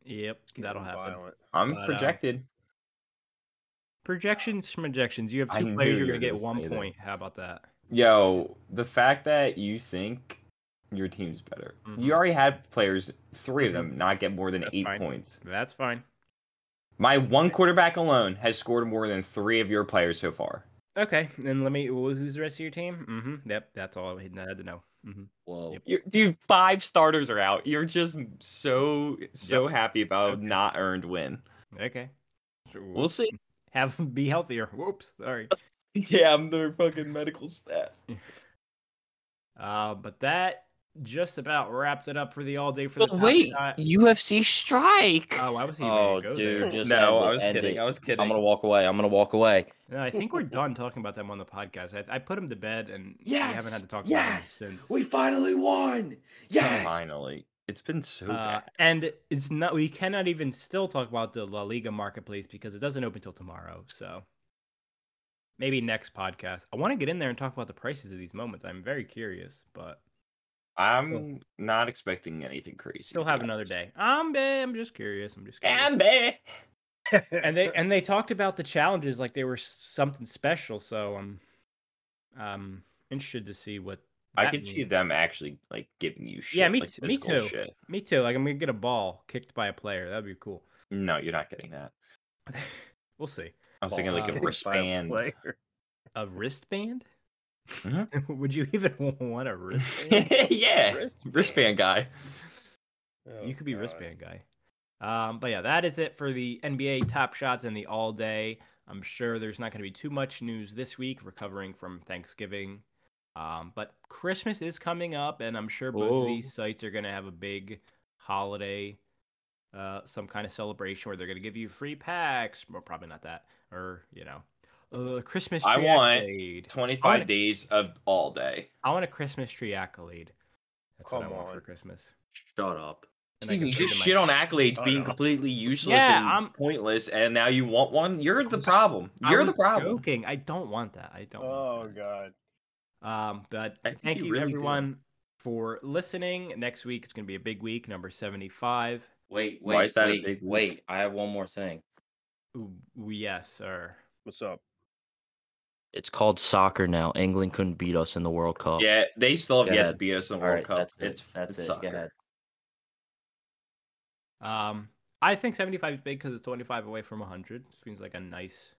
[SPEAKER 1] Yep, that'll
[SPEAKER 4] Getting
[SPEAKER 1] happen.
[SPEAKER 4] violent.
[SPEAKER 2] I'm
[SPEAKER 1] But, uh,
[SPEAKER 2] projected.
[SPEAKER 1] Projections, projections. You have
[SPEAKER 2] I
[SPEAKER 1] two
[SPEAKER 2] knew
[SPEAKER 1] players.
[SPEAKER 2] you
[SPEAKER 1] You're
[SPEAKER 2] were
[SPEAKER 1] gonna get
[SPEAKER 2] gonna
[SPEAKER 1] one
[SPEAKER 2] say that.
[SPEAKER 1] point. How about that?
[SPEAKER 2] Yo, the fact that you think your team's better.
[SPEAKER 1] Mhm.
[SPEAKER 2] You already had players, three of them, not get more than
[SPEAKER 1] Mm-hmm. That's
[SPEAKER 2] eight
[SPEAKER 1] fine.
[SPEAKER 2] points.
[SPEAKER 1] That's fine.
[SPEAKER 2] My one quarterback alone has scored more than three of your players so far.
[SPEAKER 1] Okay, then let me. wh- Who's the rest of your team? Mm-hmm. Yep, that's all I had to know. hmm
[SPEAKER 3] Whoa.
[SPEAKER 1] Yep.
[SPEAKER 2] You're, dude, five starters are out. You're just so so happy about
[SPEAKER 1] Okay.
[SPEAKER 2] not earned win.
[SPEAKER 1] Okay. So
[SPEAKER 2] We'll see.
[SPEAKER 1] Have be healthier. Whoops, sorry.
[SPEAKER 2] Yeah, I'm their fucking medical staff.
[SPEAKER 1] Uh, but that just about wraps it up for the all day for the
[SPEAKER 6] But
[SPEAKER 1] top
[SPEAKER 6] wait,
[SPEAKER 1] shot.
[SPEAKER 6] UFC strike.
[SPEAKER 1] Oh, I was even gonna
[SPEAKER 3] Oh,
[SPEAKER 1] go
[SPEAKER 3] dude. Just had
[SPEAKER 2] No,
[SPEAKER 3] to
[SPEAKER 2] I was
[SPEAKER 3] end
[SPEAKER 2] kidding.
[SPEAKER 3] it.
[SPEAKER 2] I was kidding.
[SPEAKER 3] I'm gonna walk away. I'm gonna walk away.
[SPEAKER 1] there. No, I think we're done talking about them on the podcast. I, I put them to bed, and we haven't
[SPEAKER 6] Yes,
[SPEAKER 1] had to talk
[SPEAKER 6] yes,
[SPEAKER 1] about them since.
[SPEAKER 6] finally won.
[SPEAKER 2] Finally, it's been so
[SPEAKER 1] Uh,
[SPEAKER 2] bad.
[SPEAKER 1] and it's not. We cannot even still talk about the La Liga marketplace because it doesn't open till tomorrow. So maybe next podcast. I want to get in there and talk about the prices of these moments. I'm very curious, but
[SPEAKER 2] I'm not expecting anything crazy.
[SPEAKER 1] still
[SPEAKER 2] to be
[SPEAKER 1] have another
[SPEAKER 2] honest.
[SPEAKER 1] day. I'm. I'm just curious. I'm just. Curious.
[SPEAKER 2] And eh, bae.
[SPEAKER 1] and they and they talked about the challenges like they were s- something special. So I'm um interested to see what
[SPEAKER 2] I
[SPEAKER 1] that
[SPEAKER 2] could see
[SPEAKER 1] means.
[SPEAKER 2] them actually like giving you shit.
[SPEAKER 1] Yeah, me
[SPEAKER 2] like,
[SPEAKER 1] t- me
[SPEAKER 2] physical
[SPEAKER 1] too.
[SPEAKER 2] Shit.
[SPEAKER 1] Me too. Like I'm gonna get a ball kicked by a player. That'd be cool.
[SPEAKER 2] No, you're not getting that.
[SPEAKER 1] we'll see.
[SPEAKER 2] I was thinking like
[SPEAKER 1] uh,
[SPEAKER 2] a
[SPEAKER 1] By a
[SPEAKER 2] wristband.
[SPEAKER 4] player.
[SPEAKER 1] A wristband?
[SPEAKER 2] Mm-hmm.
[SPEAKER 1] Would you even want a wristband?
[SPEAKER 2] yeah,
[SPEAKER 4] Wristband.
[SPEAKER 2] wristband guy.
[SPEAKER 4] Oh,
[SPEAKER 1] you could be
[SPEAKER 4] God.
[SPEAKER 1] wristband guy. Um, but yeah, that is it for the NBA top shots and the all day. I'm sure there's not going to be too much news this week, recovering from Thanksgiving. Um, but Christmas is coming up, and I'm sure both of
[SPEAKER 3] Whoa.
[SPEAKER 1] these sites are going to have a big holiday, uh, some kind of celebration where they're going to give you free packs. Well, probably not that, or you know, uh, Christmas.
[SPEAKER 2] I
[SPEAKER 1] tree
[SPEAKER 2] want
[SPEAKER 1] accolade.
[SPEAKER 2] Twenty
[SPEAKER 1] I wanna-
[SPEAKER 2] five days of all day.
[SPEAKER 1] I want a Christmas tree accolade. That's what I
[SPEAKER 4] Come
[SPEAKER 1] want for
[SPEAKER 4] on.
[SPEAKER 1] Christmas.
[SPEAKER 3] Shut up.
[SPEAKER 1] And I
[SPEAKER 2] Steve,
[SPEAKER 1] can
[SPEAKER 2] you
[SPEAKER 1] put it
[SPEAKER 2] just
[SPEAKER 1] in my
[SPEAKER 2] shit on accolades
[SPEAKER 4] Oh,
[SPEAKER 2] being
[SPEAKER 4] no.
[SPEAKER 2] completely useless
[SPEAKER 1] Yeah,
[SPEAKER 2] and
[SPEAKER 1] I'm-
[SPEAKER 2] pointless, and now you want one. You're the
[SPEAKER 1] was-
[SPEAKER 2] problem.
[SPEAKER 1] I
[SPEAKER 2] You're the
[SPEAKER 1] was
[SPEAKER 2] problem.
[SPEAKER 1] Joking. I don't want that. I don't.
[SPEAKER 4] Oh
[SPEAKER 1] want that.
[SPEAKER 4] god.
[SPEAKER 1] Um, but
[SPEAKER 2] I think
[SPEAKER 1] thank
[SPEAKER 2] you
[SPEAKER 1] you,
[SPEAKER 2] really do.
[SPEAKER 1] everyone for listening. Next week it's going to be a big week, number seventy-five.
[SPEAKER 3] Wait, wait,
[SPEAKER 2] Why is that a
[SPEAKER 3] wait,
[SPEAKER 2] big week?
[SPEAKER 3] wait. I have one more thing.
[SPEAKER 1] Ooh, yes, sir.
[SPEAKER 4] What's up?
[SPEAKER 3] It's called soccer now. England couldn't beat us in the World
[SPEAKER 1] Oh.
[SPEAKER 3] Cup.
[SPEAKER 2] Yeah, they still have
[SPEAKER 3] Go
[SPEAKER 2] yet
[SPEAKER 3] ahead.
[SPEAKER 2] to beat us in the
[SPEAKER 3] All
[SPEAKER 2] World
[SPEAKER 3] right,
[SPEAKER 2] Cup.
[SPEAKER 3] That's it.
[SPEAKER 2] It's
[SPEAKER 3] that's
[SPEAKER 2] it's
[SPEAKER 3] it.
[SPEAKER 2] soccer.
[SPEAKER 3] Go ahead.
[SPEAKER 1] Um, I think seventy-five is big because it's twenty-five away from hundred. Seems like a nice.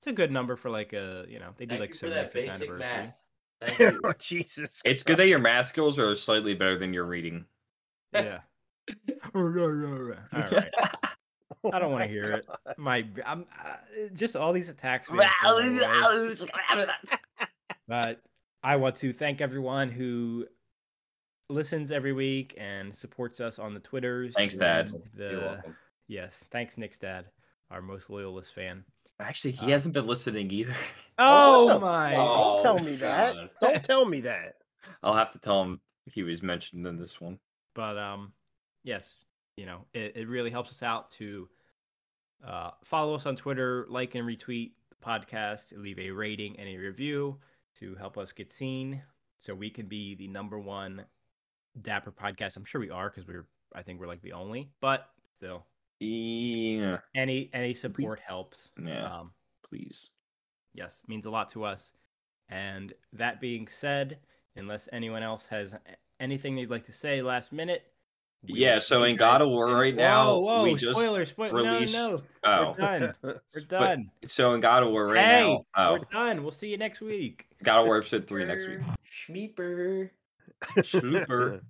[SPEAKER 1] It's a good number for like a you know they do like seventy-fifth anniversary.
[SPEAKER 3] Thank you.
[SPEAKER 4] oh, Jesus.
[SPEAKER 2] It's good that your math skills are slightly better than your reading.
[SPEAKER 1] Yeah. All right. I don't want to
[SPEAKER 4] Oh,
[SPEAKER 1] hear it. My, I'm uh, just all these attacks. being thrown my way. But I want to thank everyone who listens every week and supports us on the Twitters.
[SPEAKER 2] Thanks, Dad.
[SPEAKER 1] and
[SPEAKER 3] You're
[SPEAKER 1] The,
[SPEAKER 3] welcome.
[SPEAKER 1] yes, thanks, Nick's dad, our most loyalist fan.
[SPEAKER 2] Actually, he
[SPEAKER 1] Uh,
[SPEAKER 2] hasn't been listening either.
[SPEAKER 4] Oh, what the
[SPEAKER 1] my!
[SPEAKER 4] Don't tell me
[SPEAKER 2] God.
[SPEAKER 4] that. Don't tell me that.
[SPEAKER 2] I'll have to tell him he was mentioned in this one.
[SPEAKER 1] But um, yes, you know, it, it really helps us out to uh, follow us on Twitter, like and retweet the podcast, leave a rating and a review to help us get seen, so we can be the number one Dapper podcast. I'm sure we are because we're, I think we're like the only, but still,
[SPEAKER 2] Yeah,
[SPEAKER 1] any any support helps.
[SPEAKER 2] yeah.
[SPEAKER 1] Um,
[SPEAKER 2] please.
[SPEAKER 1] yes, means a lot to us. And that being said, unless anyone else has anything they'd like to say last minute, we will
[SPEAKER 2] Yeah, so
[SPEAKER 1] see you
[SPEAKER 2] in
[SPEAKER 1] guys
[SPEAKER 2] God of War
[SPEAKER 1] in-
[SPEAKER 2] right now,
[SPEAKER 1] Whoa, whoa,
[SPEAKER 2] we just
[SPEAKER 1] spoiler, spoiler,
[SPEAKER 2] released.
[SPEAKER 1] No, no, we're
[SPEAKER 2] Oh,
[SPEAKER 1] done. We're
[SPEAKER 2] but
[SPEAKER 1] done.
[SPEAKER 2] so in God of War right
[SPEAKER 1] hey,
[SPEAKER 2] now. Oh,
[SPEAKER 1] we're done. We'll see you next week.
[SPEAKER 2] God of War episode three next week.
[SPEAKER 3] Schmeeper.
[SPEAKER 2] Super.